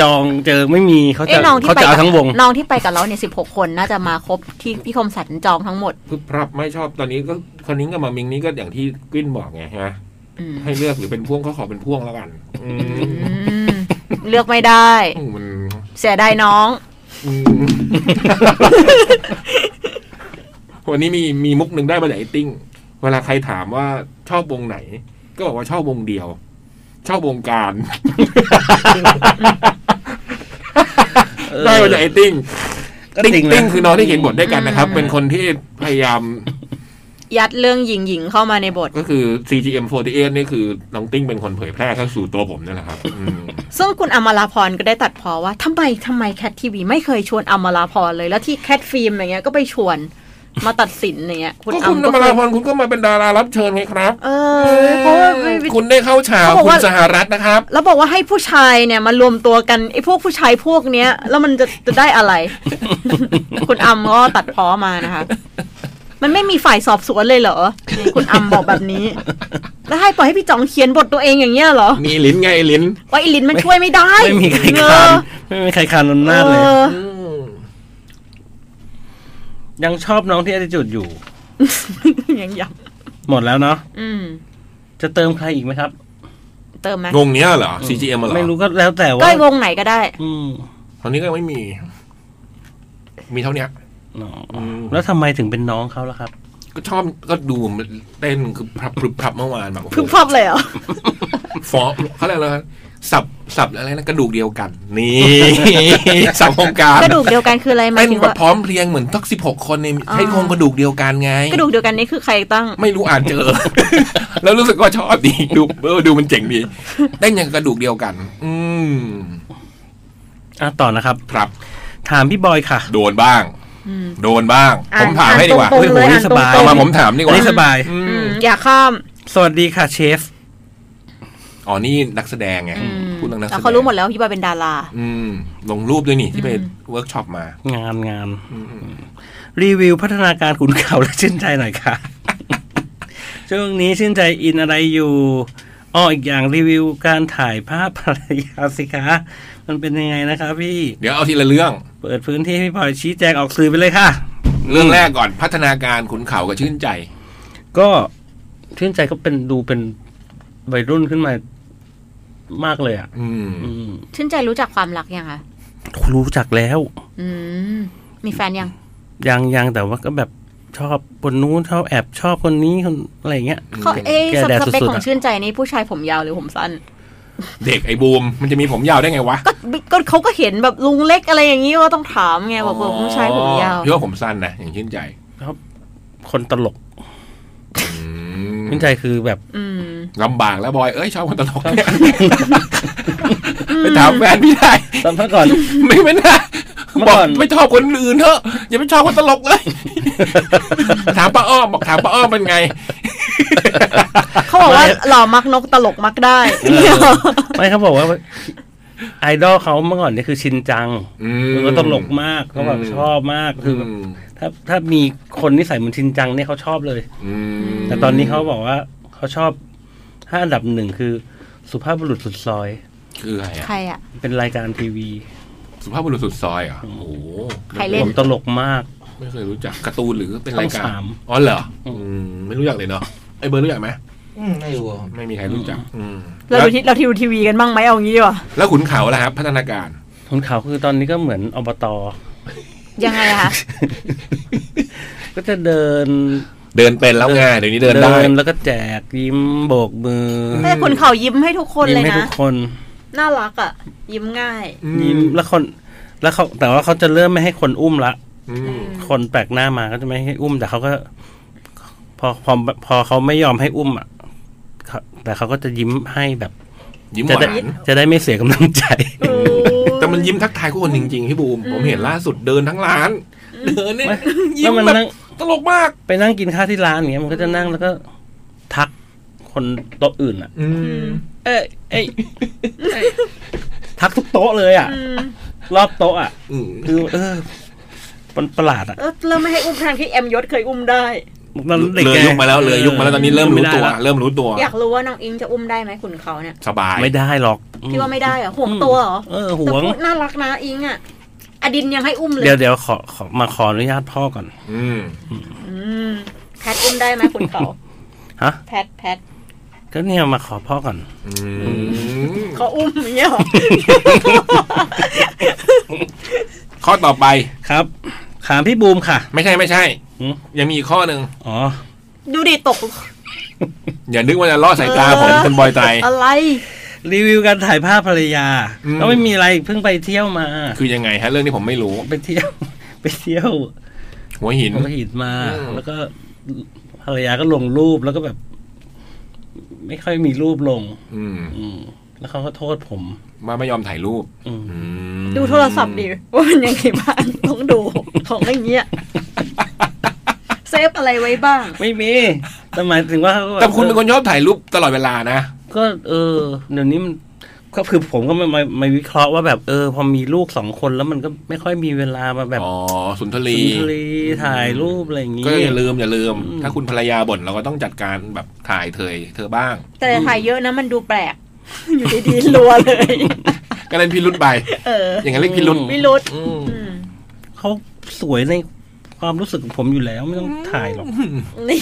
S4: จองเจอไม่มีเขาจะ
S5: เอ้ยน้องที่
S4: เขา
S5: ไป
S4: จะเอา
S5: กับ
S4: ทั้งวง
S5: น้องที่ไปกับเราเนี่ยสิบหกคนน่าจะมาครบที่พี่คมสันจองทั้งหมด
S3: พึบพรับไม่ชอบตอนนี้ก็คนนิ้งกับมามิงนี่ก็อย่างที่กวิ้นบอกไงใช่ไหม
S5: อืม
S3: ให้เลือกหรือเป็นพ่วงก็ขอเป็นพ่วงแล้วกันอืม
S5: อืมเลือกไม่ได้
S3: มัน
S5: เสียดายน้อง
S3: อืมวันนี้มีมีมุกหนึ่งได้มาจากไอติ้ง เวลาใครถามว่าชอบวงไหน ก็บอกว่าชอบวงเดียว ชอบวงการ ได้มาจากไอติ้ง
S4: ก็
S3: ติ๊ง
S4: จริงนะ
S3: ติ๊งคือน้องที่เขียนบทด้วยกันนะครับ
S5: อืม
S3: เป็นคนที่พยายาม
S5: ยัดเรื่องหญิงหญิงๆเข้ามาในบท
S3: ก็คือ CGM48 นี่คือน้องติ๊งเป็นคนเผยแพร่เข้าสู่ตัวผมนี่แหละครับอืม
S5: ซึ่งคุณอมราพรก็ได้ตัดพอว่าทำไมทำไมแคททีวีไม่เคยชวนอมราพรเลย แล้วที่แคทฟิล์มอย่างเงี้ยก็ไปชวนมาตัดสินอย่างเงี้ย
S3: ก็คุณน
S5: ก็
S3: ม
S5: เค
S3: ราย พรคุณก็มาเป็นดารารับเชิญไงครับ
S5: เออเพราะว่าไม่ไม่
S3: คุณได้เข้าฉาก
S5: เขาบอก
S3: คุณ
S5: ว่า
S3: สหรัฐนะครับ
S5: แล้วบอกว่าให้ผู้ชายเนี่ยมารวมตัวกันไอ้พวกผู้ชายพวกเนี้ย แล้วมันจะจะได้อะไร <laughs> คุณอัมก็ตัดพ้อมานะคะ มันไม่มีฝ่ายสอบสวนเลยเหรอ คุณอัมบอกแบบนี้ แล้วให้ปล่อยให้พี่จ๋องเขียนบทตัวเองอย่างเงี้ยเหรอ
S3: มีลิ้นไงลิ้น
S5: ว่าไอ้ลินมันช่วยไม่ได้
S4: ไม่มีใคร
S5: เอ
S4: คาน
S5: อ
S4: ไม่มีใครคานอำนาจเลย
S5: อ <laughs> อ
S4: ยังชอบน้องที่ attitude อยู่
S5: ยังยับ
S4: หมดแล้วเนาะ
S5: อืม
S4: จะเติมใครอีกไหมครับ
S5: เติมไหม
S3: งงเนี้ยเหรอ CGM เหรอ
S4: ไม่รู้ก็แล้วแต่
S5: ก็
S4: ว่า
S5: ไอ้วงไหนก็ได้
S4: อืม
S3: ตอนนี้ก็ยังไม่มี มีเท่าเนี้ย
S4: อ๋ออ
S3: ม
S4: แล้วทำไมถึงเป็นน้องเขาล่ะครับ
S3: ก็ชอบก็ดูมันเต้นคือพรับพรึบพรับเมื่อวานแบบโอ้โห
S5: พึบพับเลยเหรอ
S3: ฟอเขาเรียกอะไรนะสับสับอะไรนะกระดูกเดียวกัน นี่ สับวงการ
S5: กระดูกเดียวกันคืออะไรหมาย
S3: เต้น
S5: ถึง
S3: แบ
S5: ว่า
S3: บพร้อมเพรียงเหมือนทักสิบหกคนใน
S5: อ๋อ
S3: ใช้โครงกระดูกเดียวกันไง
S5: กระดูกเดียวกันนี่คือใครตั้ง
S3: ไม่รู้อ่านเจอ <laughs> แล้วรู้สึกว่าชอบดีดูเออดูมันเจ๋งดีเต้นอย่างกระดูกเดียวกัน อืม
S4: อ่ะต่อนะครับ
S3: ครับ
S4: ถามพี่บอยค่ะ
S3: โดนบ้าง
S5: อืม
S3: โดนบ้าง ผมถามให้ดีกว่า
S5: อ่นตรงๆเล
S4: โอ้โห
S5: ยอ่านตรง
S4: สบาย
S5: ๆ
S3: เอามาผมถามดีก
S4: อัน
S3: ว่า
S4: นี้สบาย
S3: อื
S5: อื
S3: ม
S5: มอย่าข้าม
S4: สวัสดีค่ะเชฟ
S3: อ๋อนี่นักแสดงไงพูดเรื่องนักแสดง
S5: แต่เขารู้หมดแล้วว่าพี่บอยเป็นดารา
S3: อืม ลงรูปด้วยนี่ที่ไป
S5: อืม
S3: เวิร์กช็อปมาง
S4: านงาน
S3: อืมอืม
S4: รีวิวพัฒนาการขุนเขาและชื่นใจหน่อย <laughs> ค่ะ ช่วงนี้ชื่นใจอินอะไรอยู่อ้ออีกอย่างรีวิวการถ่ายภาพภรรยาสิคะมันเป็นยังไงนะคะพี่
S3: เดี๋ยวเอาทีละเรื่อง
S4: เปิดพื้นที่ให้พี่บอยชี้แจงออกสื่อไปเลยค่ะ
S3: เรื่องแรกก่อนพัฒนาการขุนเขากับชื่นใจ
S4: ก็ชื่นใจก็เป็นดูเป็นวัยรุ่นขึ้นมามากเลยอ่ะ
S3: อืม
S4: อืม
S5: ชื่นใจรู้จักความรักยังคะ
S4: รู้จักแล้ว
S5: อืม มีแฟนยัง
S4: ยังยังแต่ว่าก็แบบชอบคนนู้นชอบแอบชอบคนนี้คนอะไรอย่างเงี้ย
S5: เขาเอ๊ะ
S4: แก้
S5: ส
S4: แดด
S5: เปค
S4: สุดๆ
S5: ของ
S4: อะ
S5: ชื่นใจนี่ผู้ชายผมยาวหรือผมสั้น
S3: เด็กไอ้บูมมันจะมีผมยาวได้ไงวะ
S5: ก็ก็เขาก็เห็นแบบลุงเล็กอะไรอย่างนี้ว่าต้องถามไงบอกว่าผู้ชายผมยาว
S3: พี่ว่าผมสั้นนะอย่างชื่นใจ
S4: คนตลกชื่นใจคือแบบ
S5: อืม
S3: ลำบากแล้วบอย เอ้ยชอบคนตลกเนี่ยไปถามแฟนพี่ได้
S4: ตอนพักก่อน
S3: ไม่ไม่นะ
S4: เมื่อบ ก่
S3: อก
S4: อน
S3: ไม่ชอบคนอื่นเถอะอย่าไปชอบคนตลกเลยถามป้าอ้อมบอกถามป้าอ้อมเป็นไง
S5: เขาบอกว่าหล่อมักนกตลกมักได้ <laughs>
S4: ไม่เขาบอกว่า ไอดอลเขาเมื่อก่อนนี่คือชินจัง
S3: อื
S4: แล้วก็ตลกมากเขาแบบชอบมากคือแบบ
S3: ม
S4: ถ้าถ้ามีคนนิสัยเหมือนชินจังเนี่ยเขาชอบเลย
S3: อืม
S4: แต่ตอนนี้เขาบอกว่าเขาชอบถ้าอันดับหนึ่งคือสุภาพบุรุษสุดซอย
S3: คืออะไรอะ
S5: ใครอ่ะ
S4: เป็นรายการทีวี
S3: สุภาพบุรุษสุดซอยเหรอ่ะโอ้โห
S5: ใครเล่น
S4: ผมตลกมาก
S3: ไม่เคยรู้จักการ์ตูนหรือเป็นรายกา
S4: ช่อง
S3: ร
S4: สาม
S3: อ๋อเหรออืมไม่รู้จักเลยเนาะไอ้เบอร์ดรู้จักไหม
S2: อืมไม่รู้อะ
S3: ไม่มีใครรู้จัก อืม
S5: เรา
S3: แล้ว
S5: ดูที่เราที่ดูทีวีกันบ้างไหมเอางี้ดีกว่า
S3: แล้วขุนเขาล่ะครับ พัฒนาการ
S4: คนเขาคือตอนนี้ก็เหมือนอบต <laughs>
S5: ยังไงอะคะ
S4: ก็จะเดิน
S3: เดินเป็นแล้วไงเดี๋ยวนี้เดินได้
S4: แล้วก็แจกยิ้มโบกมือ
S5: แม่คุณเขายิ้มให้ทุกคน
S4: ยิ้ม
S5: เลย
S4: ให้
S5: นะ
S4: ทุกคน
S5: น่ารักอ่ะ ยิ้มง่าย
S4: ยิ้มแล้วคนแล้วเขาแต่ว่าเขาจะเริ่มไม่ให้คนอุ้มละ
S3: อืม
S4: คนแปลกหน้ามาก็จะไม่ให้อุ้มแต่เขาก็ พอพอพอเขาไม่ยอมให้อุ้มอ่ะเขา แต่เขาก็จะยิ้มให้แบบ
S3: ยิ้มห
S4: จะ
S3: วา
S4: ได้
S3: น
S4: จะได้ไม่เสียกำลังใจ
S3: แต่มันยิ้มทักทายทุกคนจริงๆพี่บูม ผมเห็นล่าสุดเดินทั้งร้าน เดินเนี่ย
S4: ไม่
S3: ยิ้
S4: แล้ว
S3: ม
S4: มัน
S3: แบบ
S4: นั่ง
S3: ตลกมาก
S4: ไปนั่งกินข้าวที่ร้านอย่างเงี้ยมันก็จะนั่งแล้วก็ทักคนโต๊ะอื่นอ่ะ
S3: อืม
S4: เอ้ยเอ้ยเอ้ยทักทุกโต๊ะเลยอ่ะ
S5: อืม
S4: รอบโต๊ะอ่ะ
S3: อืม
S4: คือเออมันประหลาดอ่ะ
S5: เออแล้วไม่ให้อุ้มทางที่แอมยศเคยอุ้มได้
S4: มันเด็ก
S3: เล
S4: ไง
S3: ยยุคมาแล้วเลยยุคมาแล้วตอนนี้เริ่มรู้ตัว เริ่มรู้ตัว
S5: อยากรู้ว่าน้องอิงจะอุ้มได้ไหมขุนเขาเนี่ย
S3: สบาย
S4: ไม่ได้หรอกอื
S5: พี่ว่าไม่ได้เหรอห่วงตัวเหรอ
S4: เออห
S5: แต่
S4: วง
S5: พูดน่ารักนะอิงอ่ะ อดินยังให้อุ้มเลย
S4: เดี๋ยวเดี๋ยวขอขอมาขออนุญาตพ่อก่อน
S3: อืม
S5: อืมแพทอุ้มได้ไหมขุนเขา
S4: ฮะ
S5: แพทแพท
S4: ก็เนี่ยมาขอพ่อก่อน
S3: อืม
S5: เขาอุ้มอย่างเงี้ยเหรอ
S3: ข้อต่อไป
S4: ครับถามพี่บูมค่ะ
S3: ไม่ใช่ไม่ใช่
S4: อืม
S3: ยังมีอีกข้อหนึ่ง
S4: อ๋อ
S5: ดูดิตก
S3: อย่านึกว่าจะล่อดสายตาข
S5: เออ
S3: องคุณบอยไตร
S5: อะไร
S4: รีวิวการถ่ายภาพภรรยา
S3: อืม
S4: ก็ไม่มีอะไรเพิ่งไปเที่ยวมา
S3: คือยังไงฮะ เรื่องนี้ผมไม่รู้
S4: ไปเที่ยว <laughs> ไปเที่ยว
S3: หัวหิน
S4: หัวหินมา
S3: อืม
S4: แล้วก็ภรรยาก็ลงรูปแล้วก็แบบ ไม่ค่อยมีรูปลง
S3: อืม
S4: อืม แล้วเขาก็โทษผม
S3: ว่าไม่ยอมถ่ายรูป
S4: อืม
S3: อืม
S5: ดูโทรศัพท์ดิว่ามันยังไงบ้างต้องดูของอย่างเงี้ยเซฟอะไรไว้บ้าง
S4: ไม่มีแต่หมายถึงว่าเขาก็บบ
S3: แต่คุณเป็นคนชอบถ่ายรูปตลอดเวลานะ
S4: ก็เออเดี๋ยวนี้มันก็คือผมก็มามามาวิเคราะห์ว่าแบบเออ พอมีลูกสองคนแล้วมันก็ไม่ค่อยมีเวลามาแบบ
S3: อ๋อ สุนท
S4: สุ
S3: รี
S4: นทรีถ่ายรูปอะไรอย่างนี้
S3: ก็อย่าลืมอย่าลืม
S4: อืม
S3: ถ้าคุณภรรยาบ่นเราก็ต้องจัดการแบบถ่ายเธอเธอบ้าง
S5: แต่ถ่ายเยอะนะมันดูแปลก อยู่ดีๆรัวเลย
S3: ก็เล่นพิรุษไป
S5: เออ
S3: อย่างนั้นเรียกพิรุษ
S5: วิรุธ
S3: อืม
S5: อืม
S4: เขาสวยในความรู้สึกของผมอยู่แล้วไม่ต้องถ่ายหรอก
S5: นี่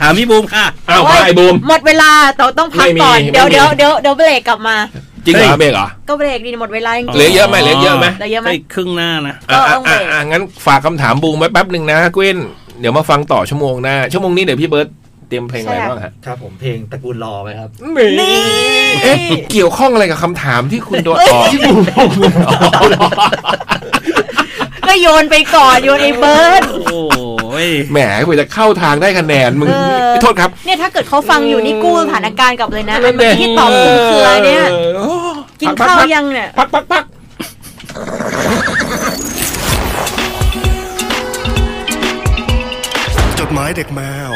S4: ถามพี่บูมค่ะ
S3: อ้าวไอ้บูม
S5: หมดเวลาเราต้องพักก่อน
S3: ไม่มี
S5: เดี๋ยว
S3: ไม่มี
S5: เดี๋ยวเดี๋ยวเดี๋ยวเบรกกลับมา
S3: จริงเหร
S4: เฮ้
S3: อย เบรกเหรอ
S5: ก็เบรกดีหมดเวลาจริง
S3: เหลือเยอะไหมเหลือเยอะไหม
S5: เหลือเยอะไหม
S4: ก็กครึ่งหน้านะ
S5: ก็ต้องเบรก
S3: อ่ะอ่ะอ่ะงั้นฝากคำถามบูมไว้แป๊บหนึ่งนะกุ้นเดี๋ยวมาฟังต่อชั่วโมงหน้า ชั่วโมงนี้เดี๋ยวพี่เบิร์ตเตรียมเพลงอะไรบ้างฮะ
S2: ครับผมเพลงตระกูลรอไหมครับ
S3: นี่เอ๊ะเกี่ยวข้องอะไรกับคำถามที่คุณโดนออกที่บูม
S5: ก็โยนไปก่อนโยนไอ้เบิร์ด
S4: โอ้ย
S3: แหมกูจะเข้าทางได้คะแนนมึง
S5: เออ
S3: โทษครับ
S5: เนี่ยถ้าเกิดเขาฟังอยู่นี่กู้สถานการณ์กลับเลยนะ
S3: นั่
S5: อัน
S3: นดิ
S5: เมื่อกี้ที่ตอบคุมเครือเนี่ย
S3: เออ
S5: กินข้าวยังเนี่ย
S3: พักพักพัก
S6: จดหมายเด็กแมว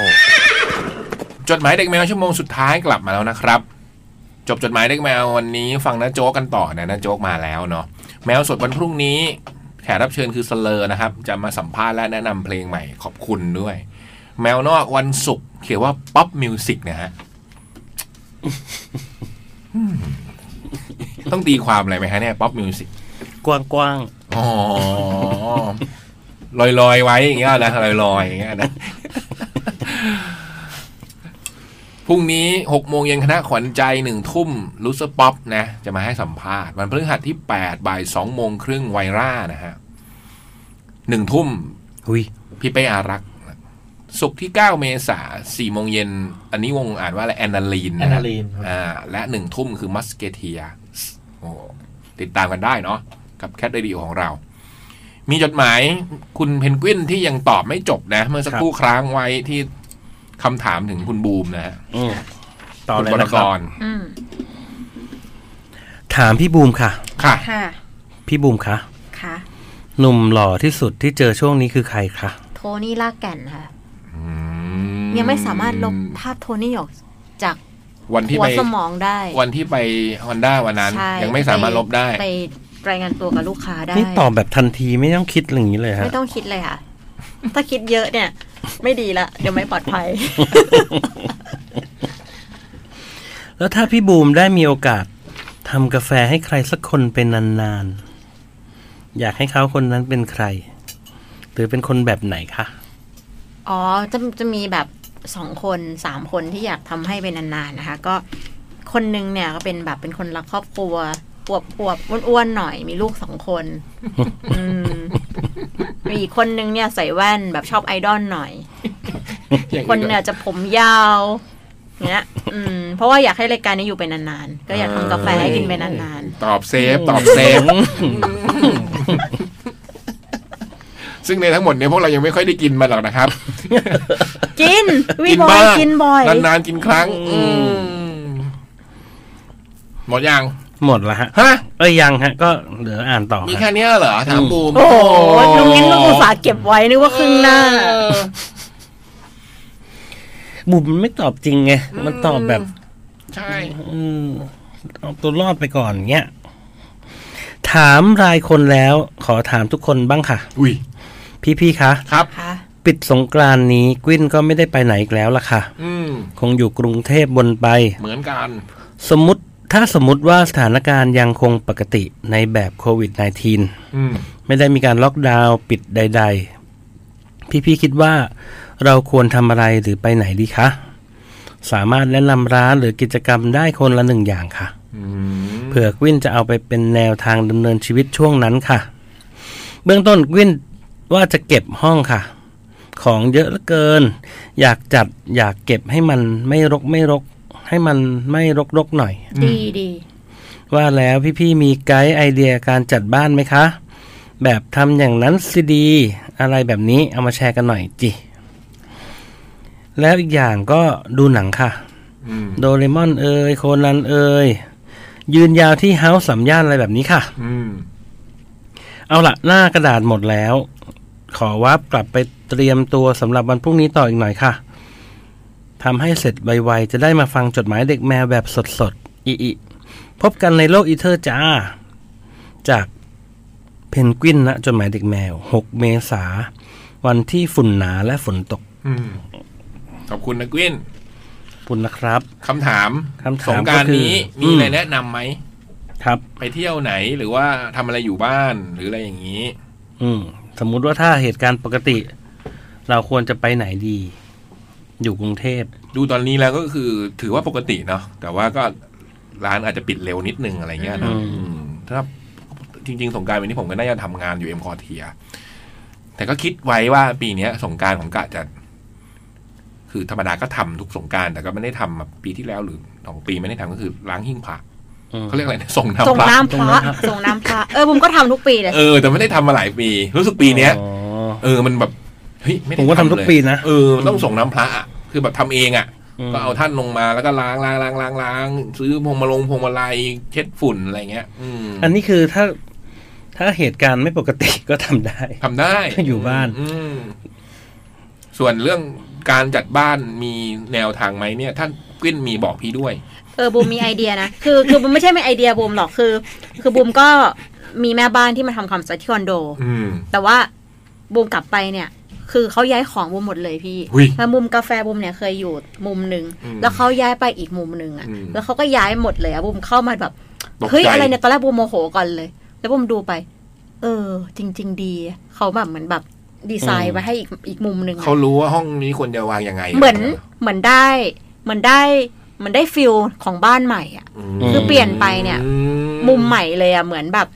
S3: จดหมายเด็กแมวชั่วโมงสุดท้ายกลับมาแล้วนะครับ จบจดหมายเด็กแมววันนี้ฟังนะโจ๊กกันต่อนะนะโจ๊กมาแล้วเนาะแมวสดวันพรุ่งนี้ แขกรับเชิญคือสเลอร์นะครับ จะมาสัมภาษณ์และแนะนำเพลงใหม่ขอบคุณด้วย แมวนอกวันศุกร์เขียนว่าป๊อปมิวสิกนะฮะ <laughs> อืมต้องตีความอะไรไหมฮะเนี่ยป๊อปมิวสิก
S4: กว้าง
S3: อ๋อลอยลอยๆไว้อย่างเงี้ยนะลอยลอยๆอย่างเงี้ยนะ <laughs> พรุ่งนี้หกโมงเย็นคณะขวัญใจหนึ่งทุ่มลุสป๊อปนะ จะมาให้สัมภาษณ์ วันพฤหัสที่แปดบ่ายสองโมงครึ่งไวร่านะฮะหนึ่งทุ่ม
S4: ๆหุย
S3: พี่เป้อารักษ์ศุกร์ที่เก้าเมษาสี่โมงเย็น อันนี้วงอ่านว่าอะไรแอนนาลีนนะฮะ
S2: Annalene ครับ
S3: อ่าและหนึ่งทุ่มคือมัสเกเทียโอ้ติดตามกันได้เนาะกับแคทเรดิโอของเรา มีจดหมายคุณเพนกวินที่ยังตอบไม่จบนะ เมื่อสักครู่ครั้างไว้ที่คำถามถึงคุณบูมนะฮะ
S4: อืมต่อ
S3: คุณ
S4: เลย
S3: บร
S4: นะ
S3: ก
S4: ครับ
S3: ร
S5: อืม
S4: ถามพี่บูมค่ะ
S3: ค่ะ
S5: ค่ะ
S4: พี่บูมคะ
S5: ค่ะ
S4: หนุ่มหล่อที่สุดที่เจอช่วงนี้คือใครคะ
S5: โทนี่ลากแก่นค่ะ ยังไม่สามารถลบภาพโทนี่ออกจาก
S3: วันที่
S5: หัว
S3: ไป
S5: สมองได้
S3: วันที่ไปฮอนด้าวันนั้น
S5: ใช่
S3: ยังไม่สามารถลบได้
S5: ไปรายงานตัวกับลูกค้าได้
S4: นี่ตอบแบบทันทีไม่ต้องคิดอะไรอย่างนี้เลยฮะ
S5: ไม่ต้องคิดเลยค่ะ ถ้าคิดเยอะเนี่ย ไม่ดีละเดี๋ยวไม่ปลอดภั
S3: <laughs>
S5: ย
S4: แล้วถ้าพี่บูมได้มีโอกาสทำกาแฟให้ใครสักคนเป็นนานๆ อยากให้เขาคนนั้นเป็นใคร หรือเป็นคนแบบไหนคะ
S5: อ๋อ จะจะมีแบบสองคนสามคนที่อยากทำให้เป็นนานๆนะคะ ก็คนหนึงเนี่ยก็เป็นแบบเป็นคนรักครอบครัวอวบอวบๆอ้วนๆหน่อยมีลูกสอง
S3: <laughs>
S5: คนอืมมีอีกคนนึงเนี่ยใส่แว่นแบบชอบไอดอลหน่อย
S3: อย่าง
S5: คนเนี่ยจะผมยาวเนี้ย อืม เพราะว่าอยากให้รายการนี้อยู่เป็นนานๆ ก็อยากทำกาแฟให้กินเป็นนาน
S3: ตอบเซฟ ตอบเซฟ ซึ่งในทั้งหมดเนี่ยพวกเรายังไม่ค่อยได้กินมันหรอกนะครับ
S5: กินวี
S3: กิน
S5: บอ
S3: บ้าย ง
S5: กินบ่อย
S3: นานๆกินครั้งอื
S4: อื
S3: มหมดยัง
S4: หมดละฮะ
S3: ฮะ
S4: เอ้ยยังฮะ ก็เหลืออ่านต่อ
S3: มี
S4: ฮะ
S3: แค่เนี้ยเหรอ ถามบูม
S5: โอ้โหลุงยิ้มก็อุตส่าห์เก็บไว้นึกว่าครึ่งหน้า
S3: เออ
S4: บุ๋มมันไม่ตอบจริงไง มันตอบแบบ
S3: ใช่
S4: เออเอาตัวรอดไปก่อนเงี้ย ถามรายคนแล้วขอถามทุกคนบ้างค่ะ
S3: อุ้ย
S4: พี่พี่ๆคะ
S3: ครับ
S5: ค่ะ
S4: ปิดสงกรานต์นี้กวินก็ไม่ได้ไปไหนอีกแล้วล่ะค่ะ
S3: อืม
S4: คงอยู่กรุงเทพบนไป
S3: เหมือนกัน
S4: สมมติถ้าสมมติว่าสถานการณ์ยังคงปกติในแบบโควิด -19
S3: อืม
S4: ไม่ได้มีการล็อกดาวน์ปิดใด ๆ พี่พี่ๆคิดว่าเราควรทำอะไรหรือไปไหนดีคะสามารถแนะนำร้านหรือกิจกรรมได้คนละหนึ่งอย่างค่ะ
S3: อืม
S4: เผื่อกวินจะเอาไปเป็นแนวทางดำเนินชีวิตช่วงนั้นค่ะ เบื้องต้นกวินว่าจะเก็บห้องค่ะ ของเยอะเหลือเกิน อยากจัดอยากเก็บให้มันไม่รกไม่รก ให้มันไม่รกรกหน่อย
S5: ดีดี
S4: ว่าแล้วพี่ๆมีไกด์ไอเดียการจัดบ้านไหมคะ แบบทำอย่างนั้นสิดี อะไรแบบนี้เอามาแชร์กันหน่อยจิ แล้วอีกอย่างก็ดูหนังค่ะ
S3: อืม
S4: โดเรมอนเอ่ยโคนันเอ่ยยืนยาวที่เฮาส์สามย่านอะไรแบบนี้ค่ะ
S3: อืม
S4: เอาละหน้ากระดาษหมดแล้ว ขอวับกลับไปเตรียมตัวสำหรับวันพรุ่งนี้ต่ออีกหน่อยค่ะทำให้เสร็จไวๆ จะได้มาฟังจดหมายเด็กแมวแบบสดๆอีอิพบกันในโลกอีเทอร์จ้า จากเพนกวินนะจดหมายเด็กแมว 6 เมษา วันที่ฝุ่นหนาและฝนตก
S3: อืม ขอบคุณนะกวิน
S4: คุณนะครับ
S3: คำถาม
S4: คำถาม
S3: สงกรารนี้
S4: ก็คือ
S3: มีอะไร
S4: อืม
S3: แนะนำไหม
S4: ครับ
S3: ไปเที่ยวไหนหรือว่าทำอะไรอยู่บ้านหรืออะไรอย่างนี้
S4: อืม สมมุติว่าถ้าเหตุการณ์ปกติ เราควรจะไปไหนดี อยู่กรุงเทพ
S3: ดูตอนนี้แล้วก็คือถือว่าปกติเนาะแต่ว่าก็ร้านอาจจะปิดเร็วนิดนึงอะไรเงี้ยนะ
S4: อืม
S3: อืมถ้าจริง ๆ สงกรารวันนี้ผมก็น่าจะทำงานอยู่เอ็มคอเทีย แต่ก็คิดไว้ว่าปีเนี้ย สงกรารของกะจะ คือธรรมดาก็ทำทุกสงกรารแต่ก็ไม่ได้ทำแบบปีที่แล้วหรือสองปีไม่ได้ทำก็คือล้างหิ้งพระ
S4: อืม
S3: เขาเรียกอะไรนะส่ง
S5: ส่ง
S3: น้ำพระ
S5: น้ำพระส่งน้ำพระเออบุมก็ทำทุกปีเลย
S3: เออ แต่ไม่ได้ทำมาหลายปี รู้สึกปีเนี้ย
S4: อ๋อ
S3: เออมันแบบเฮ้ยไม่ได้
S4: ผมก็ทำทุก
S3: เลย
S4: ปีนะ
S3: เออต้องส่งน้ำพระอะคือแบบทำเองอ่ะ
S4: อืม
S3: ก็เอาท่านลงมาแล้วก็ล้างล้างล้างล้างล้างซื้อพวงมาลงพวงมาลัยเช็ดฝุ่นอะไรเงี้ย อืม
S4: อันนี้คือถ้าถ้าเหตุการณ์ไม่ปกติ <laughs> ก็ทำได้
S3: ทำได้
S4: อยู่บ้าน
S3: อืมส่วนเรื่องการจัดบ้านมีแนวทางไหมเนี่ย ท่านกวิ้นมีบอกพี่ด้วย
S5: เออบูมมีไอเดียนะ คือคือบูมไม่ใช่ไม่ไอเดียบูมหรอกคือ คือบูมก็มีแม่บ้านที่มาทำความสะอาดที่คอนโด
S3: อืม
S5: แต่ว่าบูมกลับไปเนี่ย คือเขาย้ายของบูมหมดเลยพี่
S3: อุ๊ย
S5: แล้วมุมกาแฟบูมเนี่ยเคยอยู่มุมหนึ่ง
S3: อืม
S5: แล้วเขาย้ายไปอีกมุมหนึ่งอะ
S3: อืม
S5: แล้วเขาก็ย้ายหมดเลยอะบูมเข้ามาแบบ
S3: ตก
S5: เฮ้ย
S3: ใจ
S5: อะไรเนี่ยตอนแรกบูมโมโหก่อนเลย แล้วบูมดูไป เออ จริง ๆ ดีเขาแบบเหมือนแบบดีไซ
S4: อืม
S5: น์ไว้ให้อีกอีกมุมหนึ่งอะ
S3: เขารู้ว่าห้องนี้ควรจะวางยังไง
S5: เหมือนเหมือนได้เหมือนได้เหมือนได้ฟิลของบ้านใหม่อ่ะ
S4: คือ
S5: เปลี่ยนไปเนี่ย มุมใหม่เลยอ่ะเหมือนแบบ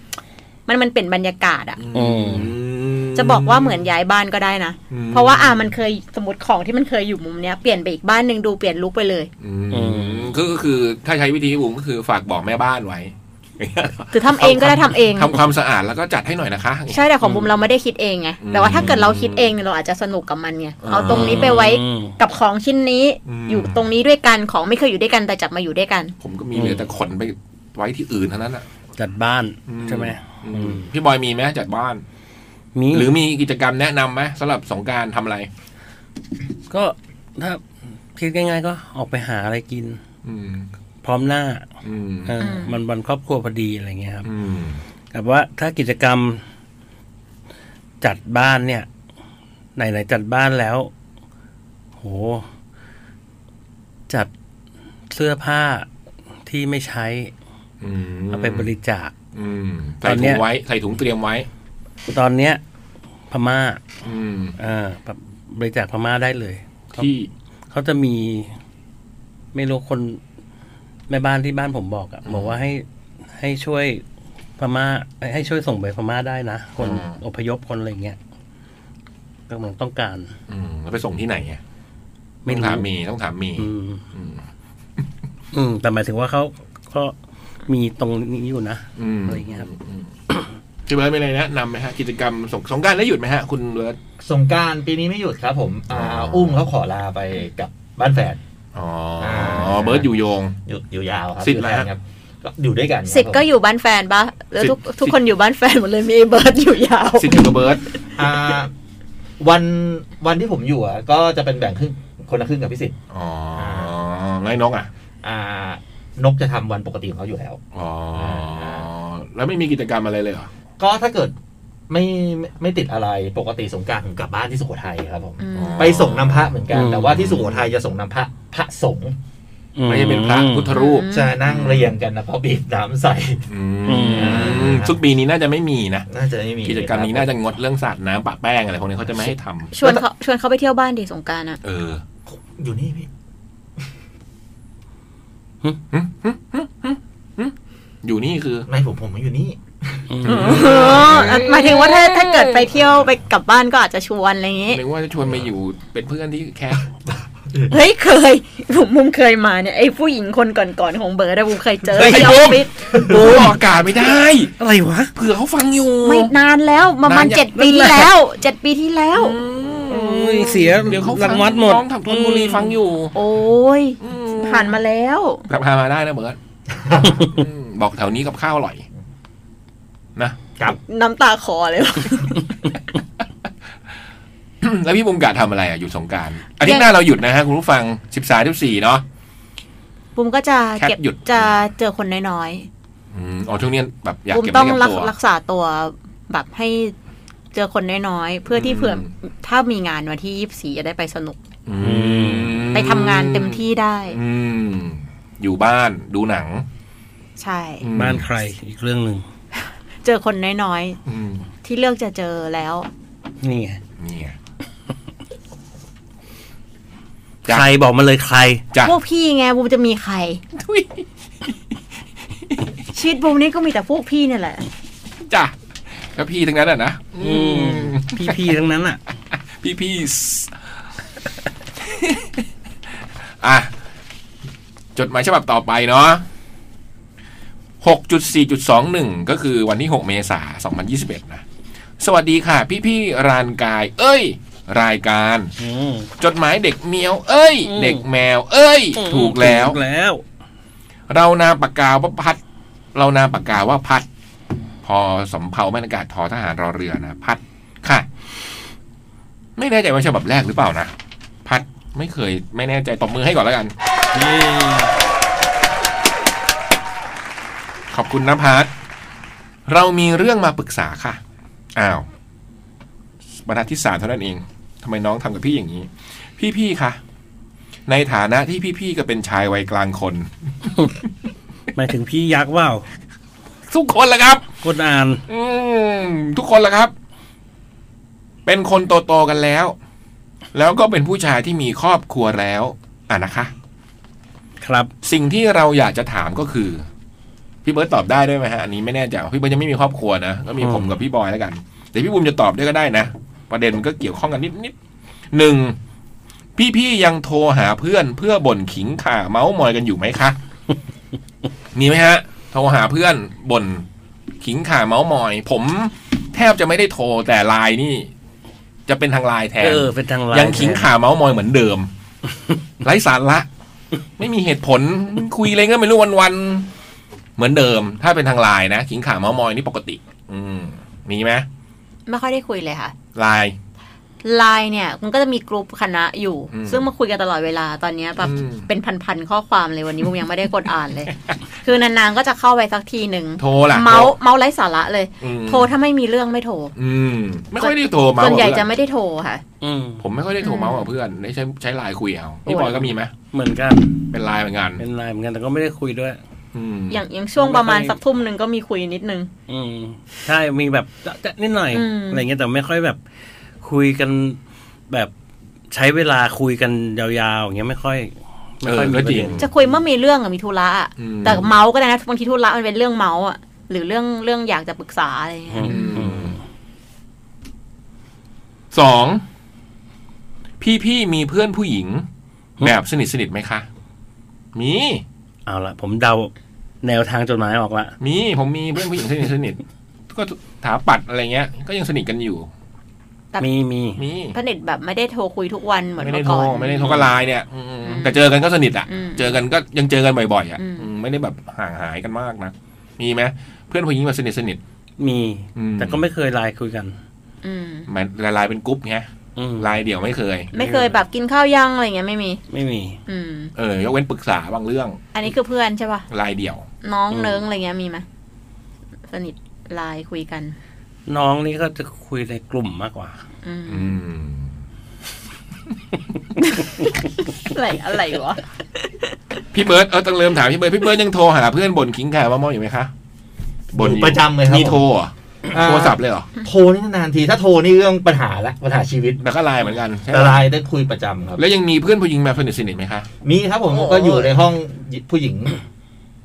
S5: มันมันเปลี่ยนบรรยากาศอ่ะ
S3: อืม
S5: จะบอกว่าเหมือนย้ายบ้านก็ได้นะ
S3: อืม
S5: เพราะว่าอ่ะมันเคยสมมติของที่มันเคยอยู่มุมเนี้ยเปลี่ยนไปอีกบ้านหนึ่งดูเปลี่ยนลุกไปเลย
S3: อืมก็ก็คือถ้าใช้วิธีบุ๋มก็คือฝากบอกแม่บ้านไว้
S5: คือทำเองก็ได้ทำเอง
S3: ทำความสะอาดแล้วก็จัดให้หน่อยนะคะ
S5: ใช่แต่ของบุมเราไม่ได้คิดเองไงแต่ว่าถ้าเกิดเราคิดเองเนี่ยเราอาจจะสนุกกับมันไงเอาตรงนี้ไปไว้
S4: อืม
S5: กับของชิ้นนี้
S3: อืม
S5: อยู่ตรงนี้ด้วยกันของไม่เคยอยู่ด้วยกันแต่จับมาอยู่ด้วยกัน
S3: ผมก็มีเหลือแต่ขนไปไว้ที่อื่นเท่านั้นอ่ะ
S4: จัดบ้าน
S3: อืม
S4: ใช่ไหม
S3: อืมพี่บอยมีไหมจัดบ้าน
S4: มี
S3: หรือมีกิจกรรมแนะนำไหมสำหรับสงกรารทำอะไร
S4: ก็ถ้าคิดง่ายๆก็ออกไปหาอะไรกิน
S3: อืม
S4: พร้อมหน้า
S3: อืม
S4: เอออ
S5: ม
S4: มันวันครอบครัวพอดีอะไรเงี้ยครับ
S3: อืม
S4: กับว่าถ้ากิจกรรมจัดบ้านเนี่ย ไหนๆจัดบ้านแล้ว โห จัดเสื้อผ้าที่ไม่ใช้
S3: อืม
S4: เอาไปบริจาค
S3: อืม
S4: ตอ
S3: ใส่
S4: นเนี้
S3: ถุ
S4: ย
S3: งไว้ใส่ถุงเตรียมไว้
S4: ตอนเนี้ย พม่า
S3: อืม
S4: เออแบบบริจาคพม่าได้เลย
S3: ที่
S4: เขาจะมีไม่รู้คนแม่บ้านที่บ้านผมบอกอะบอกว่าให้ให้ช่วยพม่าให้ให้ช่วยส่งไปพม่าได้นะคน
S3: อืม
S4: อพยพคนอะไรเงี้ยก็เหมือนต้องการ
S3: อืมแล้วไปส่งที่ไหนอ่ะ
S4: ไม่
S3: ต้อง
S4: รู้
S3: ถามมีต้องถามมี
S4: อืม
S3: อืม
S4: อืม แต่หมายถึงว่าเขาก็มีตรงนี้อยู่นะ
S3: อืม
S4: อะไรเงี้ยครับ
S3: อืม พี่เบิร์ดมีอะไรแนะนำไหมฮะ กิจกรรมสงสงกรารแล้วหยุดไหมฮะ คุณเบิร์ด
S2: สงกรารปีนี้ไม่หยุดครับผมอ่า
S3: อ๋ออุ้
S2: อุ้มเขาขอลาไปกับบ้านแฟน
S3: อ๋อ
S2: อ่า
S3: เบิร์ดอยู่โยง
S2: อยู่อยู่ยาวครับ
S3: สิทธิ์อะไร
S2: อยู่
S3: ฮะ
S2: ยาวครับก็อยู่ด้วยกันครับ
S5: สิทธิ์ก็อยู่บ้านแฟนปะแล้วทุกทุกคนอยู่บ้านแฟนหมดเลยมีเบิร์ดอยู่ยาว
S3: สิทธิ์อยู่กับเบิร์ด
S2: อ่าวันวันที่ผมอยู่อ่ะก็จะเป็นแบ่งครึ่งคนละครึ่งกับพี่สิทธิ์
S3: อ๋อไล่นกอ่ะ
S2: อ่านกจะทำวันปกติของเขาอยู่แล้ว
S3: อ๋อแล้วไม่มีกิจกรรมอะไรเลยเหรอ
S2: ก็ถ้าเกิดไม่ไม่ไม่ติดอะไรปกติสงกรารผมกลับบ้านที่สุโขทัยครับผม
S5: อืม
S2: ไปส่งน้ำพระเหมือนกัน
S4: อืม
S2: แต่ว่าที่สุโขทัยจะส่งน้ำพระพระสงฆ์
S3: ไม่ใช่เป็นพระพุทธรูป
S5: อืม
S2: จะนั่งเรียงกันนะเพราะบีบน้ำใส่
S3: อื
S4: อื
S3: ม
S2: ม
S3: ซึ่งปีนี้น่าจะไม่มีนะ
S2: น่าจะไม่มี
S3: กิจกรรมนี้น่าจะงดเรื่องสาดน้ำปะแป้งอะไรพวกนี้เขาจะไม่ให้ทำ
S5: ชวนเขาชวนเขาไปเที่ยวบ้านดิสงกรารอ่ะ
S3: เออ
S2: อยู่นี่พี่
S3: อยู่นี่คือ
S2: ไม่ผมผมไม่อยู่นี่
S4: อืม
S5: เออหมายถึงว่าถ้าถ้าเกิดไปเที่ยวไปกลับบ้านก็อาจจะชวนอะไรอย่างงี้
S3: นึกว่าจะชวนมาอยู่เป็นเพื่อนที่แคส
S5: เฮ้ยเคยผมมุมเคยมาเนี่ยไอ้ผู้หญิงคนก่อนๆของเบิร์ดอะมุมเคยเจอ
S3: เฮ้ย
S5: ที่ออฟฟิศ
S3: <laughs> บูออกอากาศไม่ได้
S4: อะไรวะ
S3: เผื่อเขาฟังอยู่
S5: ไม่นานแล้วประมาณ
S3: นานยัง
S5: เจ็ดปีที่แล้วเจ็ดปีที่แล้ว
S4: โอ้ยเสีย
S3: เดี๋ยวเขา
S4: รางวัลหมด
S3: น้องทำคนบุรีฟังอยู่
S5: โอ้ย
S3: อืม
S5: ผ่านมาแล้ว
S3: กลับพามาได้นะเบิร์ตอืมบอกแถวนี้กับข้าวอร่อย นะ
S5: น้ำตาคอเลยวะ
S3: แล้วพี่บุมกะทำอะไรอ่ะหยุดสงกรารอาทิตย์หน้าเราหยุดนะฮะคุณผู้ฟังสิบสามสิบสี่เนาะ
S5: บุมก็จะ
S3: แคท
S5: เก็บ
S3: หยุด
S5: จะเจอคนน้อย
S3: อืมอ๋อช่วงเนี้ยแบบอยาก
S5: ๆบุม
S3: เก็บ
S5: ต้อง
S3: ไว้
S5: รั
S3: กับ
S5: ก
S3: ตัว
S5: รักษาตัวแบบให้เจอคนน้อยๆเพื่อที่เผื่ออ
S3: ม
S5: ถ้ามีงานวันที่ยี่สี่จะได้ไปสนุก
S3: อืม
S5: ไปทำงานเต็มที่ได้
S3: อืม อยู่บ้านดูหนัง
S5: ใช่
S3: อืม
S4: บ้านใครอีกเรื่องหนึ่ง
S5: เจอคนน้อย
S3: อืม
S5: ๆที่เลือกจะเจอแล้ว
S4: นี่ไง
S3: เนี่ย จ้ะ
S4: ใครบอกมาเลยใคร
S3: จ้ะ
S5: พวกพี่ไงบูมจะมีใคร ชีวิตบูมนี่ก็มีแต่พวกพี่เนี่ยแหละ
S3: จ้ะก็พี่ทั้งนั้นอ่ะนะ
S4: อืม พี่ๆทั้งนั้นอ่ะ
S3: พี่พี่ส <laughs> อ่ะ จดหมายฉบับต่อไปเนาะ6.4.21 ก็คือวันที่ 6 เมษายน 2021 นะ สวัสดีค่ะ พี่พี่ๆรานกาย เอ้ย รายการ จดหมายเด็กเมียว เอ้ย
S4: อืม
S3: เด็กแมว เอ้ย ถูกแล้ว
S4: ถูกแล้ว
S3: เรานามปากกาว่าพัด เรานามปากกาว่าพัด พอสำเภาแม่นอากาศทอทหารรอเรือนะ พัดค่ะ ไม่แน่ใจว่าฉบับแรกหรือเปล่านะ พัดไม่เคย ไม่แน่ใจตบมือให้ก่อนแล้วกัน
S4: นี่
S3: ขอบคุณนะพัดเรามีเรื่องมาปรึกษาค่ะ อ้าวบรรทัดที่สามเท่านั้นเองทำไมน้องทำกับพี่อย่างนี้ พี่ๆคะในฐานะที่พี่ๆก็เป็นชายวัยกลางคน
S4: หมายถึงพี่ยักษ์ว่าว
S3: ทุกคนแหละครับ
S4: กดอ่าน
S3: อืมทุกคนละครับ เป็นคนโตๆกันแล้ว แล้วก็เป็นผู้ชายที่มีครอบครัวแล้ว อ่ะนะคะ
S4: ครับ
S3: สิ่งที่เราอยากจะถามก็คือ พี่เบิร์ตตอบได้ด้วยไหมฮะอันนี้ไม่แน่ใจว่าพี่เบิร์ตยังไม่มีครอบครัวนะก็มี
S4: อืม
S3: ผมกับพี่บอยแล้วกันแต่พี่บุมจะตอบด้วยก็ได้นะประเด็นมันก็เกี่ยวข้องกันนิดนิดๆหนึ่งพี่ๆยังโทรหาเพื่อนเพื่อบ่นขิงข่าเมาส์มอยกันอยู่ไหมคะ มีไหมฮะ โทรหาเพื่อนบ่นขิงข่าเมาส์มอย ผมแทบจะไม่ได้โทรแต่ไลน์นี่ จะเป็นทางไลน์แทน
S4: เออ เป็นทางไลน์
S3: ยังขิงข่าเมาส์มอยเหมือนเดิม ไร้สาระ ไม่มีเหตุผล คุยอะไรก็ไม่รู้วันๆเหมือนเดิม ถ้าเป็นทางไลน์นะขิงข่าเมาส์มอยนี่ปกติ อืมมีไหม
S5: ไม่ค่อยได้คุยเลยค่ะ
S3: ไลน์
S5: ไลน์เนี่ย มันก็จะมีกลุ่มคณะอยู่
S3: อืม
S5: ซึ่งมาคุยกันตลอดเวลาตอนเนี้ยแบบ
S3: อืม
S5: เป็นพันๆข้อความ
S3: <laughs>
S5: เลยวันนี้บูมยังไม่ได้กดอ่านเลย คือนานๆก็จะเข้าไปสักทีหนึ่ง
S3: โทรล่ะ
S5: เมาส์เมาส์ไร้สาระเลย
S3: อืม
S5: โทรถ้าไม่มีเรื่องไม่โทร
S3: อืม ไม่ค่อยได้โทรเมาส์
S5: ส่วนใหญ่
S3: กับ
S5: จะ
S3: เพื่อน
S5: ไม่ได้โทรค่ะ
S4: อืม
S3: ผมไม่ค่อยได้โทรเมาส์กับเพื่อนได้ใช้ใช้ไลน์คุยเอาพี่
S5: โอ้
S3: บ
S5: ย
S3: อยก็มีไหม
S4: เหมือนกัน
S3: เป็นไลน์เหมือนกัน
S4: เป็นไลน์เหมือนกันแต่ก็ไม่ได้คุยด้วย
S3: อืม
S5: อย่างอย่างช่วงประมาณ
S3: ไม่ค่อย
S5: สักทุ่มหนึ่งก็มีคุยนิดนึง
S4: อืม ใช่มีแบบจะจะนิดหน่อย
S5: อืม
S4: อะไรเงี้ยแต่ไม่ค่อยแบบคุยกันแบบใช้เวลาคุยกันยาวๆอย่างเงี้ยไม่ค่อย ไม่ค่อย
S3: เออ
S4: มี
S3: ก็
S4: ประ
S3: จริ
S4: เด็
S3: ง
S4: น
S5: จะคุยเมื่อมีเรื่องอะมีธุระอะ
S3: อืม
S5: แต่เมาส์ก็ได้นะบางทีธุระมันเป็นเรื่องเมาส์อะหรือเรื่องเรื่องอยากจะปรึกษาอะไรอย่างเงี้ย
S4: อืมอืม
S3: สอง พี่ๆมีเพื่อนผู้หญิง แบบสนิทสนิทๆไหมคะ มี
S4: เอาละผมเดาแนวทางจดหมายออกละ
S3: มีผมมีเพื่อนผู้หญิงสนิทสนิท ก็ถาปัดอะไรเงี้ย ก็ยังสนิทกันอยู่
S4: มีมี
S3: มี
S5: สนิทแบบไม่ได้โทรคุยทุกวันเหมือน
S3: ไม่ได้
S5: เมื่อ
S3: โทร
S5: ก่อน
S3: ไม่ได้โทรก็ไลน์เนี่ยอืม
S5: อืม
S3: แต่เจอกันก็สนิทอ่ะ
S5: อืม
S3: เจอกันก็ยังเจอกันบ่อยๆอ่ะ
S5: อืม
S3: อืมไม่ได้แบบห่างหายกันมากนะมีไหมเพื่อนผู้หญิงแบบสนิทสนิท
S4: มี
S3: อืม
S4: แต่ก็ไม่เคยไลน์คุยกัน
S5: อืม
S3: ๆหมายไลน์เป็นกรุ๊ปไง
S4: อืม
S3: ไลน์เดี่ยวไม่เคย
S5: ไม่เคยแบบกินข้าวยังอะไรเงี้ยไม่มี
S4: ไม่มี
S5: อืม
S3: เออยกเว้นปรึกษาบางเรื่อง
S5: อันนี้คือเพื่อนใช่ป่ะ
S3: รายเดี่ยว
S5: น้อง
S4: อืม
S5: เนิ้งอะไรเงี้ยมีไหมสนิทไลน์คุยกัน
S4: น้องนี่ก็จะคุยในกลุ่มมากกว่า
S5: อืม
S3: อืม
S5: อะไรอะไรวะ
S3: พี่เบิร์ตเออต้องเริ่มถามพี่เบิร์ตพี่เบิร์ตยังโทรหาเพื่อนบ่นคิงแคร์ว่าม่ออยู่ไหมคะบ่นอยู่
S2: ประจำเลยครับ
S3: มีโทรเหรอโทรศัพท์เลยเหรอ
S2: โทรนี่นานๆทีถ้าโทรนี่เรื่องปัญหาละปัญหาชีวิต
S3: แต่ก็ไลน์เหมือนกันใช่ไห
S2: แต่
S3: ม
S2: ไลน์ได้คุยประจำครับ
S3: แล้วยังมีเพื่อนผู้หญิงมาสนิทสนิทไหมคะ
S2: มีครับผมก็อยู่ในห้องผู้หญิง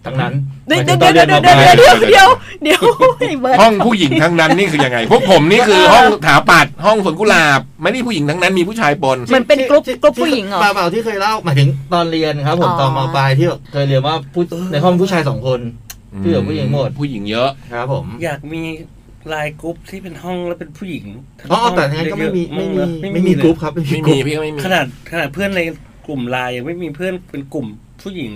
S2: ทั้งนั้น
S5: เดี๋ยว
S2: หมาย
S5: เดี๋ยว
S2: ถึงต
S5: เดี๋วเดี๋
S2: อย นเรียน
S5: ยว
S2: ม
S5: เดี๋ยว
S2: ปลา
S5: เดี๋ยวเดี๋ยวเดี๋ยว
S2: ย
S5: ไอ้เบิร์ด
S3: ห้องผู้หญิงทั้งนั้นนี่คือยังไง พวกผมนี่คือห้องถาปัดห้องสวนกุหลาบ ไม่ได้ผู้หญิงทั้งนั้นมีผู้ชายปน
S5: มันเป็นกรุ๊ปกรุ๊ปผู้หญิงเหรอ
S2: ปาเปล่าที่เคยเล่าหมายถึงตอนเรียนครับ ผม
S5: อ๋อ
S2: ตอนมปลายที่แบบเคยเรียนว่าผู้ในห้องผู้ชายสองคน เพื่อนผู้หญิงหมด
S3: ผู้หญิงเยอะ
S2: ครับผม
S4: อยากมีไลน์กรุ๊ปที่เป็นห้องแล้วเป็นผู้หญิงทั้ง
S2: อ๋อ
S4: ห้ง
S2: แต่งั้นก็ไม่มีไม่มี
S4: เยอะๆ
S2: ไม่มี
S4: เย
S2: กรุ๊ปครับไม่มี
S3: ไม่
S2: กรุ๊
S3: มี
S2: ป
S3: พี่ก็ไม่มี
S4: ขนาดขนาดเพื่อนในกลุ่มไลน์ยังไม่มีเพื่อนเป็นกลุ่มผู้หญิง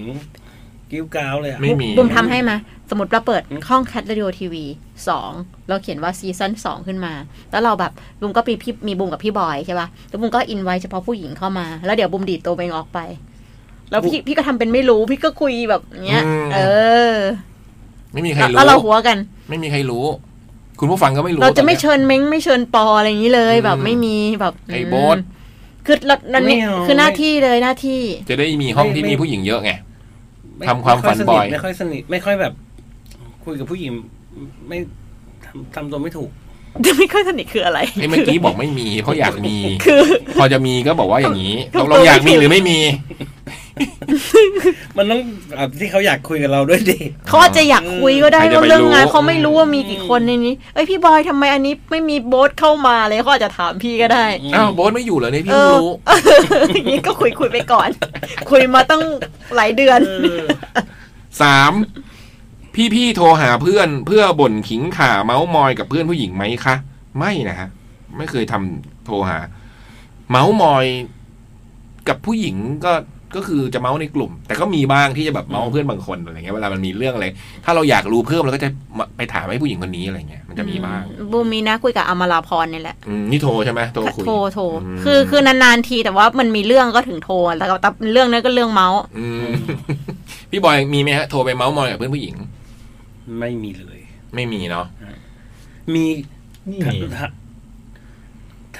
S4: กิ้วกร้าวเลยอะ
S3: ไม่มี
S5: บุมทำให้มา สมมติเราเปิด
S4: อืม
S5: ห้องแคทเรดิโอทีวีสองเราเขียนว่าซีซั่นสองขึ้นมา แล้วเราแบบบุมก็มีพี่มีบุมกับพี่บอยใช่ป่ะแล้วบุมก็อินไว้เฉพาะผู้หญิงเข้ามา แล้วเดี๋ยวบุมดีดตัวเองออกไป แล้วพี่พี่ก็ทำเป็นไม่รู้พี่ก็คุยแบบเนี้ย เออ
S3: ไม่มีใครรู้
S5: แล้วแล้วเราหัวกัน
S3: ไม่มีใครรู้ คุณผู้ฟังก็ไม่รู้
S5: เราจะไม่เชิญเม้งไม่เชิญปออะไรอย่างนี้เลย
S3: อืม
S5: แบบไม่มีแบบ
S3: ไอ้โบ๊ท
S5: มคือเรานั่นเนี่ย
S4: ไม่เอา
S5: คือหน้าที่เลยหน้าที่ <laughs>
S3: จะได้มีห้องที่มีผู้หญิงเยอะไง
S4: ไ
S3: ทำความฝันบ่อย
S4: ไม่ค่อยสนิทไม่ค่อยสนิทไม่ค่อยแบบ คุยกับผู้หญิง ไม่ทำทำตัวไม่ถูก
S5: จะไม่ค่อยสนิทคืออะไร
S3: ไอ้เมื่อกี้บอกไม่มีเพราะอยากมี
S5: คือ
S3: พอจะมีก็บอกว่าอย่างนี้ต
S5: ต้อง
S3: กลงอยากมี
S5: ต้อง
S3: หรือไม่มี
S4: มันต้องแบบที่เขาอยากคุยกับเราด้วยดิ
S5: เขาอาจจะอยากคุยก็ได้
S3: ใครจะ
S5: ว่า
S3: ไป
S5: เรื่องงาน
S3: รู้
S5: เขาไม่รู้ว่ามีกี่คนในนี้เอ้ยพี่บอยทำไมอันนี้ไม่มีโบ๊ทเข้ามาเลยเขาอาจจะถามพี่ก็ได้
S3: <laughs> อ้าวโบ๊ทไม่อยู่เหรอเนี่ยพี่
S5: เอ
S3: เพิ่ง
S5: อ
S3: รู้
S5: อย่างนี้ก็คุยคุยไปก่อน คุยมาตั้งหลายเดือน
S3: สามพี่พี่ๆโทรหาเพื่อนเพื่อบ่นขิงข่าเมาส์มอยกับเพื่อนผู้หญิงไหมคะ ไม่นะฮะไม่เคยทำโทรหา เมาส์มอยกับผู้หญิงก็ก็คือจะเมาส์ในกลุ่ม แต่ก็มีบ้างที่จะแบบเมาส์เพื่อนบางคนอะไรเงี้ยเวลามันมีเรื่องอะไรถ้าเราอยากรู้เพิ่มเราก็จะมาไปถามให้ผู้หญิงคนนี้อะไรเงี้ยมันจะมีบ้าง
S5: บูมมีนะคุยกับอมราพรนี่แหละ
S3: อืมนี่โทรใช่ไหมโทรคุย
S5: โทรโทร
S3: อืม
S5: คือคือนานๆทีแต่ว่ามันมีเรื่องก็ถึงโทรแล้วก็แต่เรื่องนั้นก็เรื่องเมาส์
S3: อืม พี่บอยมีไหมฮะโทรไปเมาส์มอยกับเพื่อนผู้หญิง
S4: ไม่มีเลย
S3: ไม่มีเนาะ
S4: มี
S2: นี่
S4: ถาม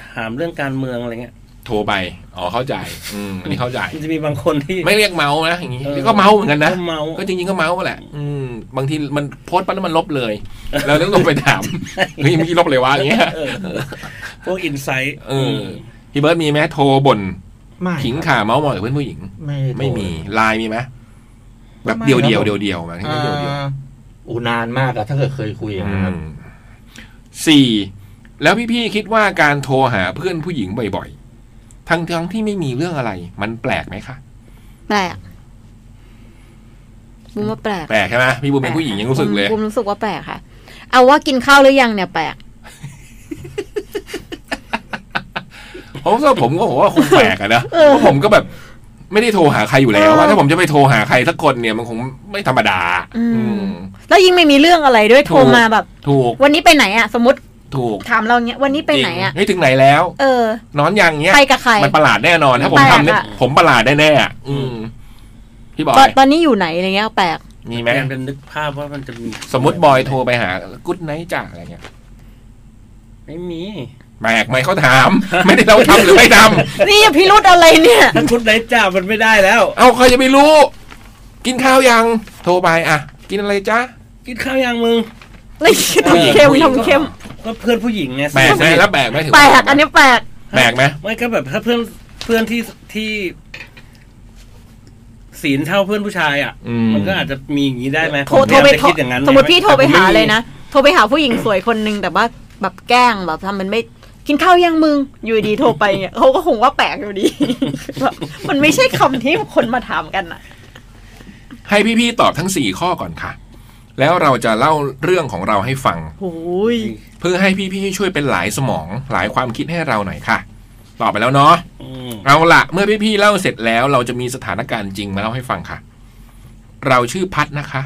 S4: ถามเรื่องการเมืองอะไรเงี้ย
S3: โทรไปอ๋อเข้าใจ อืมอันนี้เข้าใจ
S4: มันจะมีบางคนที่
S3: ไม่เรียกเมาส์นะอย่างนี้
S4: เออ
S3: ก็เมาส์เหมือนกันนะ
S4: ก็เมาส์
S3: ก็จริงๆก็เมาส์แหละ อืมบางทีมันโพสต์ปั๊บแล้วมันลบเลยเราต้องลงไปถามเฮ้ยเมื่อกี้ลบเลยวะอย่างเงี้ย
S4: เออพวกอินไซต์
S3: เออพี่เบิร์ดมีไหมโทรบ่น
S2: ไม่
S3: ขิงข่าเมาส์มอยกับเพื่อนผู้หญิง
S2: ไม่
S3: ไม่มีไลน์มีไหมแบบเดียวเดียวเดียวเดียวๆแบบเดียวเดียว
S2: อูนานมากอะถ้าเกิดเคยคุย
S3: ๆ
S2: อะ
S3: อื
S2: นะครับ
S3: มสี่แล้วพี่ๆคิดว่าการโทรหาเพื่อนผู้หญิงบ่อยๆทั้งทั้งๆที่ไม่มีเรื่องอะไร มันแปลกไหมคะ
S5: แปลกบูมว่าแปลก
S3: แปลกใช่ไหมพี่บูมเป็นผู้หญิงยังรู้สึกเลย
S5: บูมบูมรู้สึกว่าแปลกค่ะ เอาว่ากินข้าวหรือยังเนี่ยแปลก
S3: ผมก็ผมก็บอกว่าคงแปลกอะนะ
S5: เออ
S3: เพราะผมก็แบบ ไม่ได้โทรหาใครอยู่แล้วว่าถ้าผมจะไปโทรหาใครสักคนเนี่ยมันคงไม่ธรรมดา
S5: อืม
S3: อืม
S5: แล้วยิ่งไม่มีเรื่องอะไรด้วยโทร
S3: ถูก
S5: มาแบบ
S3: ถูก
S5: วันนี้ไปไหนอะสมมติ
S3: ถูก
S5: ถามเราเนี้ยวันนี้ไปไหนอะ
S3: จริงเฮ้ยถึงไหนแล้ว
S5: เออ
S3: นอนยังเนี้ย
S5: ไปกับใคร
S3: มันประหลาดแน่นอน ถ้าผมทำเนี่ย
S5: แปลกอะ
S3: ผมประหลาดแน่ๆอะอืมพี่บอ
S5: ตอน
S3: ย
S5: ตอนนี้อยู่ไหนอะไรเงี้ยแปลก
S3: มีไหม
S4: แม่เป็นนึกภาพว่ามันจะมี
S3: สมมติบอยโทรไปหากุ๊ดไนท์จ่าอะไรเงี้ย
S4: ไม่มี
S3: แปลกไหมเขาถาม <laughs> ไม่ได้เราทำห <laughs> รือไม่ท
S5: นี่พิรุธอะไรเนี่ย
S4: ถ้าคุณไนจ่ามันไม่ได้แล้ว
S3: ำเอาใครจะไปรู้ กินข้าวยังโทรไปอะกินอะไรจ๊ะ
S4: กินข้าวยังมึง
S5: เลยทำเข้มทำเข้ม
S4: ก็เพื่อนผู้หญิงไง
S3: <laughs> แปลกไหม
S4: สนิท
S3: แล้วแปลกไหมถือ
S5: แปล
S3: ว่าก
S5: อันนี้แปลก
S3: แปลกไหม
S4: ไม่ก็แบบถ้าเพื่อนเพื่อนที่ที่ ศีลเท่าเพื่อนผู้ชายอ่ะ
S3: อืม
S4: มันก็อาจจะมีอย่างนี้ได้ไหม
S5: โทรโทรไป
S4: ผมม่ด้คิดอย่างนั้น
S5: สมมติพี่โทรไปหา
S4: แต่ผมม่มี
S5: เลยนะโทรไปหาผู้หญิงสวยคนนึงแต่ว่าแบบแกล้งแบบทำมันไม่กินข้าวยังมึงอยู่ดีโทรไปเนี่ยเขาก็คงว่าแปลกอยู่ดี <laughs> แบบมันไม่ใช่คำที่คนมาถามกันอะ
S3: ให้พี่ๆตอบทั้งสี่ข้อก่อนค่ะ แล้วเราจะเล่าเรื่องของเราให้ฟัง
S5: โอ้ย
S3: เพื่อให้พี่ๆช่วยเป็นหลายสมองหลายความคิดให้เราหน่อยค่ะตอบไปแล้วเนาะ
S4: อืม
S3: เอาละเมื่อพี่ๆเล่าเสร็จแล้ว เราจะมีสถานการณ์จริงมาเล่าให้ฟังค่ะ เราชื่อพัดนะคะ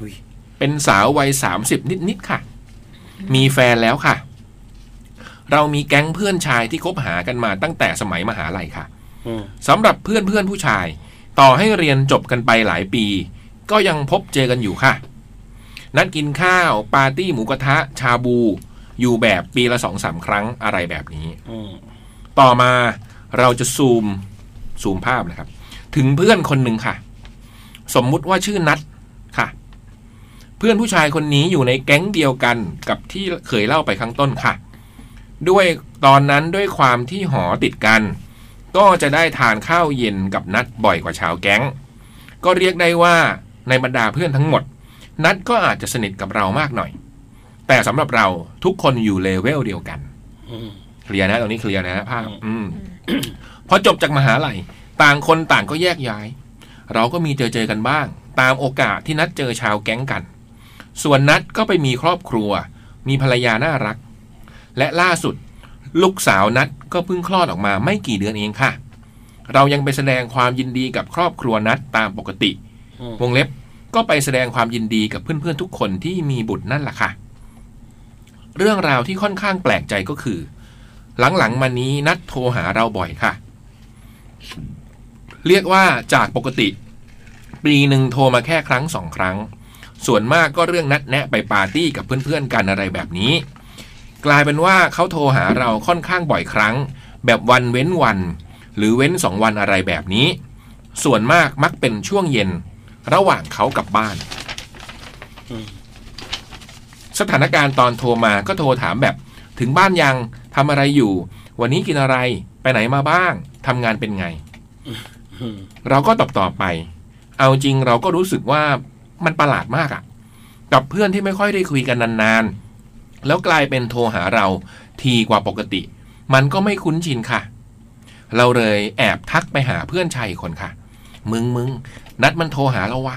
S4: อุ๊ย
S3: เป็นสาววัยสามสิบนิดๆค่ะ มีแฟนแล้วค่ะ เรามีแก๊งเพื่อนชายที่คบหากันมาตั้งแต่สมัยมหาลัยค่ะ
S4: อืม
S3: สำหรับเพื่อนเพื่อนๆผู้ชาย ต่อให้เรียนจบกันไปหลายปี ก็ยังพบเจอกันอยู่ค่ะ นัดกินข้าว ปาร์ตี้หมูกระทะ ชาบู อยู่แบบปีละสองสามครั้งอะไรแบบนี้
S4: อืม
S3: ต่อมาเราจะซูมซูมภาพนะครับ ถึงเพื่อนคนหนึ่งค่ะ สมมุติว่าชื่อนัทค่ะ เพื่อนผู้ชายคนนี้อยู่ในแก๊งเดียวกันกับที่เคยเล่าไปข้างต้นค่ะ ด้วยตอนนั้นด้วยความที่หอติดกัน ก็จะได้ทานข้าวเย็นกับนัดบ่อยกว่าชาวแก๊ง ก็เรียกได้ว่าในบรรดาเพื่อนทั้งหมด นัดก็อาจจะสนิทกับเรามากหน่อย แต่สำหรับเราทุกคนอยู่เลเวลเดียวกัน
S4: อืม
S3: เคลียร์นะตอนนี้เคลียร์นะภาพอืม <coughs>
S5: อืม
S3: พอจบจากมหาลัยต่างคนต่างก็แยกย้าย เราก็มีเจอเจอกันบ้าง ตามโอกาสที่นัดเจอชาวแก๊งกัน ส่วนนัดก็ไปมีครอบครัว มีภรรยาน่ารัก และล่าสุด ลูกสาวนัดก็เพิ่งคลอดออกมาไม่กี่เดือนเองค่ะ เรายังไปแสดงความยินดีกับครอบครัวนัดตามปกติ
S4: อืม
S3: วงเล็บก็ไปแสดงความยินดีกับเพื่อนๆทุกคนที่มีบุตรนั่นแหละค่ะ เรื่องราวที่ค่อนข้างแปลกใจก็คือ หลังๆมานี้นัดโทรหาเราบ่อยค่ะ เรียกว่าจากปกติ ปีหนึ่งโทรมาแค่ครั้งสองครั้ง ส่วนมากก็เรื่องนัดแนะไปปาร์ตี้กับเพื่อนๆกันอะไรแบบนี้ กลายเป็นว่าเขาโทรหาเราค่อนข้างบ่อยครั้ง แบบวันเว้นวัน หรือเว้นสองวันอะไรแบบนี้ ส่วนมากมักเป็นช่วงเย็น ระหว่างเขากลับบ้าน
S4: อืม
S3: สถานการณ์ตอนโทรมาก็โทรถามแบบ ถึงบ้านยังทำอะไรอยู่ วันนี้กินอะไรไปไหนมาบ้างทำงานเป็นไง
S4: อืม
S3: เราก็ตอบต่อบไป เอาจริงเราก็รู้สึกว่ามันประหลาดมากอะกับเพื่อนที่ไม่ค่อยได้คุยกันนานๆ แล้วกลายเป็นโทรหาเราทีกว่าปกติ มันก็ไม่คุ้นชินค่ะ เราเลยแอบทักไปหาเพื่อนชายอีกคนค่ะ มึงมึงนัดมันโทรหาเราวะ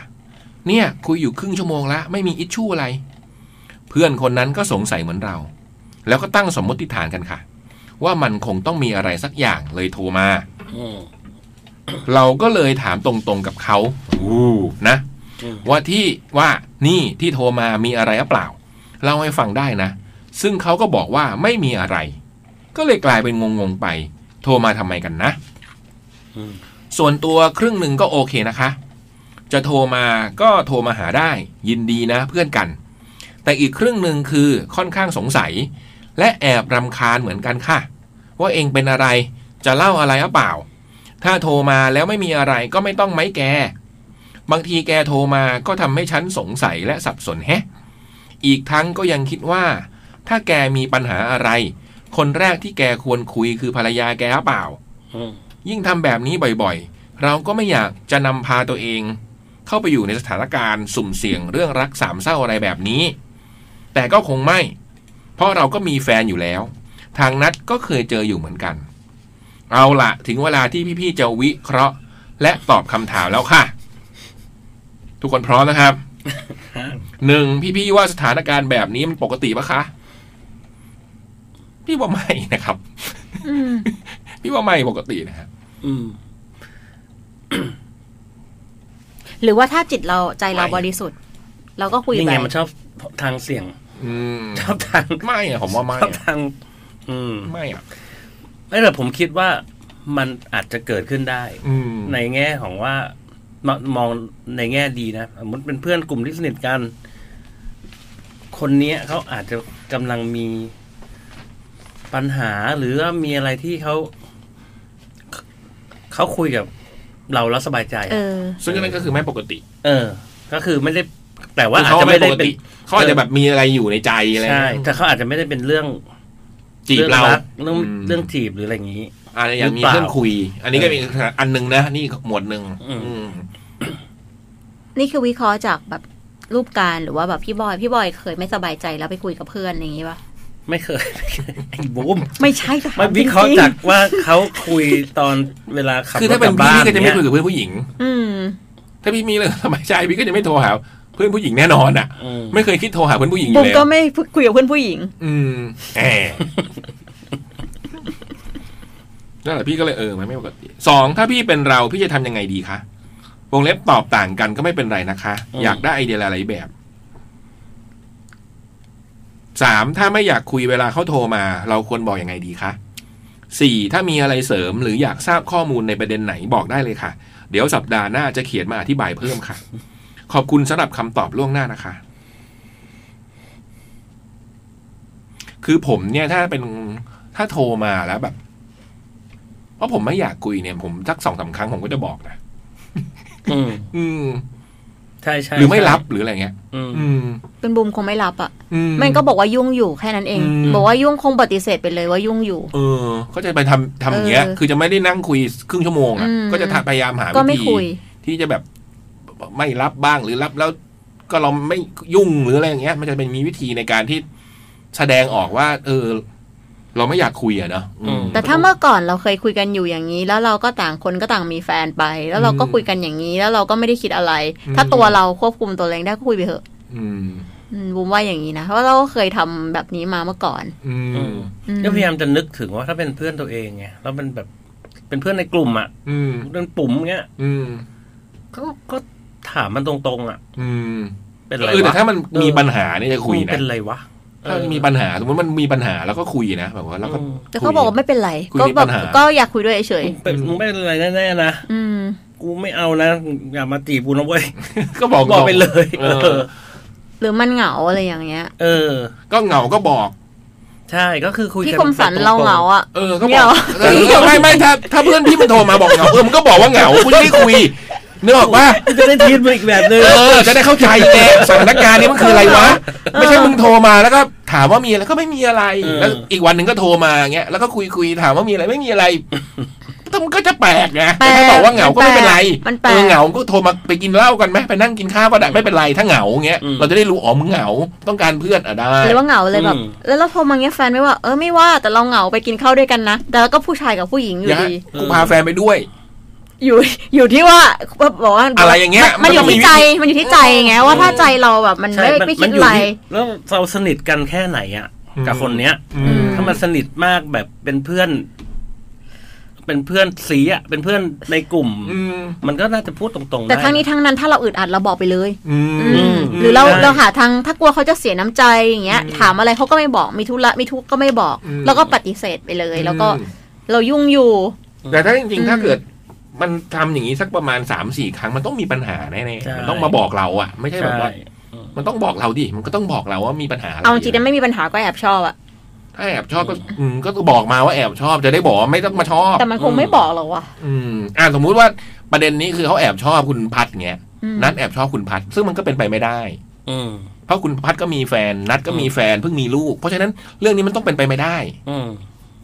S3: เนี่ยคุยอยู่ครึ่งชั่วโมงละไม่มีอิชชูอะไร เพื่อนคนนั้นก็สงสัยเหมือนเรา แล้วก็ตั้งสมมติฐานกันค่ะ ว่ามันคงต้องมีอะไรสักอย่างเลยโทรมา
S4: อืม
S3: เราก็เลยถามตรงๆกับเขาอู้นะ
S4: อืม
S3: ว่าที่ว่านี่ที่โทรมามีอะไรหรือเปล่า เล่าให้ฟังได้นะ ซึ่งเขาก็บอกว่าไม่มีอะไร ก็เลยกลายเป็นงงๆไป โทรมาทำไมกันนะ
S4: อืม
S3: ส่วนตัวครึ่งหนึ่งก็โอเคนะคะ จะโทรมาก็โทรมาหาได้ ยินดีนะเพื่อนกัน แต่อีกครึ่งหนึ่งคือค่อนข้างสงสัย และแอบรำคาญเหมือนกันค่ะ ว่าเองเป็นอะไรจะเล่าอะไรหรือเปล่า ถ้าโทรมาแล้วไม่มีอะไรก็ไม่ต้องไหมแก บางทีแกโทรมาก็ทำให้ฉันสงสัยและสับสนแฮะ อีกทั้งก็ยังคิดว่า ถ้าแกมีปัญหาอะไร คนแรกที่แกควรคุยคือภรรยาแกหรือเปล่า
S4: อืม
S3: ยิ่งทำแบบนี้บ่อยๆ เราก็ไม่อยากจะนำพาตัวเอง เข้าไปอยู่ในสถานการณ์สุ่มเสี่ยงเรื่องรักสามเศร้าอะไรแบบนี้ แต่ก็คงไม่ เพราะเราก็มีแฟนอยู่แล้ว ทางนัดก็เคยเจออยู่เหมือนกัน เอาละถึงเวลาที่พี่ๆจะวิเคราะห์ และตอบคำถามแล้วค่ะ ทุกคนพร้อมนะครับ
S4: ฮะ
S3: หนึ่งพี่ๆว่าสถานการณ์แบบนี้มันปกติปะคะ พี่ว่าไม่นะครับ
S5: อืม
S3: พี่ว่าไม่ปกตินะฮะ
S4: อืม
S5: หรือว่าถ้าจิตเราใจเรา
S3: ไม่
S5: บริสุทธิ์ เราก็คุย
S4: นี่
S5: ไป
S4: ไงมันชอบทางเสียง
S3: อืม
S4: ชอบทาง
S3: ไม่อะผมว่าไม่
S4: ชอบ
S3: อะ
S4: ทาง อืม
S3: ไม่อะ
S4: ไม่แต่ผมคิดว่ามันอาจจะเกิดขึ้นได้
S3: อืม
S4: ในแง่ของว่ามามองในแง่ดีนะสมมติเป็นเพื่อนกลุ่มที่สนิทกัน คนเนี้ยเขาอาจจะกำลังมีปัญหาหรือว่ามีอะไรที่เขาเขาคุยกับเราแล้วสบายใจ
S5: เอ
S4: อะ
S5: อ
S3: ซึ่งอันนั่นก็คือไม่ปกติ
S4: เออ ก็คือไม่ได้แต่ว่า
S3: คือ
S4: อาจ
S3: เขา
S4: จะ
S3: ไม่
S4: ไม่
S3: ป
S4: ได้
S3: ก
S4: เป็น
S3: ติเขาอาจจะแบบมีอะไรอยู่ในใจอะไร
S4: ใช่แต่เขาอาจจะไม่ได้เป็นเรื่อง
S3: จีบเรา
S4: องกเรื่อง
S3: อืม
S4: เรื่องจีบหรืออะไรอย่างนี้
S3: อาจจะยังมีเพื่อนคุย อันนี้ก็เป็นอันหนึงนะ นี่หมวดหนึ่ง
S4: อืม
S3: อืม
S5: นี่คือวิเคราะห์จากแบบรูปการณ์หรือว่าแบบพี่บอย พี่บอยเคยไม่สบายใจแล้วไปคุยกับเพื่อนอย่างนี้ปะ
S4: ไม่เคย <laughs> ไอ้บูม
S5: ไม่ใช่ถ
S4: ไม่วิเคราะห์จากว่าเขาคุยตอนเวลาขับ
S3: คือ
S4: ร
S3: ถ้า
S4: ถก
S3: เป็
S4: ลั
S3: น
S4: บ
S3: พี่
S4: บ้าน
S3: ก็จะไม่คุยกั
S4: เนี่ย
S3: บเพื่อนผู้หญิง <laughs>
S5: อืม
S3: ถ้าพี่มีเรื่องสบายใจพี่ก็จะไม่โทรหา เพื่อนผู้หญิงแน่นอนอ่ะ
S4: อืม
S3: ไม่เคยคิดโทรหาเพื่อนผู้หญิงอยู่
S5: บุม
S3: แล้
S5: ก็
S3: ว
S5: ไม่คุยกับเพื่อนผู้หญิง
S3: อืมแหมนั่นแหละพี่ก็เลยเออมันไม่ปกติสองถ้าพี่เป็นเราพี่จะทำยังไงดีคะวงเล็บตอบต่างกันก็ไม่เป็นไรนะคะ
S4: อืม
S3: อยากได้ไอเดียหลายๆแบบสามถ้าไม่อยากคุยเวลาเขาโทรมา เราควรบอกยังไงดีคะสี่ถ้ามีอะไรเสริมหรืออยากทราบข้อมูลในประเด็นไหนบอกได้เลยค่ะ เดี๋ยวสัปดาห์หน้าจะเขียนมาอธิบายเพิ่มค่ะ ขอบคุณสำหรับคำตอบล่วงหน้านะคะ คือผมเนี่ยถ้าเป็นถ้าโทรมาแล้วแบบ เพราะผมไม่อยากคุยเนี่ย ผมสักสองสาครั้งผมก็จะบอกนะ
S4: อืม
S3: อืม
S4: ใช่ใช่
S3: หรือไม่รับหรืออะไรเงี้ย
S4: อืม
S3: อืม
S5: เป็นบุมคงไม่รับอ่ะ
S3: อืม
S5: แม่งก็บอกว่ายุ่งอยู่แค่นั้นเอง
S3: อืม
S5: บอกว่ายุ่งคงปฏิเสธไปเลยว่ายุ่งอยู่
S3: เออ ก็จะไปทำทำอย่างเงี้ย
S5: เออ
S3: คือจะไม่ได้นั่งคุยครึ่งชั่วโมงอ่ะ
S5: อืม
S3: ก็จะพยายามหา
S5: ก็
S3: วิ
S5: ไม่
S3: ธี
S5: คุย
S3: ที่จะแบบไม่รับบ้างหรือรับแล้วก็เราไม่ยุ่งหรืออะไรอย่างเงี้ย มันจะเป็นมีวิธีในการที่แสดงออกว่า เออ เราไม่อยากคุยอะเนาะอืม
S5: แต่ถ้าเมื่อก่อนเราเคยคุยกันอยู่อย่างนี้ แล้วเราก็ต่างคนก็ต่างมีแฟนไป แล้วเราก็
S3: อืม
S5: คุยกันอย่างนี้ แล้วเราก็ไม่ได้คิดอะไร
S3: อืม
S5: ถ้าตัวเราควบคุมตัวเองได้ก็คุยไปเถอะ
S3: อืม
S5: อืมบุมว่าอย่างนี้นะเพราะเราก็เคยทำแบบนี้มาเมื่อก่อน
S3: อื
S4: อื
S3: ม
S4: ม
S5: อืม
S4: ก็พยายามจะนึกถึงว่าถ้าเป็นเพื่อนตัวเองไงแล้วมันแบบเป็นเพื่อนในกลุ่มอ่ะ
S3: อืม
S4: เป็นปุ่มเงี้ย
S3: อืม
S4: ก็ก็ถามมันตรงๆอ่ะ
S3: อืม
S4: เป็นไร
S3: เออแต่
S4: วะ
S3: ถ้ามันมีปัญหาเนี่ยจะคุย
S4: มึง
S3: นะ
S4: เป็นไรวะ
S3: ถ้ามีปัญหาสมมติมันมีปัญหาแล้วก็คุยนะแบบว่าแล้วก็
S4: อืม
S5: แต่เขาบอกว่าไม่เป็นไร
S3: คุย
S5: ก็
S3: มี
S5: แบ
S3: ปั
S5: บ
S3: ญหา
S5: ก็อยากคุยด้วยเฉย
S4: มึงเป็นมึงไม่เป็นไรแน่ๆนะ
S5: ๆอืม
S4: กูไม่เอานะอย่ามาตีบกูนะเว้ย
S3: ก็บอก
S4: บอกไปเลย
S3: เอ
S4: เอ
S3: อ
S4: อ
S5: หรือมันเหงาอะไรอย่างเงี้ย
S4: เออ
S3: ก็เหงาก็บอก
S4: ใช่ก็คือคุยกั
S5: พี่คมสันเราเหงาอ่ะ
S3: เออก็บอง
S5: เหา
S3: กเออเออไม่ไม่ถ้าถ้าเพื่อนพี่มันโทรมาบอกเหงาเออมันก็บอกว่าเหงากูจะได้คุยนึกออกปะ
S4: จะได้ทีมมาอีกแบบนึง
S3: เออ จะได้เข้าใจไงสถานการณ์นี้มันคืออะไรวะไม่ใช่มึงโทรมาแล้วก็ถามว่ามีอะไรก็ไม่มีอะไร
S4: เออ
S3: แล้วอีกวันหนึ่งก็โทรมาเงี้ยแล้วก็คุยคุยถามว่ามีอะไรไม่
S5: <laughs>
S3: มีอะไรแต่มันก็จะแปลกไง
S5: แปลก
S3: ถ้าบอกว่าเหงาก็ไม่เป็นไร
S5: มันแปล
S3: เอก อเหงาก็โทรมาไปกินเหล้ากันไหมไปนั่งกินข้าวก็ได้ไม่เป็นไรถ้าเหงาเงี้ย
S4: อืม
S3: เราจะได้รู้อ๋อมึงเหงาต้องการเพื่อนอ่ะได้
S5: หรือว่าเหงาเลยแบบ
S4: อืม
S5: แล้วเราโทรมาเงี้ยแฟนไม่ว่าเออไม่ว่าแต่เราเหงาไปกินข้าวด้วยกันนะแต่แล้วก็ผู้ชายกับผู้หญิงอยู่
S3: นะ
S5: ดี
S3: กูพาแฟนไปด้วย
S5: อยู่อยู่ที่ว่าบอกว่า
S3: อะไรอย่างเงี้ย
S5: มันอยู่
S3: มันก็มี
S5: ที่ใจมันอยู่ที่ใจไงว่าถ้าใจเราแบบมัน
S4: ใช่
S5: ไม่
S4: มัน
S5: ไม่
S4: มั
S5: คิด
S4: นอยู่
S5: อะไร
S4: ที่แล้วเราสนิทกันแค่ไหนอ่ะ
S3: อืม
S4: กับคนเนี้ย
S5: อืม
S4: ถ้ามันสนิทมากแบบเป็นเพื่อน เป็นเพื่อนสีอ่ะ เป็นเพื่อนในกลุ่ม
S3: อืม
S4: มันก็น่าจะพูดตรงๆ
S5: แต่
S4: ได้
S5: ทั้งนี้ทั้งนั้นถ้าเราอึดอัดเราบอกไปเลย
S3: อืม
S5: อืม
S4: อืม
S5: หรือเรา
S4: ใช่
S5: เราหาทางถ้ากลัวเขาจะเสียน้ำใจอย่างเงี้ย ถามอะไรเขาก็ไม่บอกมีธุระมีทุกข์ก็ไม่บอก
S3: อืม
S5: แล้วก็ปฏิเสธไปเลย แล้วก็เรายุ่งอยู่
S3: แต่ถ้าจริง
S5: อืม
S3: ๆ ถ้าเกิด มันทำอย่างนี้สักประมาณสามสี่ครั้งมันต้องมีปัญหาแน่
S4: ใช่
S3: ๆมันต้องมาบอกเราอ่ะ ไม่ใช่แบบว่า
S4: ใช่
S3: มันต้องบอกเราดิมันก็ต้องบอกเราว่ามีปัญหาอะไร
S5: เอาจริงๆนะไม่มีปัญหาก็แอบชอบอะ
S3: ถ้าแอบชอบก็อืมก็บอกมาว่าแอบชอบจะได้บอกว่าไม่ต้องมาชอบ
S5: แต่มันคง
S4: อืม
S5: ไม่บอกหรอกว่ะ
S3: อืมอ่าสมมุติว่าประเด็นนี้คือเขาแอบชอบคุณพัดเงี้ย
S5: อืม
S3: นัดแอบชอบคุณพัดซึ่งมันก็เป็นไปไม่ได้
S4: อืม
S3: เพราะคุณพัดก็มีแฟนนัดก็มีแฟนเพิ่งมีลูก เพราะฉะนั้นเรื่องนี้มันต้องเป็นไปไม่ได้
S4: อืม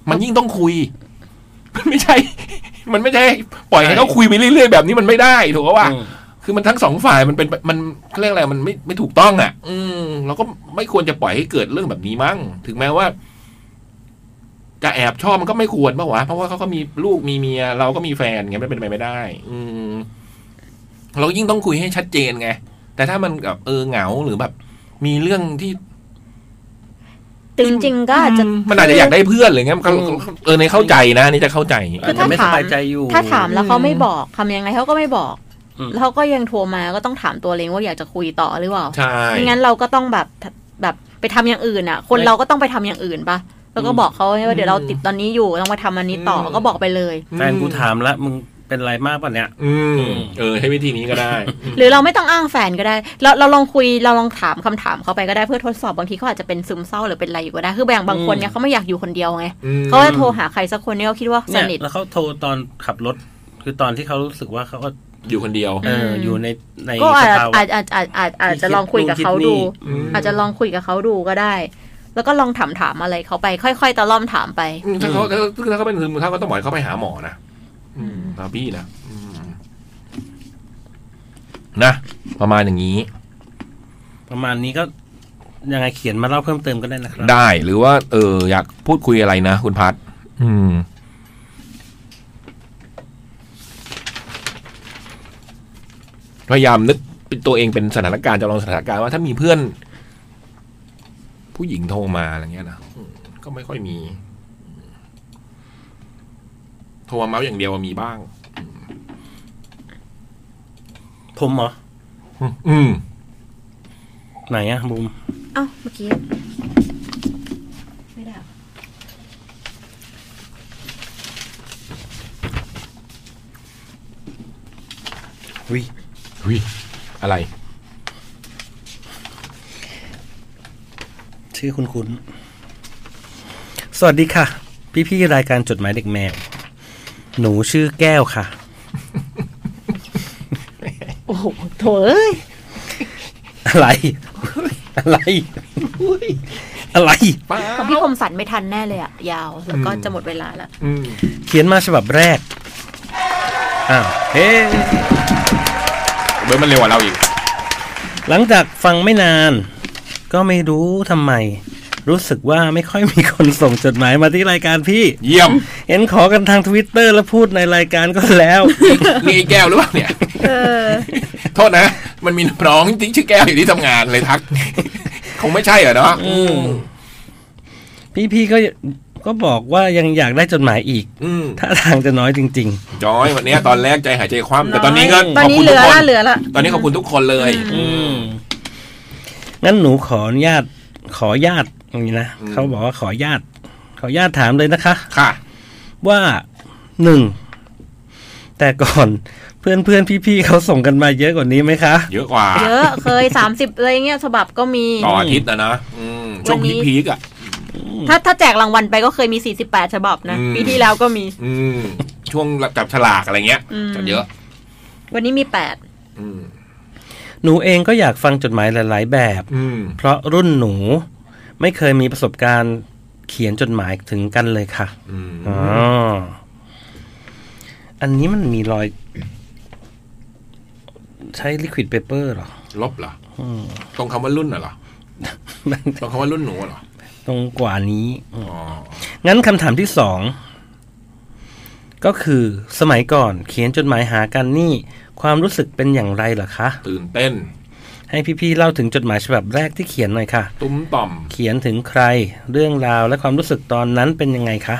S3: มันยิ่งต้องคุย มันไม่ใช่ <laughs> มันไม่ใช่ ปล่อยให้
S4: ใช่
S3: เขาคุยไปเรื่อยๆแบบนี้มันไม่ได้ถูกปะว่า
S4: อืม
S3: คือมันทั้งสองฝ่ายมันเป็นมันเขาเรียกอะไรมันไม่ไม่ถูกต้องอ่ะ อืมเราก็ไม่ควรจะปล่อยให้เกิดเรื่องแบบนี้มั้งถึงแม้ว่า จะแอบชอบมันก็ไม่ควรปะวะเพราะว่าเขาก็มีลูกมีเมีย เราก็มีแฟนไงไม่เป็นไปไม่ได้ อืมเรายิ่งต้องคุยให้ชัดเจนไงแต่ถ้ามันแบบเออเหงาหรือแบบ มีเรื่องที่
S5: แต่จริงๆก็อาจจะ
S3: อืมมันอาจจะอยากได้เพื่อนอะไรเงี้ยมันก็
S4: อืม
S3: เออในเข้าใจนะนี่จะเข้าใจ
S5: คือถ้า
S4: ไม่
S5: ถา
S4: ส
S5: ม
S4: บายใจอยู่
S5: ถ้าถามแล้วเขาไม่บอกทำยังไงเขาก็ไม่บอก
S4: อืม
S5: แล้วเขาก็ยังโทรมาก็ต้องถามตัวเองว่าอยากจะคุยต่อหรือเปล่า
S3: ใช่
S5: ไม่งั้นเราก็ต้องแบบแบบไปทำอย่างอื่นอ่ะ คนเราก็ต้องไปทำอย่างอื่นปะแล้วก็บอกเขาว่าเดี๋ยวเราติดตอนนี้อยู่ต้องมาทำอันนี้ต่อก็บอกไปเลย
S4: แฟนกูถามละมึงเป็นไรมากป่ะเนี่ย
S3: อืมเออ ให้วิธีนี้ก็ได้
S5: หรือเราไม่ต้องอ้างแฟนก็ได้ เราเราลองคุยเราลองถามคำถามเขาไปก็ได้เพื่อทดสอบบางทีเขาอาจจะเป็นซึมเศร้าหรือเป็นอะไรอยู่ก็ได้ คืออย่างบางคนเนี่ยเขาไม่อยากอยู่คนเดียวไง
S3: อืม
S5: เขาจะโทรหาใครสักคนเนี่ยเขาคิดว่าส
S4: เนี่ย
S5: นิท
S4: แล้วเขาโทรตอนขับรถ คือตอนที่เขารู้สึกว่าเขาก็
S3: อยู่คนเดียว
S4: เอออ
S5: ม
S4: อยู่ในใน
S5: ก็อาจ
S4: ส
S5: จะ
S4: ภาวะ
S5: อาจอาจอาจอาจอาจจะลองคุยกับเขาดู อาจจะลองคุยกับเขาดูก็ได้ แล้วก็ลองถามถามๆอะไรเขาไป ค่อยๆตะล่อมถามไป
S3: อืมถ้าเขาถ้าถ้าเขาเป็นซึมเศร้าก็ต้องปล่อยเขาไปหาหมอนะอืมนะพี่นะอืมนะประมาณอย่างนี้
S4: ประมาณนี้ก็ ยังไงเขียนมาเล่าเพิ่มเติมก็ได้นะครับ
S3: ได้หรือว่า เออ อยากพูดคุยอะไรนะ คุณพัดอืม พยายามนึก เป็นตัวเองเป็นสถานการณ์จำลองสถานการณ์ว่าถ้ามีเพื่อน ผู้หญิงโทรมาอะไรเงี้ยนะอืมก็ไม่ค่อยมี โทรมาเมาส์อย่างเดียวมีบ้าง
S4: ผมเหรอ
S3: อืม
S4: ไหนอะบูม
S5: เอ้าเมื่อกี้ ไม่ได้เหรอ
S3: วิวิอะไร
S4: ชื่อคุณคุณ สวัสดีค่ะ พี่พี่ๆรายการจดหมายเด็กแมว หนูชื่อแก้วค่ะ
S5: โอ้โหโถเอ้ย
S4: อะไร อะไร อะไร
S5: ของพี่คมสันไม่ทันแน่เลยอะยาว แล้วก็
S3: อืม
S5: จะหมดเวลาแล้ว
S3: อืม
S4: เขียนมาฉบับแรก อ้าว เฮ้
S3: เบิร์ดมันเร็วกว่าเราอีก
S4: หลังจากฟังไม่นาน ก็ไม่รู้ทำไม รู้สึกว่าไม่ค่อยมีคนส่งจดหมายมาที่รายการพี่
S3: เยี่ยม <laughs>
S4: เห็นขอกันทางทวิตเตอร์แล้วพูดในรายการก็แล้ว <laughs>
S3: นี่ไอ้แก้วหรือเปล่าเนี่ย
S5: เออ
S3: โทษนะ มันมีน้องที่ชื่อแก้วอยู่ที่ทำงาน <laughs> เลยทัก คงไม่ใช่เหรอเนาะอืม
S4: พี่พี่ๆก็ก็บอกว่ายังอยากได้จดหมายอีก
S3: อืม
S4: ถ้าทางจะน้อยจริง
S3: จอยวันเนี้ยตอนแรกใจหายใจคว่ำแต่ตอนนี้ก็
S5: ตอ
S3: ขอบ
S5: นนี้
S3: คุณทุ
S5: เหลื
S3: ก
S5: อ
S3: ค
S5: ละ
S3: น
S5: เหลือละ
S3: ตอนนี้ขอบคุณทุกคนเลย
S4: ๆ อืม งั้นหนูขออนุญาต ขอญาตอย่างนี้นะ
S3: อืม
S4: เขาบอกว่าขอญาต ขอญาตถามเลยนะคะ
S3: ค่ะ
S4: ว่าหนึ่ง แต่ก่อนเพื่อนเพื่อนพี่พี่ๆเขาส่งกันมาเยอะกว่านี้ไหมคะ
S3: เยอะกว่า
S5: เยอะ เคย 30อะไรเงี้ยฉบับก็มี
S3: ต่ออาทิตย์นะนะอืมช่วง
S5: วันนี้
S3: พีคๆอ่ะ
S5: ถ้าถ้าแจกรางวัลไปก็เคยมี 48 ฉบับนะ
S3: อืม
S5: ปีที่แล้วก็มี
S3: อืม ช่วงจับฉลากอะไรเงี้ย
S5: อืม
S3: จัดเยอะ
S5: วันนี้มี
S3: อืม
S4: หนูเองก็อยากฟังจดหมายหลาย ๆ แบบ
S3: อืม
S4: เพราะรุ่นหนู ไม่เคยมีประสบการณ์เขียนจดหมายถึงกันเลยค่ะ
S3: อืม
S4: อ๋ออันนี้มันมีรอย ใช้ลิควิดเปเปอร์หรอ
S3: ลบเหรอ
S4: อืม
S3: ตรงคำว่ารุ่นน่ะเหรอ ตรงคำว่ารุ่นหนูเหรอ
S4: <laughs> ตรงกว่านี้
S3: อ๋อ
S4: งั้นคำถามที่สอง ก็คือสมัยก่อนเขียนจดหมายหากันนี่ ความรู้สึกเป็นอย่างไรเหรอคะ
S3: ตื่นเต้น
S4: ให้พี่ๆเล่าถึงจดหมายฉบับแรกที่เขียนหน่อยค่ะ
S3: ตุ้มต่อม
S4: เขียนถึงใครเรื่องราวและความรู้สึกตอนนั้นเป็นยังไงคะ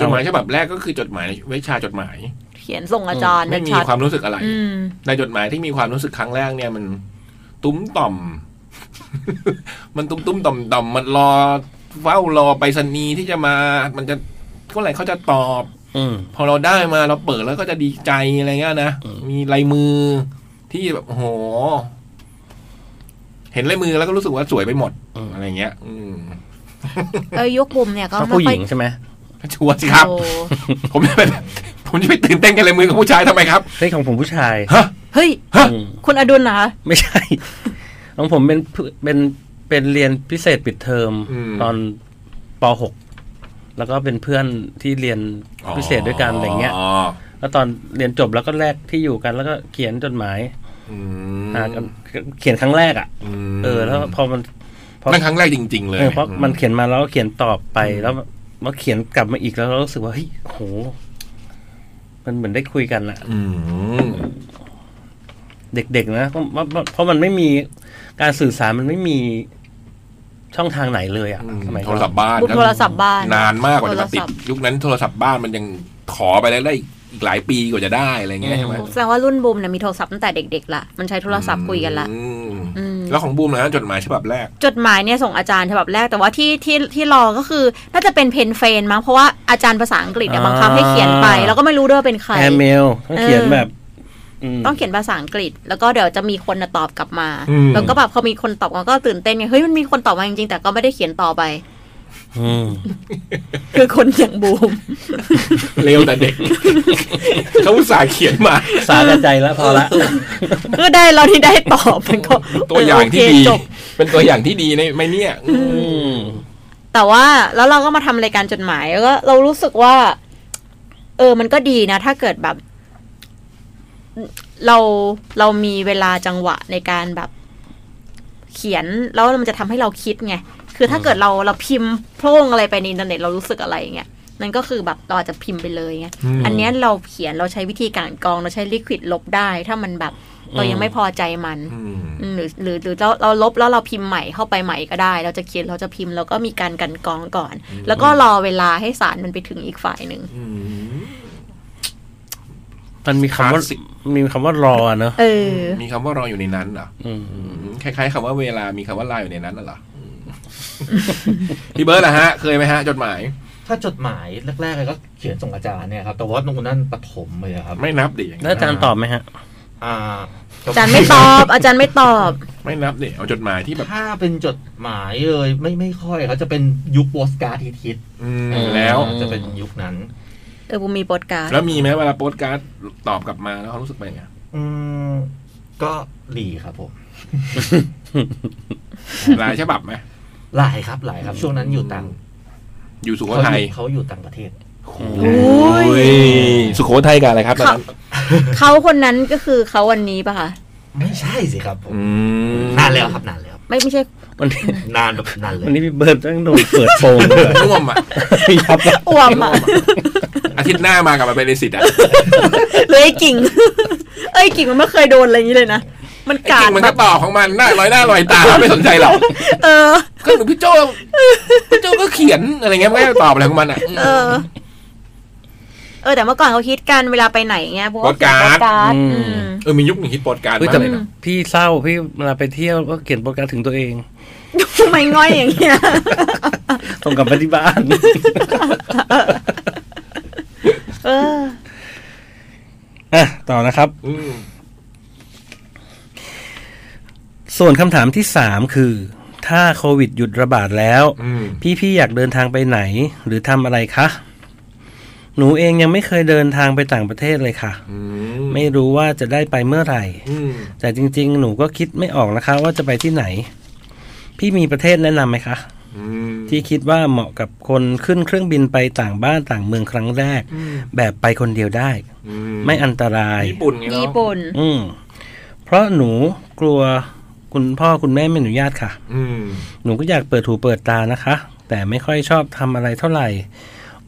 S3: จดหมายฉบับแรกก็คือจดหมายในวิชาจดหมาย
S5: 8 เขียนส่งอาจารย์
S3: ไม่มี
S5: ชัด
S3: ความรู้สึกอะไร
S5: อืม
S3: ในจดหมายที่มีความรู้สึกครั้งแรกเนี่ย <laughs> มัน ตุ้มต่อม มันตุ้มตุ้มต่อมต่อมมันรอเฝ้ารอไปสนีย์ที่จะมา มันจะก็ไหรเขาจะตอบ
S4: อืม
S3: พอเราได้มาเราเปิดแล้วก็จะดีใจอะไรเงี้ยนะ
S4: อืม
S3: มีลายมือที่แบบโอ้โห เห็นลายมือแล้วก็รู้สึกว่าสวยไปหมด
S4: อืม
S3: อะไรเงี้ย อืม
S5: เออยุคบุมเนี่ยก็
S4: เพราะ
S5: ไม่
S4: ผู้ห
S5: ค่อย
S4: ญิงใช่ไหม
S3: ชัวร์สิครับ
S5: โอ้
S3: ผมจะไปผมจะไปตื่นเต้นกับลายมือของผู้ชายทำไมครับ
S4: เฮ้ยของผมผู้ชาย
S3: ฮะ
S5: เฮ้ย
S3: ฮะ
S4: อืม
S5: คุณอดุลนะคะ
S4: ไม่ใช่ ของผมเป็นเป็นเป็นเรียนพิเศษปิดเทอม
S3: อืม
S4: ตอนป .6 แล้วก็เป็นเพื่อนที่เรียนพิเศษด้วยกันอะไรเงี้ย
S3: อ๋อ
S4: แล้วตอนเรียนจบแล้วก็แลกที่อยู่กันแล้วก็เขียนจดหมาย
S3: อืม
S4: หากันเขียนครั้งแรกอ่ะ
S3: ม
S4: เออ แล้วพอมันพอ
S3: นั่นครั้งแรกจริง ๆ เลย
S4: เออเพราะมันเขียนมาแล้วก็เขียนตอบไป
S3: อืม
S4: แล้วมาเขียนกลับมาอีกแล้วเรารู้สึกว่าเฮ้ยโห มันเหมือนได้คุยกันอะ
S3: อืม
S4: เด็กๆนะเพราะเพราะเพราะมันไม่มีการสื่อสารมันไม่มีช่องทางไหนเลยอะสมัย
S3: โท
S4: ก่อ
S3: ร
S4: น
S3: ศัพท์บ้าน
S5: บุมโทรศัพท์บ้าน
S3: นานมากกว่า
S5: โท
S3: จะ
S5: ร
S3: มาติด
S5: ศัพท์
S3: ยุคนั้นโทรศัพท์บ้านมันยังขอไปแล้วได้อีกหลายปีกว่าจะได้อะไรเงี้ยใช่ไหม
S5: แสดงว่ารุ่นบุมเนี่ยมีโทรศัพท์ตั้งแต่เด็กๆละมันใช้โทรศัพท์คุยกันละ
S3: อืม
S5: อืม
S3: แล้วของบูมนะจดหมายฉบับแรก
S5: จดหมายเนี่ยส่งอาจารย์ฉบับแรกแต่ว่าที่ที่ที่รอก็คือ น่าจะเป็นเพนเฟนมั้งเพราะว่าอาจารย์ภาษาอังกฤษเนี่ยบังคับให้เขียนไป แล้วก็ไม่รู้ด้วยว่าเป็นใคร
S4: แอร์เมลต้องเขียนแบบม
S5: ต้องเขียนภาษาอังกฤษ แล้วก็เดี๋ยวจะมีคนน่ะตอบกลับมา
S3: อืม
S5: แล้วก็แบบพอมีคนตอบมาก็ตื่นเต้นไงเฮ้ยมันมีคนตอบมาจริงๆแต่ก็ไม่ได้เขียนต่อไป
S4: อืม
S5: คือคนอย่างบูม <laughs>
S3: เร็วแต่เด็ก <laughs> เขาอุตส่าห์เขียนมา
S4: สาแก่ใจแล้วพอละ
S5: ก็ได้เราที่ได้ตอบมันก็
S3: ตัวอย่างที่
S5: เโเค
S3: ดี
S5: จบ
S3: เป็นตัวอย่างที่ดีในไหม่เนี่ยอืม
S4: อืม
S5: แต่ว่าแล้วเราก็มาทำรายการจดหมายแล้วก็เรารู้สึกว่า เออ มันก็ดีนะ ถ้าเกิดแบบ เราเรามีเวลาจังหวะในการแบบ เขียนแล้วมันจะทำให้เราคิดไงคือถ้าเกิดเราเราพิมพ์โพร่งอะไรไปในอินเทอร์เน็ตเรารู้สึกอะไรอย่างเงี้ยนั่นก็คือแบบเราอาจจะพิมพ์ไปเลยไง
S3: อืม
S5: อันเนี้ยเราเขียนเราใช้วิธีการกรองเราใช้ลิควิดลบได้ ถ้ามันแบบ เรายังไม่พอใจมัน
S3: อืม
S5: อืมหรือหรือหรือเราเราลบแล้วเราพิมพ์ใหม่เข้าไปใหม่ก็ได้ เราจะเขียนเราจะพิมพ์แล้วก็มีการกันกรองก่อน
S3: อืม
S5: แล้วก็รอเวลาให้สารมันไปถึงอีกฝ่ายหนึ่ง
S3: อืม
S4: มันมีคำว่า
S3: Classic
S4: มีคำว่ารออะเนอะ
S5: เออ
S3: มีคำว่ารออยู่ในนั้นเหรอ
S4: อืม
S3: อืมคล้ายๆคำว่าเวลามีคำว่าลาอยู่ในนั้นน่ะเหรออืมพี่เบิร์ดล่ะฮะ เคยไหมฮะ จดหมาย
S2: ถ้าจดหมายแรกๆเลยก็เขียนส่งอาจารย์เนี่ยครับแต่ว่าตรงนั้นปฐมเลยอะครับ
S3: ไม่นับดิ
S4: แล้วอาจารย์ตอบไหมฮะ
S2: อ่า
S5: อาจารย์ไม่ตอบ อาจารย์ไม่ตอบ
S3: ไม่นับดิเอาจดหมายที่แบบ
S2: ถ้าเป็นจดหมายเลยไม่ไม่ค่อยเขาจะเป็นยุคโปสการ์ดทีทิศ
S3: อืมแล้ว
S2: จะเป็นยุคนั้น
S5: เออบูมมีโปสการ์ด
S3: แล้วมีไหมเวลาโปสการ์ดตอบกลับมาแล้วเขารู้สึกเป็นไง
S2: อืมก็ดีครับผม
S3: หลายฉบับไหม
S2: หลายครับหลายครับ ช่วงนั้นอยู่ต่าง
S3: อยู่สุโข
S2: เขา
S3: ทัย
S2: อยู่เขาอยู่ต่างประเทศ
S5: โอ้ย
S3: โอ้ยสุโขทัยกับอะไรครับตอนนั้น
S5: เขาคนนั้นก็คือเขาวันนี้ปะคะ
S2: ไม่ใช่สิครับผม
S3: อืม
S2: นานแล้วครับนานแล้ว
S5: ไม่ไม่ใช่
S4: วันนี้
S2: นานแบบนานเล
S4: วัน
S2: ย
S4: นี้พี่เบิร์ดต้องโดนเปิดโปง
S3: ร่วมอ่ะ
S4: ยับ
S5: อวมอะ
S3: อาทิตย์หน้ามากลับมาเป็นเลสิตอ่ะ
S5: หรือไอ้กิ่ง <laughs> เอ้ยกิ่งมันไม่เคยโดนอะไรอย่างนี้เลยนะ มัน
S3: จ
S5: กา
S3: ริ
S5: ด
S3: งมัน
S5: แบ
S3: ก็
S5: บ
S3: ตอบของมันหน้าลอยหน้าลอยตาไม่สนใจหรอก
S5: เออ
S3: ก็หนูพี่โจพี่โจก็เขียนอะไรเงี้ยมันก็จะตอบอะไรของมันอ่ะ
S5: เออ เออ แต่เมื่อก่อนเขาคิดกันเวลาไปไหนเงี้ยพวก
S3: โปสการ์ด
S5: โปสการ์ดอืม
S3: เออมียุคหนึ่งฮิตโปอดการ์ด
S4: เฮ้ย
S3: มา
S4: แต่
S3: กเลยนะ
S4: <laughs> พี่เศร้าพี่เวลาไปเที่ยวก็เขียนโปรแกรมถึงตัวเอง
S5: ทำไมง่อยอย่างเงี้ย <laughs>
S4: ส่งกลับมาที่บ้าน
S5: เออ
S4: <laughs> อ่ะต่อนะครับ
S3: อืม
S4: ส่วนคำถามที่ 3 คือ ถ้าโควิดหยุดระบาดแล้ว
S3: อืม
S4: พี่ๆอยากเดินทางไปไหน หรือทำอะไรคะ หนูเองยังไม่เคยเดินทางไปต่างประเทศเลยค่ะ
S3: อื
S4: ไม่รู้ว่าจะได้ไปเมื่อไหร่
S3: อืม
S4: แต่จริง ๆ หนูก็คิดไม่ออกนะคะ ว่าจะไปที่ไหน พี่มีประเทศแนะนำไหมคะ
S3: อืม
S4: ที่คิดว่าเหมาะกับคนขึ้นเครื่องบินไปต่างบ้านต่างเมืองครั้งแรก แบบไปคนเดียวได้
S3: อื
S4: ไม่อันตราย
S3: ญี่ปุ่นไงเนาะ
S5: ญี่ปุ่น
S4: อืมเพราะหนูกลัวคุณพ่อคุณแม่ไม่อนุญาตค่ะ
S3: อืม
S4: หนูก็อยากเปิดหูเปิดตานะคะ แต่ไม่ค่อยชอบทำอะไรเท่าไหร่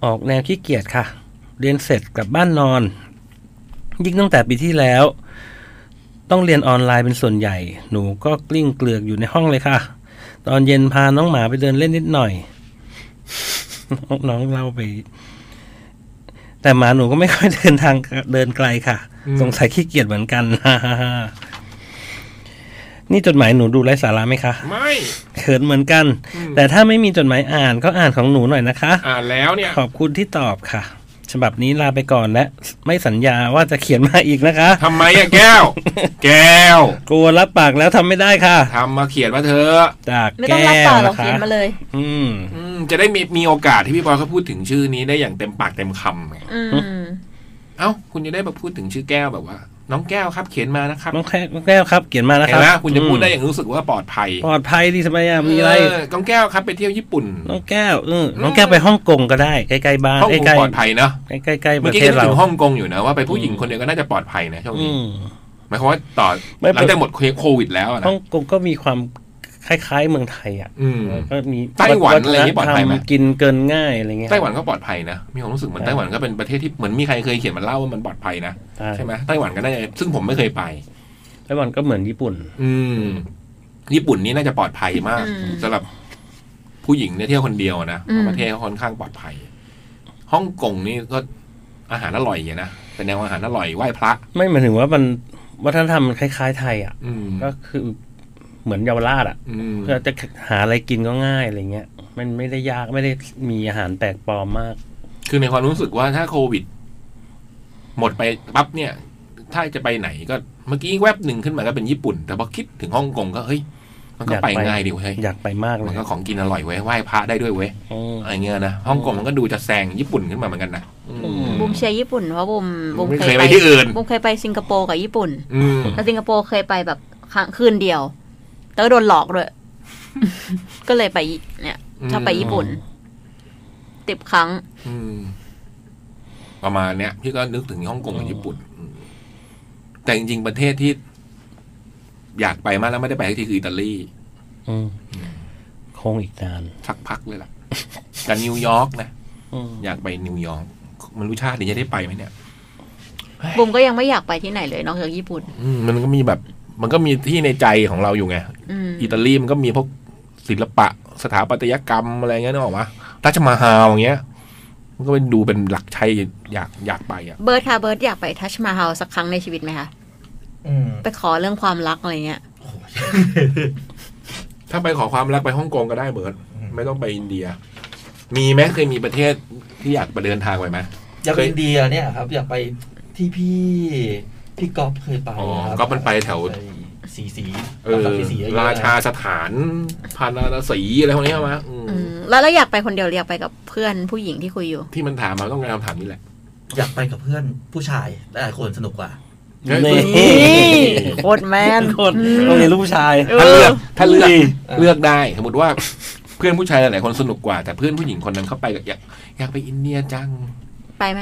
S4: ออกแนวขี้เกียจค่ะ เรียนเสร็จกลับบ้านนอน ยิ่งตั้งแต่ปีที่แล้ว ต้องเรียนออนไลน์เป็นส่วนใหญ่ หนูก็กลิ้งเกลือกอยู่ในห้องเลยค่ะ ตอนเย็นพาน้องหมาไปเดินเล่นนิดหน่อย น้องเล่าไป แต่หมาหนูก็ไม่ค่อยเดินทางเดินไกลค่ะ สงสัยขี้เกียจเหมือนกัน <laughs> นี่จดหมายหนูดูไร้สาระไหมคะ
S3: ไม่
S4: เขินเหมือนกัน
S3: อืม
S4: แต่ถ้าไม่มีจดหมายอ่านก็อ่านของหนูหน่อยนะคะ
S3: อ่านแล้วเนี่ย
S4: ขอบคุณที่ตอบค่ะ ฉบับนี้ลาไปก่อนและไม่สัญญาว่าจะเขียนมาอีกนะคะ
S3: ทำไมอะแก้ว
S4: <laughs>
S3: แก้ว
S4: กลัวรับปากแล้วทำไม่ได้ค่ะ
S3: ทำมาเขียนมาเถอะ
S4: จาก
S5: ไม่ต้อง
S4: แก้
S5: รับต่อ
S4: ว
S5: หรอก
S4: นะ
S5: เขี
S4: คะ
S5: ยนมาเลย
S4: อืม
S3: อืมจะได้มีมีโอกาสที่พี่บอยเขาพูดถึงชื่อนี้ได้อย่างเต็มปากเต็มคำไง
S5: อืม
S3: เอ้าคุณจะได้แบบพูดถึงชื่อแก้วแบบว่า น้องแก้วครับเขียนมานะครับ
S4: น้องแก้วน้องแก้วครับ เขียนมานะ
S3: เห็
S4: คน รับ
S3: ไหมคุณจะพูดได้อย่างรู้สึกว่าปลอดภัย
S4: ปลอดภัยดีสบายอะมีอะไร
S3: เน้องแก้วครับไปเที่ยวญี่ปุ่น
S4: น้องแก้วเออน้องแก้วไปฮ่องกงก็ได้ ใกล้ๆบ้าน
S3: ห้อง
S4: ใก
S3: คง
S4: ล้
S3: ปลอดภัยเนาะ
S4: ๆใกล้ๆใกล้ๆป
S3: เมื่อ
S4: ระ
S3: กี้
S4: เทศ
S3: ก็
S4: เรา
S3: ถึงฮ่องกงอยู่นะว่าไปผู้หญิงคนเดียวก็น่าจะปลอดภัยนะช่วง
S4: อื
S3: นี้
S4: ม
S3: หมายความว่าต่อ
S4: ไม่
S3: ห
S4: เป็น
S3: ลังจากหมดโควิดแล้วอะนะ
S4: ฮ่องกงก็มีความคล้ายๆเมืองไทยอ่ะ
S3: อืม
S4: ก็มี
S3: ไต้หวันอะไรอย่างนี้ปลอดภัยไหม
S4: วัฒนธรรมกินเกินง่ายอะไรเงี้ย
S3: ไต้หวันก็ปลอดภัยนะมีความรู้สึกเหมือน
S4: ใช่
S3: ไต้หวันก็เป็นประเทศที่เหมือนมีใครเคยเขียนมาเล่าว่ามันปลอดภัยนะ
S4: ใช่
S3: ใช่ไหมไต้หวันก็ได้ซึ่งผมไม่เคยไป
S4: ไต้หวันก็เหมือนญี่ปุ่น
S3: อืม ญี่ปุ่นนี่น่าจะปลอดภัยมาก
S5: อืม
S3: สำหรับผู้หญิงเนี่ยเที่ยวคนเดียวนะ
S5: อืม
S3: ประเทศเขาค่อนข้างปลอดภัยฮ่องกงนี่ก็อาหารอร่อยอย่างนะเป็นแนวอาหารอร่อยไหว้พระ
S4: ไม่หมายถึงว่ามันวัฒนธรรมมันคล้ายๆไทยอ่ะ
S3: อืม
S4: ก็คือเหมือนเยาวราชอ่ะ
S3: อืม
S4: เพื่อจะหาอะไรกินก็ง่ายอะไรเงี้ย มันไม่ได้ยากไม่ได้มีอาหารแปลกปลอมมาก
S3: คือในความรู้สึกว่าถ้าโควิด หมดไปปั๊บเนี่ย ถ้าจะไปไหนก็เมื่อกี้แวบหนึ่งขึ้นมาก็เป็นญี่ปุ่น แต่พอคิดถึงฮ่องกงก็เฮ้ยมันก็
S4: อยาก
S3: ไป
S4: ไป
S3: ง่ายดีเว้ย
S4: อยากไปมากเล
S3: มัน
S4: ย
S3: ก็ของกินอร่อยเว้ยไหว้พระได้ด้วยเว้ย
S4: อืม
S3: อะไรเงี้ยนะฮ่องกงมันก็ดูจะแซงญี่ปุ่นขึ้นมาเหมือนกันนะอืม
S4: อื
S5: บุมเชียร์ญี่ปุ่นเพราะบุมบุม
S3: ไม่เคยไปที่อื่น
S5: บุมเคยไปสิงคโปร์กับญี่ปุ่น
S3: อืม
S5: แล้วสิงคโปร์เคยไปแบบครั้งคืนเดียว แต่ก็โดนหลอกด้วย ก็เลยไปเนี่ยชอบไปญี่ปุ่นติบครั้ง
S3: อืมประมาณเนี้ยพี่ก็นึกถึงฮ่องกงกับญี่ปุ่นอืมแต่จริงๆประเทศที่ อยากไปมากแล้วไม่ได้ไปสักทีคืออิตาลี
S4: อืมคงอีกนาน
S3: สักพักเลยล่ะ <laughs> กับนิวยอร์กนะ
S4: อืม
S3: อยากไปนิวยอร์กมันรู้ชาตินี้จะได้ไปไหมเนี่ย
S5: บุมก็ยังไม่อยากไปที่ไหนเลยนอกจากญี่ปุ่น
S3: อืมมันก็มีแบบมันก็มีที่ในใจของเราอยู่ไง
S5: อืม
S3: อิตาลีมันก็มีพวกศิลปะสถาปัตยกรรมอะไรเงี้ยนึกออกมาราชมาฮาลอย่างเงี้ย มันก็เป็นดูเป็นหลักชัยอยากอยากไปอ่ะ
S5: เบิร์ดค่ะเบิร์ดอยากไปทัชมาฮาลสักครั้งในชีวิตไหมคะ
S2: อืม
S5: ไปขอเรื่องความรักอะไรเงี้ย
S2: โอ้โห
S3: ถ้าไปขอความรักไปฮ่องกงก็ได้เบิร์ดไม่ต้องไปอินเดีย มีไหมเคยมีประเทศที่อยากไปเดินทางไปไหม
S2: <laughs> อยาก
S3: เค
S2: ไป
S3: ย
S2: อินเดียเนี่ยครับ อยากไปที่พี่พี่ก๊อฟเคยไป
S3: อ๋อ
S2: ครับ
S3: ก็มันไปแถว
S2: ปสีสี
S3: เออ
S2: ตามสักสีสีเยอะๆ
S3: ราชาสถานพานาราสีอะไรพวกนี้ใช่ไหมอืม
S5: อืม แล้วแล้วอยากไปคนเดียวหรืออยากไปกับเพื่อนผู้หญิงที่คุยอยู่
S3: ที่มันถามมาต้องการคำถามนี้แหละ
S2: อยากไปกับเพื่อนผู้ชายหลายๆคนสนุกกว่า
S4: นี่
S3: เฮ้ย
S5: นี่โคตรแมน
S4: คนโรงเรียนลูกผู้ชาย
S5: เอ
S3: ถ้าเลือกถ้าเลือ
S5: อ
S3: ก
S4: ดี
S3: เลือกได้ สมมติว่าเพื่อนผู้ชายหลายๆคนสนุกกว่า แต่เพื่อนผู้หญิงคนนั้นเข้าไปก็อยากอยากไปอินเดียจัง
S5: ไปไหม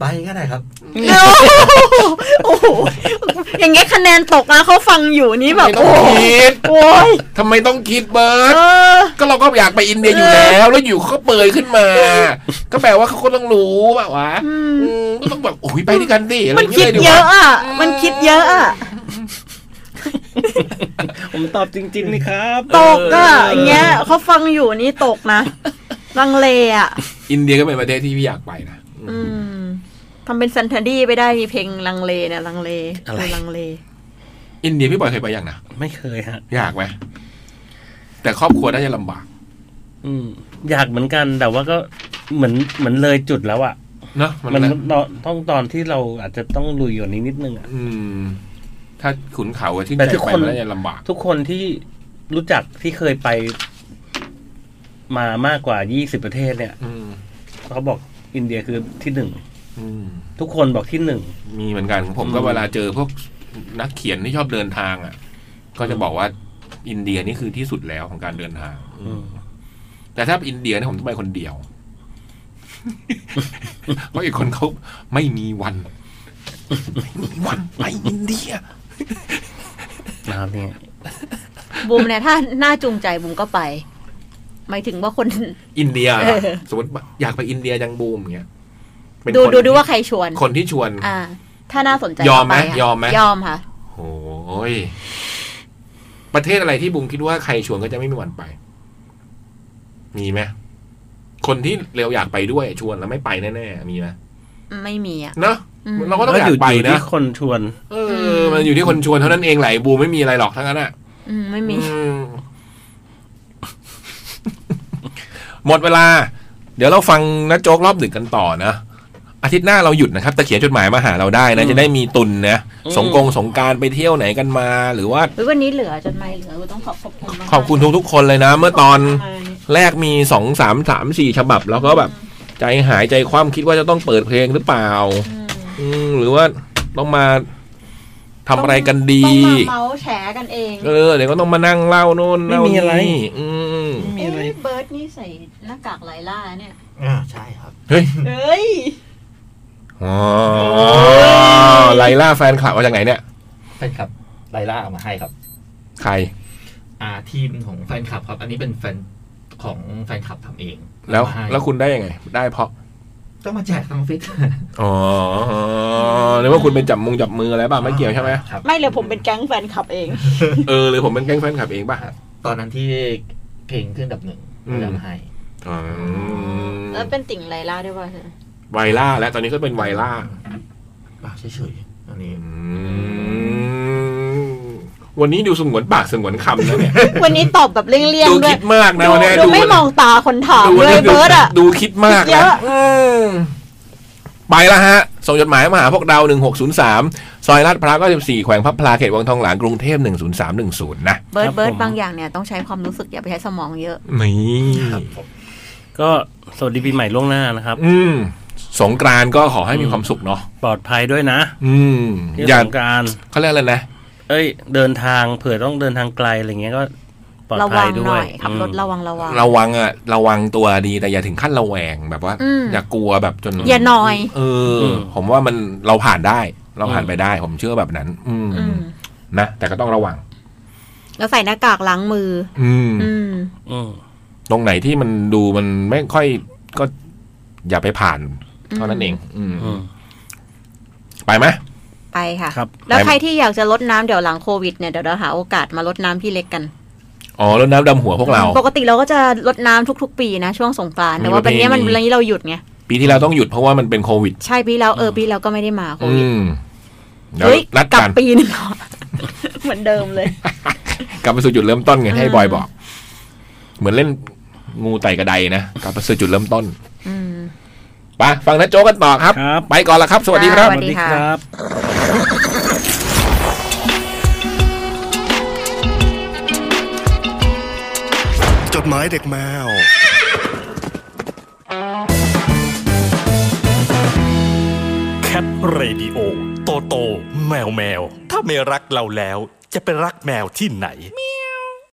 S2: ไปก็ได้ครับ
S5: โอ้โห อย่างเงี้ยคะแนนตกนะเขาฟังอยู่นี่แบบ
S3: ทำไมต้
S5: โอ้
S3: อง
S5: โห
S3: คิด
S5: โอ้ย
S3: ทำไมต้องคิดเบิร์ด
S5: เออ
S3: ก็เราก็อยากไปอินเดียอยู่แล้ว แล้วอยู่เขาก็เปิดขึ้นมา ก็แปลว่าเขาก็ต้องรู้แบบว่า
S5: อืม
S3: อืมก็ต้องแบบโอ้ยไปด้วยกันดิอะไร
S5: มัน
S3: อย่าง
S5: คิ
S3: เงี้
S5: ด
S3: ยดี
S5: เย
S3: กว่า
S5: อะอ่ะ มันคิดเยอะอ่ะ
S4: ผมตอบจริง ๆ นี่ครับ
S5: ตกอ่ะอย่างเงี้ยเขาฟังอยู่นี่ตกนะ ลังเลอ่ะ
S3: อินเดียก็เป็นประเทศที่พี่อยากไปนะอืม
S5: อืมทำเป็นซันทดี้ไปได้มีเพลงลังเลเนี่ยลังเล
S4: อะไร
S5: ลังเล
S3: อินเดียพี่บอยเคยไปยังนะ
S4: ไม่เคยฮะ
S3: อยากไหมแต่ครอบครัวน่าจะลำบาก
S4: อืม อยากเหมือนกันแต่ว่าก็เหมือนเหมือนเลยจุดแล้วอ่ะ
S3: เนาะมั
S4: มัน
S3: นนะ
S4: ตอนต้องตอนที่เราอาจจะต้องลุยอยู่านี้นิดนึงอ่ะ
S3: อืม ถ้าขุนเขาอะที่ใจ
S4: แต่ทุก
S3: ไป
S4: คน
S3: มันน่าจะลำบาก
S4: ทุกคนที่รู้จักที่เคยไปมามากกว่า 20 ประเทศเนี่ย
S3: อืม
S4: เขาบอกอินเดียคือที่หนึ่ง
S3: อืม
S4: ทุกคนบอกที่หนึ่ง
S3: มีเหมือนกันผมก็
S4: อืม
S3: เวลาเจอพวกนักเขียนที่ชอบเดินทางอ่ะ ก็จะบอกว่าอินเดียนี่คือที่สุดแล้วของการเดินทาง อืมแต่ถ้าอินเดียเนี่ยผมต้องไปคนเดียว
S4: <laughs>
S3: เพราะอีกคนเขาไม่มีวันไม่มีวันไปอินเดีย
S4: นะครับเนี่ย
S5: บูมเนี่ยถ้าน่าจูงใจบูมก็ไป หมายถึงว่าคน
S3: อินเดีย
S5: เออ
S3: สมมติว่าอยากไปอินเดียจังบูมอย่างเงี้ยเป็น
S5: ดู
S3: คน
S5: ดูดูว่าใครชวน
S3: คนที่ชวน
S5: อ่า ถ้าน่าสนใจ
S3: ยอมไหม
S5: ก็ปค่ะ
S3: ยอมไหม
S5: ยอมค่ะ
S3: โอ้ยประเทศอะไรที่บุมคิดว่าใครชวนก็จะไม่มีวันไป มีไหมคนที่เร็วอยากไปด้วยชวนแล้วไม่ไปแน่ๆมีไหม
S5: ไม่มีอ่ะ
S3: เนอะ
S5: อืม
S3: เราก็ต้อง
S4: ก็
S3: อยา
S4: อก ยู่
S3: ไป
S4: อยู่
S3: นะ
S4: ที่คนชวน
S3: เออ มันอยู่ที่คนชวนเท่านั้นเองไหลบูมไม่มีอะไรหรอกทั้งนั้นอ่ะ
S5: อืม ไม่มี
S3: อืมหมดเวลา เดี๋ยวเราฟังนะโจ๊กรอบดึกกันต่อนะอาทิตย์หน้าเราหยุดนะครับแต่เขียนจดหมายมาหาเราได้นะ
S4: อืม
S3: จะได้มีตุนนะ
S4: อืม
S3: สงกรงสงกรารไปเที่ยวไหนกันมา หรือว่า
S5: เฮ้ยวันนี้เหลือจนไม่เหลือต้องขอบขอบคุณมากๆ
S3: ขอบคุณทุกๆคนเลยนะ เมื่อตอน
S5: มาเนี่ย
S3: แรกมีสองสามสามสี่ฉบับ แล้วก็แบบใจหายใจความคิดว่าจะต้องเปิดเพลงหรือเปล่า
S5: อืม
S3: อืมหรือว่าต้องมาทำอะไรกันดี
S5: ต้องมาเมาส์แฉกันเอง
S3: เออเดี๋ยวก็ต้องมานั่งเล่าโน่น
S4: ไม่
S3: เล่า
S4: มีอะไร
S3: นี่อืม
S5: เอ้ยเบิร์ดนี่ใส่หน้ากากไลล่าเนี่ย
S2: อ่าใช่ครับ
S3: เฮ้ย
S5: เอ้ย
S3: อ๋อไลล่าแฟนคลับมาจากไหนเนี่ย
S2: แฟนคลับไลล่าเอามาให้ครับ
S3: ใคร
S2: อ่าทีมของแฟนคลับครับ อันนี้เป็นแฟนของแฟนคลับทำเอง
S3: แล้ว
S2: เอามาให้
S3: แล้วคุณได้ยังไง ได้เพราะ
S2: ก็มาแจกทางฟิต
S3: อ๋อหรือว่าคุณเป็นจับมงจับมืออะไรป่ะไม่เกี่ยวใช่ไหม
S2: ครับ
S5: ไม่เลยผมเป็นแก๊งแฟนคลับเอง
S3: เออหรือผมเป็นแก๊งแฟนคลับเองป่ะ
S2: ตอนนั้นที่เพลงขึ้นอันดับหนึ่ง
S3: อืม
S2: จะมาให้
S3: อ๋อ
S5: แล้วเป็นติ่งไลล่าด้วยป่ะ
S3: ไวล่าและตอนนี้ก็เป็นไวล่า
S2: ปากเฉยๆอันนี้
S3: วันนี้ดูสงวนปากสงวนคำนะเนี่ย
S5: วันนี้ตอบแบบเลี่ยง
S3: ดู
S5: ๆด้วย
S3: คิดมากนะ
S5: ดู
S3: วันเนี้ย
S5: ดูไม่มองตาคนถาม
S3: ดู
S5: เลย
S3: ดู
S5: เบิร์ดอ่ะ
S3: ดูคิดมาก
S5: คิดเย
S3: นะ
S5: อะ
S3: อืมไปละฮะ ส่งจดหมายมาหาพวกเรา 1603 ซอยลาดพร้าว94แขวงพับพลาเขตวังทองหลางกรุงเทพ10310 นะ
S5: เบิร์ดเบิร์ด
S4: ผม
S5: บางอย่างเนี่ยต้องใช้ความรู้สึกอย่าไปใช้สมองเยอะ
S3: นี่
S2: ครับผม
S4: ก็สวัสดีปีใหม่ล่วงหน้านะครับ
S3: อืม สงกรานต์ก็ขอให้มีความสุขเนาะ
S4: ปลอดภัยด้วยนะ
S3: อืม
S4: เที่ยว
S3: อย่า
S4: สงกราร
S3: เขาเรียกอะไรนะ
S4: เอ้ย เดินทางเผื่อต้องเดินทางไกลอะไรเงี้ยก็ปลอด
S5: ระ
S4: ภั
S5: วั
S4: ย
S5: ง
S4: ด้
S5: ห
S4: ว
S5: น่
S4: ย
S5: อยขับรถระวังระวัง
S3: ระวังอะระวังตัวดีแต่อย่าถึงขั้นระแวงแบบว่า
S5: อืม
S3: อย่ากลัวแบบจน
S5: อย่าหน่อย
S3: เอออ
S4: ม
S3: ผมว่ามันเราผ่านได้ เราผ่านไปได้ ผมเชื่อแบบนั้น อืม
S5: อืม
S3: นะแต่ก็ต้องระวัง
S5: แล้วใส่หน้ากากล้างมือ
S3: อืม
S5: อืม
S4: อืม
S3: ตรงไหนที่มันดูมันไม่ค่อยก็อย่าไปผ่าน
S5: ม
S3: เท่านั้นเอง อืม
S4: อืม
S3: ไปไหม
S5: ไปค่ะ
S4: ครับ
S5: แล้วใครที่อยากจะลดน้ำเดี๋ยวหลังโควิดเนี่ยเดี๋ยวเราหาโอกาสมาลดน้ำที่เล็กกัน
S3: อ๋อรดน้ำดำหัวพวกเรา
S5: ปกติเราก็จะลดน้ำทุก ๆ ปีนะ ช่วงสงกรานต์แต่ว่า
S3: มีประเพณี
S5: ปีนี้มันปีนี้เราหยุดไง
S3: ปีที่เราต้องหยุดเพราะว่ามันเป็นโควิด
S5: ใช่ปีแล้วเออปีแล้วก็ไม่ได้มาโค
S3: อื
S5: วิด
S3: มเดี๋ยว
S5: เฮ้ย
S3: นัด
S5: กลั
S3: กัน
S5: ปีหนึงเหรอ <laughs> เหมือนเดิมเลย
S3: กลับไปสู่จุดเริ่มต้นไงให้
S5: อืม
S3: บอยบอก เหมือนเล่นงูไต่กระไดนะกลับไปสู่จุดเริ่มต้น
S5: อืม
S3: ไปฟังนัดโจกกันต่อครับ
S4: ครับ
S3: ไปก่อนละครับ สวัสดีครับ
S5: สวัสดีค่ะ
S4: ครับ
S6: จดหมายเด็กแมว
S1: แคทเรดิโอโตโต แมวแมว ถ้าไม่รักเราแล้ว จะไปรักแมวที่ไหน มี